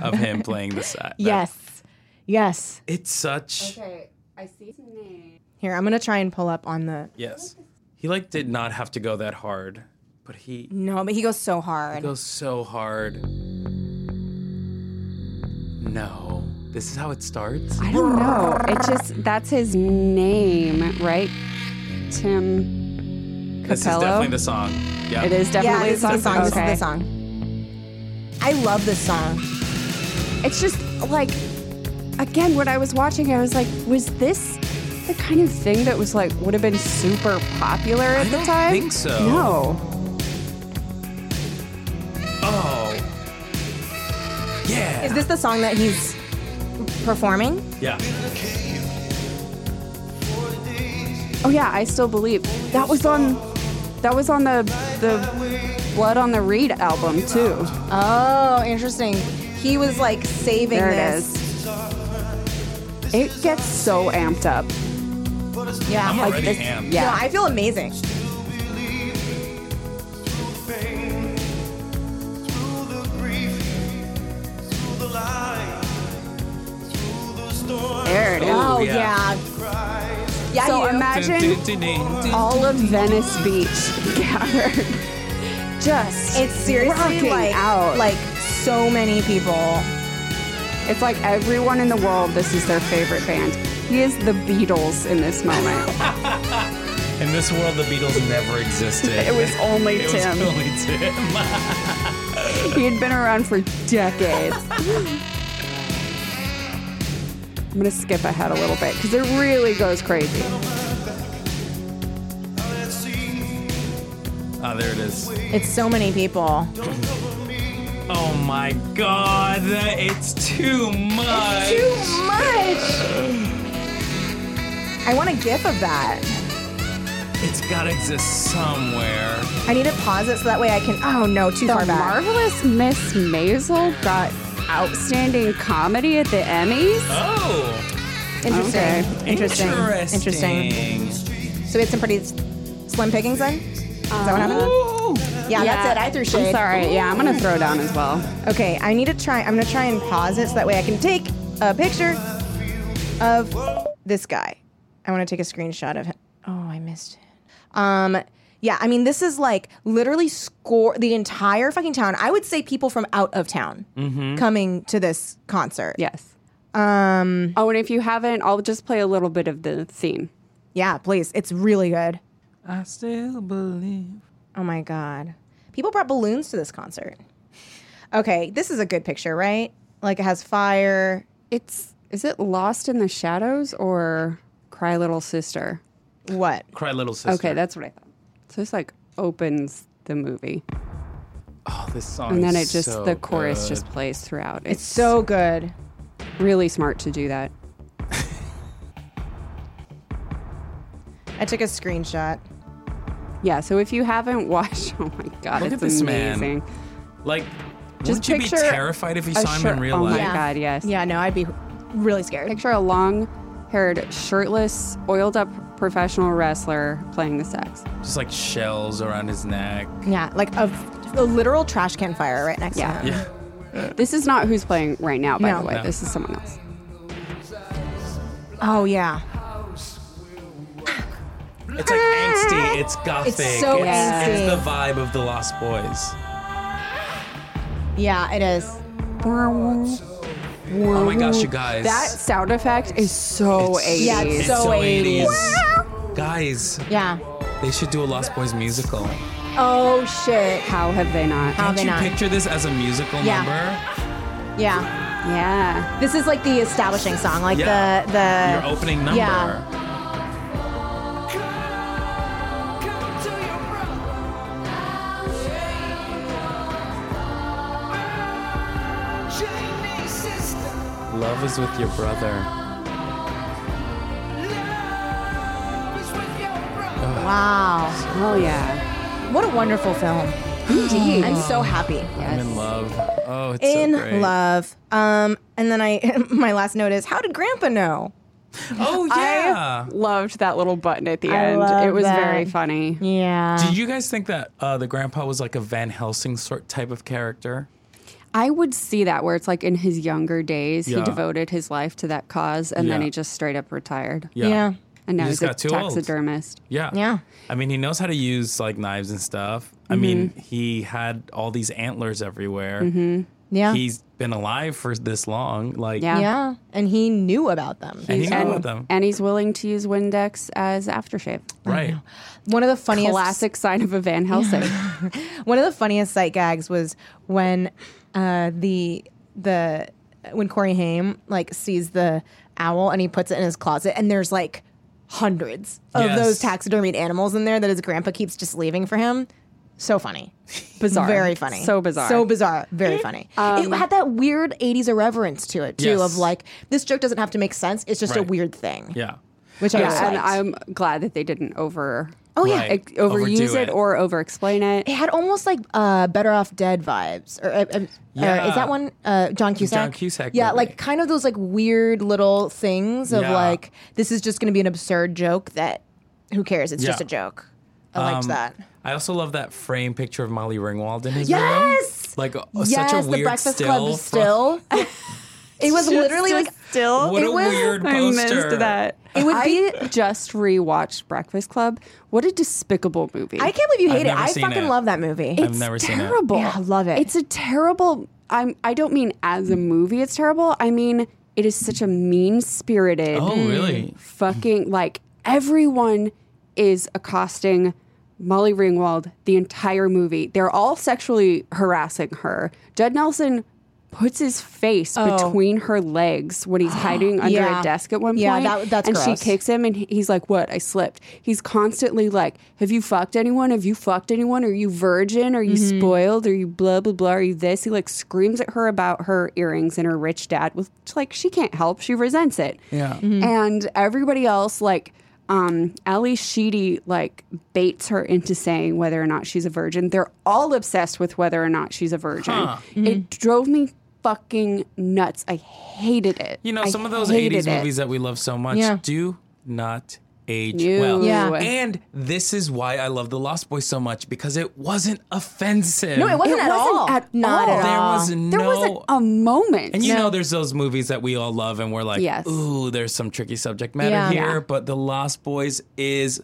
G: of him playing the set.
F: Yes. Yes.
G: It's such
E: Okay, I see his name.
F: Here, I'm gonna try and pull up on the
G: yes. He like did not have to go that hard, but he
F: No, but he goes so hard.
G: goes so hard. No. This is how it starts?
E: I don't know. It just that's his name, right? Tim Capello.
G: This is definitely the song. Yeah.
E: It is
F: yeah,
E: definitely
F: this
E: the
F: is the song. This is
E: Okay.
F: the song. I love this song.
E: It's just like again when I was watching, I was like, was this the kind of thing that was like would have been super popular at the time?
G: think so.
E: No.
G: Oh. Yeah.
F: Is this the song that he's performing?
G: Yeah.
E: Oh yeah, I still believe that was on that was on the the Blood on the Reed album too.
F: Oh, interesting. He was like saving
E: There it
F: this.
E: is. It gets so amped up.
F: Yeah,
E: I'm already
F: this-
E: amped.
F: Yeah,
E: Yeah.
F: I feel amazing.
E: There it is.
F: Oh yeah. Yeah,
E: So
F: you.
E: imagine all of Venice Beach gathered. Just
F: it's seriously
E: rocking
F: like
E: out.
F: like so many people.
E: It's like everyone in the world, this is their favorite band. He is the Beatles in this moment.
G: In this world, the Beatles never existed.
E: It was only
G: It was
E: Tim.
G: only Tim.
E: he had been around for decades. I'm gonna skip ahead a little bit because it really goes crazy.
G: Ah, there it is.
F: It's so many people.
G: Oh my god, that- it's too much.
F: Too much. I want a gif of that.
G: It's gotta exist somewhere.
F: I need to pause it so that way I can. Oh no, too
E: the
F: far back.
E: marvelous Miss Maisel got outstanding comedy at the Emmys.
G: Oh.
F: Interesting. Interesting.
G: Interesting.
F: So we had some pretty s- slim pickings then. Is that what happened? Yeah, that's it. I threw shade.
E: I'm sorry. Yeah, I'm gonna throw down as well.
F: Okay, I need to try. I'm gonna try and pause it so that way I can take a picture of this guy. I want to take a screenshot of him. Oh, I missed it. Um, yeah, I mean, this is like literally score the entire fucking town. I would say people from out of town
E: Mhm.
F: coming to this concert.
E: Yes.
F: Um.
E: Oh, and if you haven't, I'll just play a little bit of the theme.
F: Yeah, please. It's really good.
G: I still believe.
F: Oh my god. People brought balloons to this concert. Okay, this is a good picture, right? Like it has fire.
E: It's is it Lost in the Shadows or Cry Little Sister?
F: What?
G: Cry Little Sister.
E: Okay, that's what I thought. So this like opens the movie.
G: Oh, this song.
E: and then it
G: is
E: just
G: so
E: the chorus
G: good.
E: just plays throughout.
F: It's so good.
E: Really smart to do that.
F: I took a screenshot.
E: Yeah, so if you haven't watched, oh my god,
G: Look
E: it's
G: at this
E: amazing.
G: man. Like,
E: Just
G: wouldn't you
E: picture
G: be terrified if you
E: a
G: saw him
E: shirt-
G: in real
E: oh my
G: life?
E: god, yes.
F: Yeah, no, I'd be really scared.
E: Picture a long-haired, shirtless, oiled-up professional wrestler playing the sax.
G: Just like shells around his neck.
F: Yeah, like a, a literal trash can fire right next
E: Yeah.
F: to him.
E: This is not who's playing right now, by
F: No.
E: the way.
F: No.
E: This is someone else.
F: Oh yeah.
G: It's like angsty. It's gothic.
F: so
G: it's,
F: angsty.
G: It's the vibe of the Lost Boys.
F: Yeah, it is.
E: Oh
G: my gosh, you guys.
E: That sound effect is so 80s.
F: Yeah, it's so 80s.
G: Guys,
F: Yeah.
G: they should do a Lost Boys musical.
F: Oh shit.
E: How have they not?
F: How have
G: Did
F: they
G: you
F: not?
G: picture this as a musical
F: Yeah.
G: number?
F: yeah.
E: Yeah.
F: This is like the establishing song, like
G: Yeah.
F: the the
G: Your opening number.
F: Uh, Yeah.
G: Love is with your brother.
F: Wow.
E: Oh yeah.
F: What a wonderful film.
E: Indeed.
F: I'm so happy.
G: I'm in love. Oh, it's
F: in
G: so great.
F: love. Um, and then I my last note is how did Grandpa know?
G: Oh yeah.
E: Loved that little button at the
F: I
E: end.
F: love
E: It was
F: that.
E: very funny.
F: Yeah.
G: Did you guys think that uh, the grandpa was like a Van Helsing sort type of character?
E: I would see that where it's like in his younger days,
G: Yeah.
E: he devoted his life to that cause and then
G: Yeah.
E: he just straight up retired.
G: Yeah. Yeah.
E: And now
G: He
E: he's
G: just
E: a
G: got too old.
E: taxidermist.
G: Yeah.
F: Yeah. Mm-hmm.
G: I mean, he knows how to use like knives and stuff. I mean, he had all these antlers everywhere.
E: Mhm.
F: Mm-hmm. Yeah.
G: He's been alive for this long. Like,
E: Yeah.
F: Yeah. And he knew about them.
G: And he knew
E: and,
G: about them.
E: and he's willing to use Windex as aftershave.
G: Right.
F: One of the funniest
E: Classic sign of a Van Helsing.
F: One of the funniest sight gags was when uh, the the when Corey Haim like sees the owl and he puts it in his closet and there's like hundreds of
G: Yes.
F: those taxidermied animals in there that his grandpa keeps just leaving for him. So funny.
E: bizarre.
F: Very funny.
E: So bizarre. Um,
F: So bizarre. Very funny. it had that weird 80s irreverence to it, too,
G: Yes.
F: of like, this joke doesn't have to make sense. It's just a
G: Right.
F: weird thing.
G: Yeah.
F: Which I
E: yeah,
F: really
E: and
F: liked.
E: I'm glad that they didn't over
F: Oh, yeah.
G: Right.
E: ex- overuse
G: Overdo
E: it.
G: it.
E: or over explain it.
F: It had almost like uh, Better Off Dead vibes. Or, uh, um, or
G: Yeah.
F: is that one? Uh, John Cusack?
G: John Cusack
F: Yeah,
G: movie.
F: like kind of those like weird little things of
G: Yeah.
F: like, this is just going to be an absurd joke that who cares? It's just
G: Yeah.
F: a joke. I liked
G: Um,
F: that.
G: I also love that frame picture of Molly Ringwald in his
F: Yes!
G: room. Like uh,
F: yes,
G: such a
F: the
G: weird
F: Breakfast
G: still.
F: Club
G: from-
F: still. it was literally like
E: still.
G: What
F: It
G: a
F: was-
G: weird
E: I
G: poster.
E: missed that.
F: It would
E: I just rewatched Breakfast Club. What a despicable movie!
F: I can't believe you
G: I've
F: hate it.
G: never
F: I
G: seen
F: fucking
G: it.
F: love that movie.
G: I've never seen it.
E: terrible.
F: Yeah, I love it.
E: It's a terrible. I'm. I don't mean as a movie. It's terrible. I mean it is such a mean spirited.
G: Oh, really?
E: Fucking like everyone is accosting Molly Ringwald the entire movie. They're all sexually harassing her. Jed Nelson puts his face
N: Oh.
E: between her legs when he's hiding under
N: Yeah.
E: a desk at one point.
N: Yeah, that- that's
E: And
N: gross.
E: she kicks him, and he- he's like, "What? I slipped." He's constantly like, "Have you fucked anyone? Have you fucked anyone? Are you virgin? Are you
N: Mhm.
E: spoiled? Are you blah blah blah? Are you this?" He like screams at her about her earrings and her rich dad, which like she can't help. She resents it.
G: Yeah.
N: Mm-hmm.
E: And everybody else, like, um, Ali Sheedy, like, baits her into saying whether or not she's a virgin. They're all obsessed with whether or not she's a virgin.
G: Huh. Mm-hmm.
E: It drove me fucking nuts. I hated it.
G: You know,
E: I
G: some of those
E: hated
G: 80s
E: it.
G: movies that we love so much
E: Yeah.
G: do not age
E: No.
G: well.
E: Yeah.
G: And this is why I love The Lost Boys so much because it wasn't offensive.
E: No, it wasn't at all.
G: Not at Oh. There all. was
E: There wasn't a moment.
G: And you know, there's those movies that we all love, and we're like,
E: Yes.
G: ooh, there's some tricky subject matter
E: Yeah.
G: here,
E: Yeah.
G: but The Lost Boys is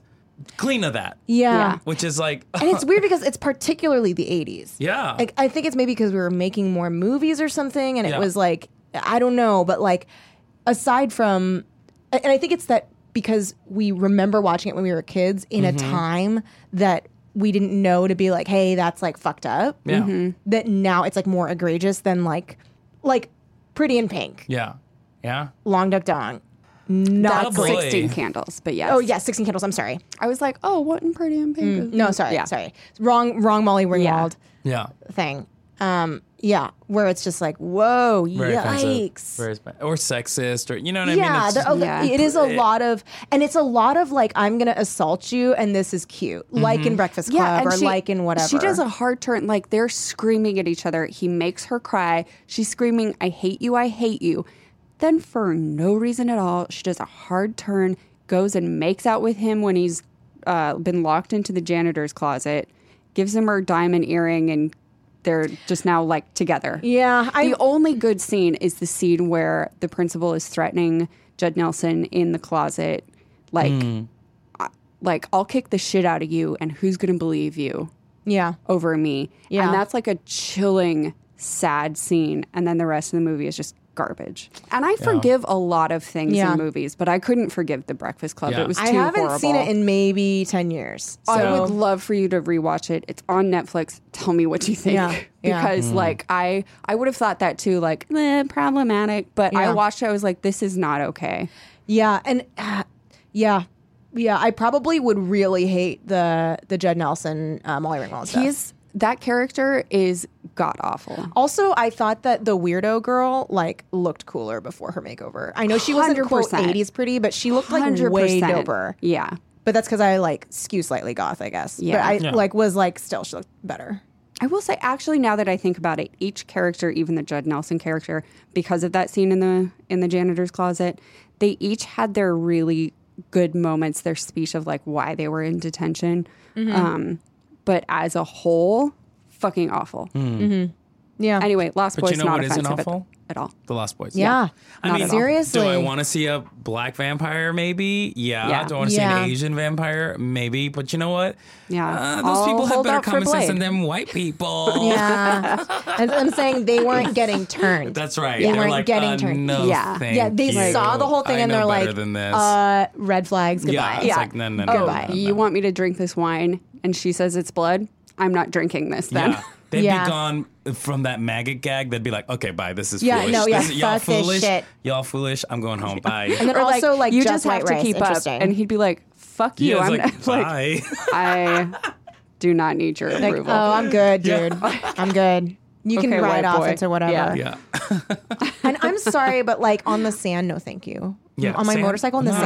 G: clean of that.
F: Yeah. Yeah.
G: Which is like,
F: and it's weird because it's particularly the 80s.
G: yeah.
F: Like I think it's maybe because we were making more movies or something, and
G: Yeah.
F: it was like I don't know, but like aside from, and I think it's that because we remember watching it when we were kids in
N: Mhm.
G: Mm-hmm.
F: a time that we didn't know to be like, hey, that's like fucked up.
N: Yeah.
E: mm-hmm.
N: Mhm.
F: That now it's like more egregious than like, like Pretty in Pink,
G: yeah. Yeah.
F: Long Duck Dong, not
E: That's 16 Candles, but yes.
F: Oh yeah, Sixteen Candles. I'm sorry.
E: I was like, oh, what in Pretty in Pink?
F: Mm,
G: Mm-hmm.
F: no, sorry, sorry, wrong, wrong. Molly Ringwald
G: Yeah.
F: thing. Um, yeah, where it's just like, whoa,
G: Very
F: yikes.
G: offensive. Very spe- or sexist, or you know what I mean?
F: yeah,
G: It's
F: there- oh,
G: just-
F: it is a lot of, and it's a lot of like, I'm gonna assault you, and this is cute, like in
E: Mhm.
F: Breakfast Club
E: and
F: or like in whatever.
E: She does a hard turn. Like they're screaming at each other. He makes her cry. She's screaming, I hate you, I hate you. Then, for no reason at all, she does a hard turn, goes and makes out with him when he's uh, been locked into the janitor's closet, gives him her diamond earring, and they're just now like together.
F: Yeah.
E: the only good scene is the scene where the principal is threatening Judd Nelson in the closet, like,
D: Mm.
E: I- like I'll kick the shit out of you, and who's gonna believe you?
F: Yeah,
E: over me.
F: Yeah.
E: and that's like a chilling, sad scene. And then the rest of the movie is just garbage. And I
F: Yeah.
E: forgive a lot of things
F: Yeah.
E: in movies, but I couldn't forgive The Breakfast Club. It was too
F: I haven't
E: horrible.
F: seen it in maybe ten years.
E: I
F: so-
E: would love for you to rewatch it. It's on Netflix. Tell me what you think.
F: Yeah, yeah.
E: because
F: Mm.
E: like I I would have thought that too, like eh, problematic. But I
F: Yeah.
E: watched it, I was like, this is not okay.
F: Yeah, and uh, yeah, yeah. I probably would really hate the the Judd Nelson uh, Molly Ringwald stuff.
E: He's that character is god awful.
F: Also, I thought that the weirdo girl like looked cooler before her makeover. I know she wasn't quote
E: 100%.
F: eighties pretty, but she looked like way
E: 100%.
F: doper.
E: Yeah.
F: But that's because I like skew slightly goth, I guess.
E: Yeah.
F: But I
E: Yeah.
F: like was like still she looked better.
E: I will say, actually, now that I think about it, each character, even the Judd Nelson character, because of that scene in the in the janitor's closet, they each had their really good moments, their speech of like why they were in detention.
F: Mhm.
E: Um, but as a whole, fucking awful.
G: Mm.
F: Yeah.
E: Anyway, Lost
G: But
E: Boys
G: you know
E: not
G: what isn't
E: offensive at-
G: awful?
E: At, all.
G: The Lost Boys.
E: Yeah.
G: I
E: Not
G: mean,
E: at all.
G: seriously. Do I want to see a black vampire? Maybe. Yeah.
E: Yeah.
G: Do I want to
E: Yeah.
G: see an Asian vampire? Maybe. But you know what?
E: Yeah,
G: Uh, those
E: I'll
G: people have
E: hold
G: better
E: out for
G: common sense
E: Blade.
G: than them white people.
F: Yeah. I'm, I'm saying they weren't getting turned.
G: That's right.
F: They
G: They're
F: weren't
G: like,
F: getting
G: uh,
F: turned.
G: no,
F: yeah.
G: thank
F: yeah. They
G: you.
F: saw the whole thing
G: I
F: and they're
G: know better
F: like
G: than this.
F: uh red flags,
G: Yeah,
F: goodbye.
G: it's like, no, no, no,
F: goodbye.
E: Oh, you want me to drink this wine? And she says it's blood. I'm not drinking this then.
G: Yeah. They'd
E: Yeah.
G: be gone from that maggot gag. They'd be like, okay, bye. This is
E: Yeah,
G: foolish.
E: no,
G: This
E: yeah,
G: is- y'all
E: fuck this
G: foolish.
E: shit.
G: Y'all foolish. I'm going home. Bye.
E: And then also like, you just, have to keep up.
F: Interesting.
E: And he'd be like, fuck you.
G: Yeah, it's
E: I'm
G: like, bye.
E: I do not need your
F: Like,
E: approval.
F: oh, I'm good, dude. I'm good. You can
E: Okay,
F: ride
E: white
F: off
E: boy.
F: into whatever.
G: Yeah.
F: and I'm sorry, but like on the sand, no thank you. On my
G: sand-
F: motorcycle in the
G: no.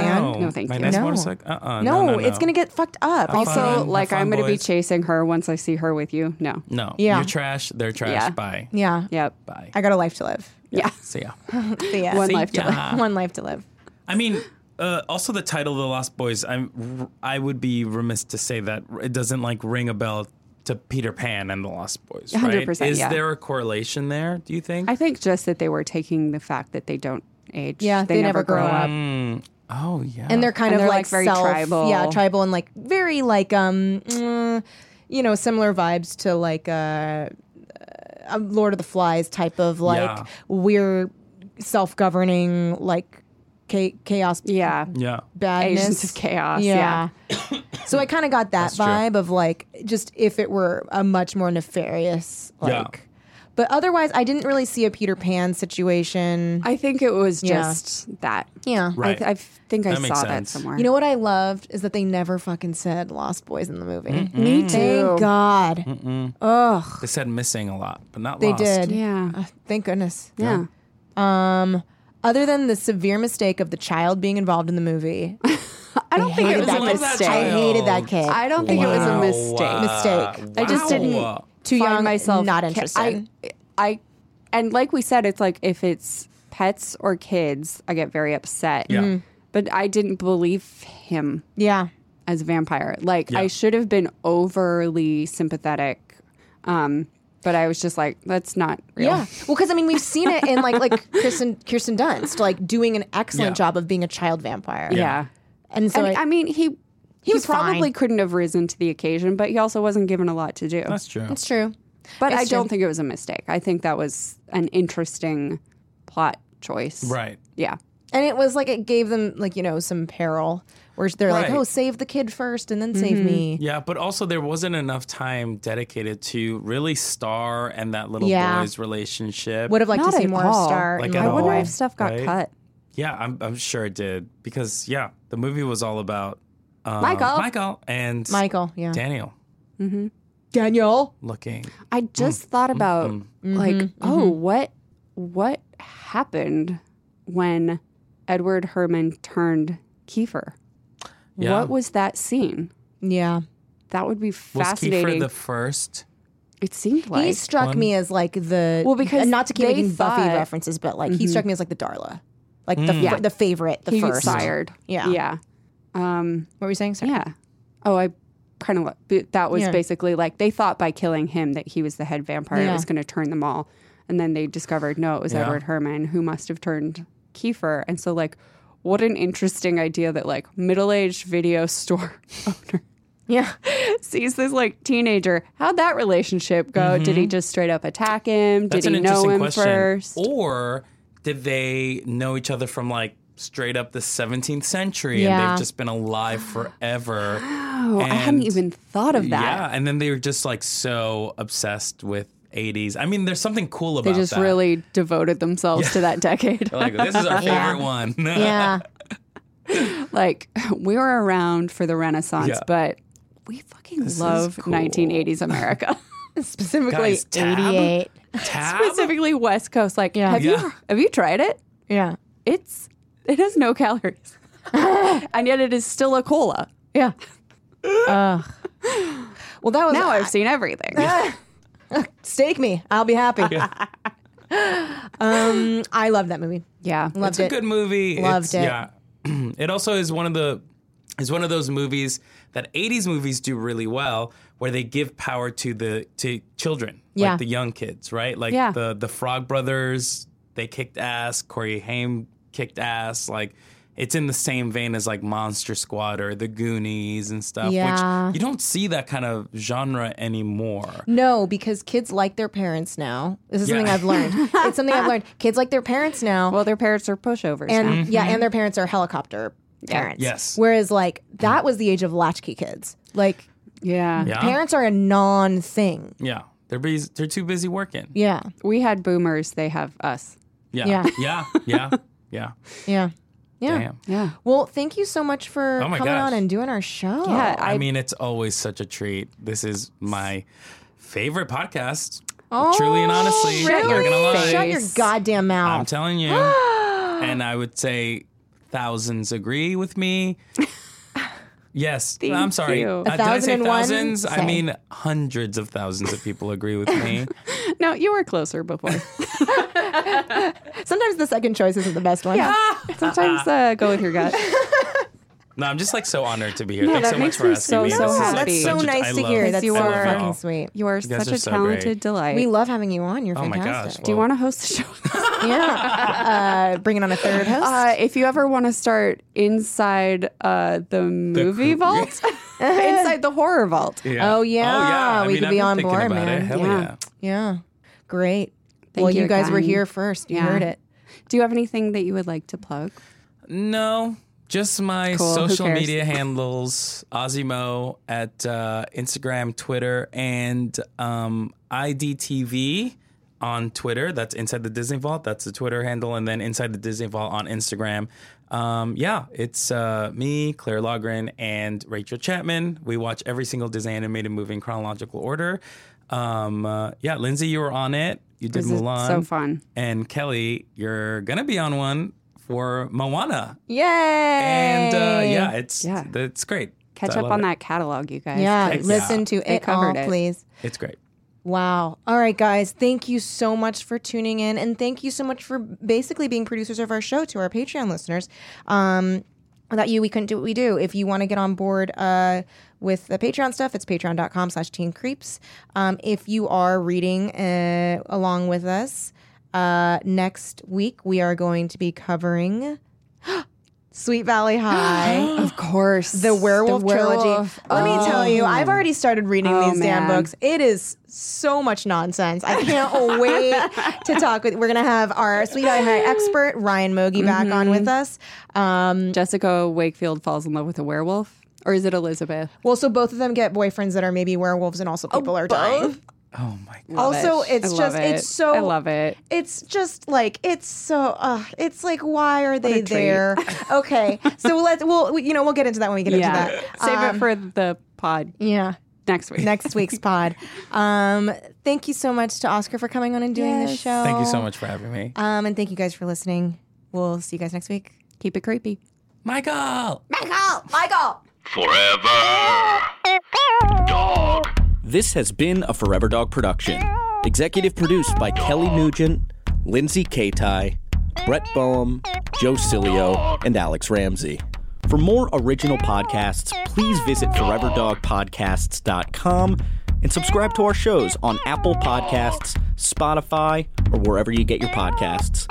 F: sand.
G: my nice motorcycle? Uh-uh,
F: no,
G: no,
F: it's gonna get fucked up.
G: Have
E: also,
G: fun.
E: like,
G: Have
E: I'm
G: fun,
E: going to be
G: boys. Mm.
E: chasing her once I see her with you. No.
G: No.
E: Yeah.
G: You're trash. They're trash.
E: Yeah.
G: Bye.
F: Yeah.
E: Yep.
G: Bye.
F: I got a life to live.
E: Yeah.
G: See ya.
F: See ya.
G: One See life to ya. live.
F: One life to live.
G: I mean, uh, also the title of the Lost Boys. I'm I would be remiss to say that it doesn't like ring a bell to Peter Pan and the Lost Boys. Right?
E: 100%,
G: Is
E: yeah.
G: there a correlation there? Do you think?
E: I think just that they were taking the fact that they don't age.
F: Yeah, they never grow up.
G: Mm. Oh yeah.
F: And they're kind of
E: And they're,
F: like,
E: like, very
F: self-
E: tribal.
F: Yeah, tribal and like very like um mm, you know, similar vibes to like uh uh, Lord of the Flies type of like
G: Yeah.
F: we're self governing like cha- chaos
E: yeah
G: yeah
F: badness
E: Agents of chaos,
F: so I kind of got that
E: true.
F: vibe of like just if it were a much more nefarious like
E: Yeah.
F: But otherwise, I didn't really see a Peter Pan situation.
E: I think it was just that.
F: Yeah,
E: I, th- I think I saw that somewhere.
F: You know what I loved is that they never fucking said Lost Boys in the movie.
E: Me
F: Thank
E: too.
F: God.
G: Mm-mm.
F: Ugh.
G: They said missing a lot, but not
F: They
G: lost.
F: did. Yeah. thank goodness.
G: Yeah.
F: Um, other than the severe mistake of the child being involved in the movie. I don't
E: think it was a mistake.
F: I hated that kid.
E: I don't think it was a mistake.
F: Mistake.
E: I just didn't
F: Too
E: find
F: young.
E: myself
F: Not
E: ca-
F: interested.
E: I, I and like we said, it's like if it's pets or kids, I get very upset.
F: Yeah. Mhm.
E: But I didn't believe him.
F: Yeah.
E: As a vampire, like
F: Yeah.
E: I should have been overly sympathetic, um, but I was just like, that's not real.
F: Yeah. Well, because I mean, we've seen it in like like Kirsten Kirsten Dunst like doing an excellent
E: Yeah.
F: job of being a child vampire.
E: Yeah.
F: And so
E: And,
F: I,
E: I mean, he he,
F: was
E: probably
F: fine.
E: couldn't have risen to the occasion, but he also wasn't given a lot to do.
G: That's true.
F: That's true.
E: But
F: It's
E: I don't
F: true.
E: think it was a mistake. I think that was an interesting plot choice.
G: Right.
E: Yeah.
F: and it was like it gave them like you know some peril where they're like,
G: Right.
F: oh, save the kid first and then
E: Mm-hmm.
F: save me.
G: Yeah, but also there wasn't enough time dedicated to really Star and that little
F: Yeah.
G: boy's relationship.
F: Would have liked to
E: Not
F: see
E: at
F: more of
E: all.
F: Star.
G: Like,
F: and
G: at
F: Little
G: all,
F: Boy.
G: right? Yeah, I'm, I'm sure it did because yeah, the movie was all about um,
E: Michael.
G: Michael, and
E: Michael, yeah.
G: Daniel
E: Mm-hmm.
F: Daniel Mm-hmm.
G: looking.
E: I just
G: Mm.
E: thought about like,
G: Mhm,
E: oh, what what happened when Edward Herman turned Kiefer?
G: Yeah.
E: What was that scene?
F: Yeah.
E: That would be
G: Was Kiefer
E: fascinating.
G: the first?
E: it seemed like
F: He struck me as like the
E: Well, because
F: and not to keep
E: they
F: making Buffy
E: thought-
F: references, but like he
E: Mhm.
F: struck me as like the Darla, like the
E: Mm. Yeah.
F: the favorite, the
E: he
F: first
E: fired.
F: Yeah,
E: yeah. Um,
F: what were you saying? Sorry.
E: Yeah. Oh, I kind of that was
F: Yeah.
E: basically like they thought by killing him that he was the head vampire
F: Yeah.
E: it was going to turn them all, and then they discovered no, it was
F: Yeah.
E: Edward Herman who must have turned Kiefer, and so like. What an interesting idea that like middle-aged video store
F: Yeah.
E: sees this like teenager. How'd that relationship go? Did he just straight up attack him?
G: Mm-hmm. That's
E: Did he
G: an
E: know
G: interesting
E: him
G: question.
E: first?
G: Or did they know each other from like straight up the 17th century and
E: Yeah.
G: they've just been alive forever?
E: Oh, I hadn't even thought of that.
G: Yeah, and then they were just like so obsessed with 80s. I mean, there's something cool about
E: they just
G: that.
E: really devoted themselves to that decade.
G: They're like, this is our favorite one.
F: yeah.
E: like we were around for the Renaissance,
G: Yeah.
E: but we fucking
F: This is
E: love
F: cool.
E: 1980s America.
F: Specifically
E: Guys, tab?
F: 88.
E: Specifically West Coast. Like, have
F: Yeah.
E: you have you tried it?
F: Yeah.
E: It's it has no calories. and yet it is still a cola.
F: Yeah. Ugh. well, that was
E: now I've seen everything.
F: Stake me. I'll be happy. um, I love that movie.
E: Yeah,
F: loved
G: it's
F: it.
G: a good movie.
F: Loved
G: It's-
F: it.
G: Yeah. it also is one of the is one of those movies that 80s movies do really well where they give power to the to children,
F: Yeah.
G: like the young kids, right? Like
F: Yeah.
G: the the Frog Brothers, they kicked ass, Corey Haim kicked ass, like it's in the same vein as like Monster Squad or The Goonies and stuff,
F: Yeah.
G: which you don't see that kind of genre anymore.
F: No, because kids like their parents now. This is
G: Yeah.
F: something I've learned. it's something I've learned. Kids like their parents now.
E: Well, their parents are pushovers
F: and
E: now.
F: yeah,
E: Mhm.
F: and their parents are helicopter parents.
E: Yes.
F: Whereas like that was the age of latchkey kids. Like
E: yeah,
G: Yeah.
F: parents are a non thing.
G: Yeah. They're busy, they're too busy working.
F: Yeah.
E: We had boomers, they have us.
G: Yeah.
F: Yeah.
G: Yeah. Yeah. yeah.
F: Yeah. Yeah.
G: Damn.
E: Yeah.
F: Well, thank you so much for
G: Oh my
F: coming
G: gosh.
F: on and doing our show.
G: Oh, I, mean, it's always such a treat. This is my favorite podcast.
F: Oh,
G: truly and honestly,
F: shut
G: not
F: your,
G: gonna lie.
F: shut your goddamn mouth.
G: I'm telling you. and I would say thousands agree with me. Yes,
F: Thank
G: I'm sorry.
F: you. A
G: Uh, did I
F: thousand
G: say
F: and one?
G: thousands? I
F: Say.
G: mean, hundreds of thousands of people agree with me.
E: No, you were closer before.
F: Sometimes the second choice isn't the best one.
E: Yeah.
G: Ah,
E: Sometimes uh, go with your gut.
G: No, I'm just like so honored to be here.
E: No,
G: Thanks
E: that
G: so much
E: makes
G: for
E: me
G: asking
E: so,
G: me.
E: so
G: This is, like,
E: happy.
G: such a- I love-
E: Because you
G: I love
E: are
G: y'all.
F: sweet.
E: You are
G: You guys
E: such
G: are
E: a
G: so
E: talented
G: great.
E: delight.
F: We love having you on. You're
G: Oh my gosh,
F: fantastic.
E: Do you want to host the show?
F: yeah. Uh, bringing on a third host.
E: Uh, if you ever want to start inside uh, the movie vault, inside the horror vault.
G: Yeah.
F: Oh, yeah.
G: Oh, yeah. I
F: we
G: mean,
F: could
G: I've
F: be
G: been
F: on
G: thinking
F: board,
G: about
F: man.
G: it. Hell yeah.
F: Yeah. Great.
E: Thank
F: well, you, guys were
E: again.
F: here first. You
E: Yeah.
F: heard it.
E: Do you have anything that you would like to plug?
G: No, just my
E: Cool, who
G: social
E: cares?
G: media handles Ozimo at uh, Instagram, Twitter, and um, IDTV on Twitter. That's Inside the Disney Vault. That's the Twitter handle. And then Inside the Disney Vault on Instagram. Um, yeah, it's uh, me, Claire Logren, and Rachel Chapman. We watch every single Disney animated movie in chronological order. Um, uh, yeah, Lindsay, you were on it. You did
E: This is
G: Mulan.
E: so fun.
G: And Kelly, you're going to be on one for Moana.
E: Yay!
G: And uh, yeah, it's, it's great.
E: Catch
G: I
E: up
G: love
E: on
G: it.
E: that catalog, you guys.
G: Yeah,
E: 'cause
G: listen to
E: they
G: it
E: covered
G: all,
E: it.
G: please. It's great.
F: Wow. All right, guys. Thank you so much for tuning in. And thank you so much for basically being producers of our show to our Patreon listeners. Um, without you, we couldn't do what we do. If you want to get on board uh, with the Patreon stuff, it's patreon.com slash teen creeps. Um, if you are reading uh, along with us, uh, next week we are going to be covering Sweet Valley High.
E: of course.
F: The werewolf,
E: werewolf.
F: trilogy. Let me tell you, I've
E: Oh.
F: already started reading
E: Oh,
F: these damn
E: man.
F: books. It is so much nonsense. I can't wait to talk with. We're gonna have our Sweet Valley High expert Ryan Mogi back
E: Mm-hmm.
F: on with us. Um,
E: Jessica Wakefield falls in love with a werewolf, or is it Elizabeth?
F: Well, so both of them get boyfriends that are maybe werewolves, and also people are dying.
E: Love
F: also,
E: Oh, it.
F: it's
E: I love
F: just
E: it.
F: it's so
E: I love it.
F: It's just like it's so. Uh, it's like why are
E: a
F: they
E: treat.
F: there? okay, so let's we'll we- you know we'll get into that when we get
E: Yeah.
F: into that.
E: Save it
F: Um,
E: for the pod.
F: Yeah.
E: Next week.
F: Next week's pod. Um, thank you so much to Oscar for coming on and doing this show.
G: Thank you so much for having me.
F: Um, and thank you guys for listening. We'll see you guys next week.
E: Keep it creepy.
G: Michael!
F: Michael! Michael!
D: Forever. Dog.
P: This has been a Forever Dog production. Executive produced by Kelly Nugent, Lindsay Katai, Brett Boehm, Joe Cilio, and Alex Ramsey. For more original podcasts, please visit foreverdogpodcasts.com and subscribe to our shows on Apple Podcasts, Spotify, or wherever you get your podcasts.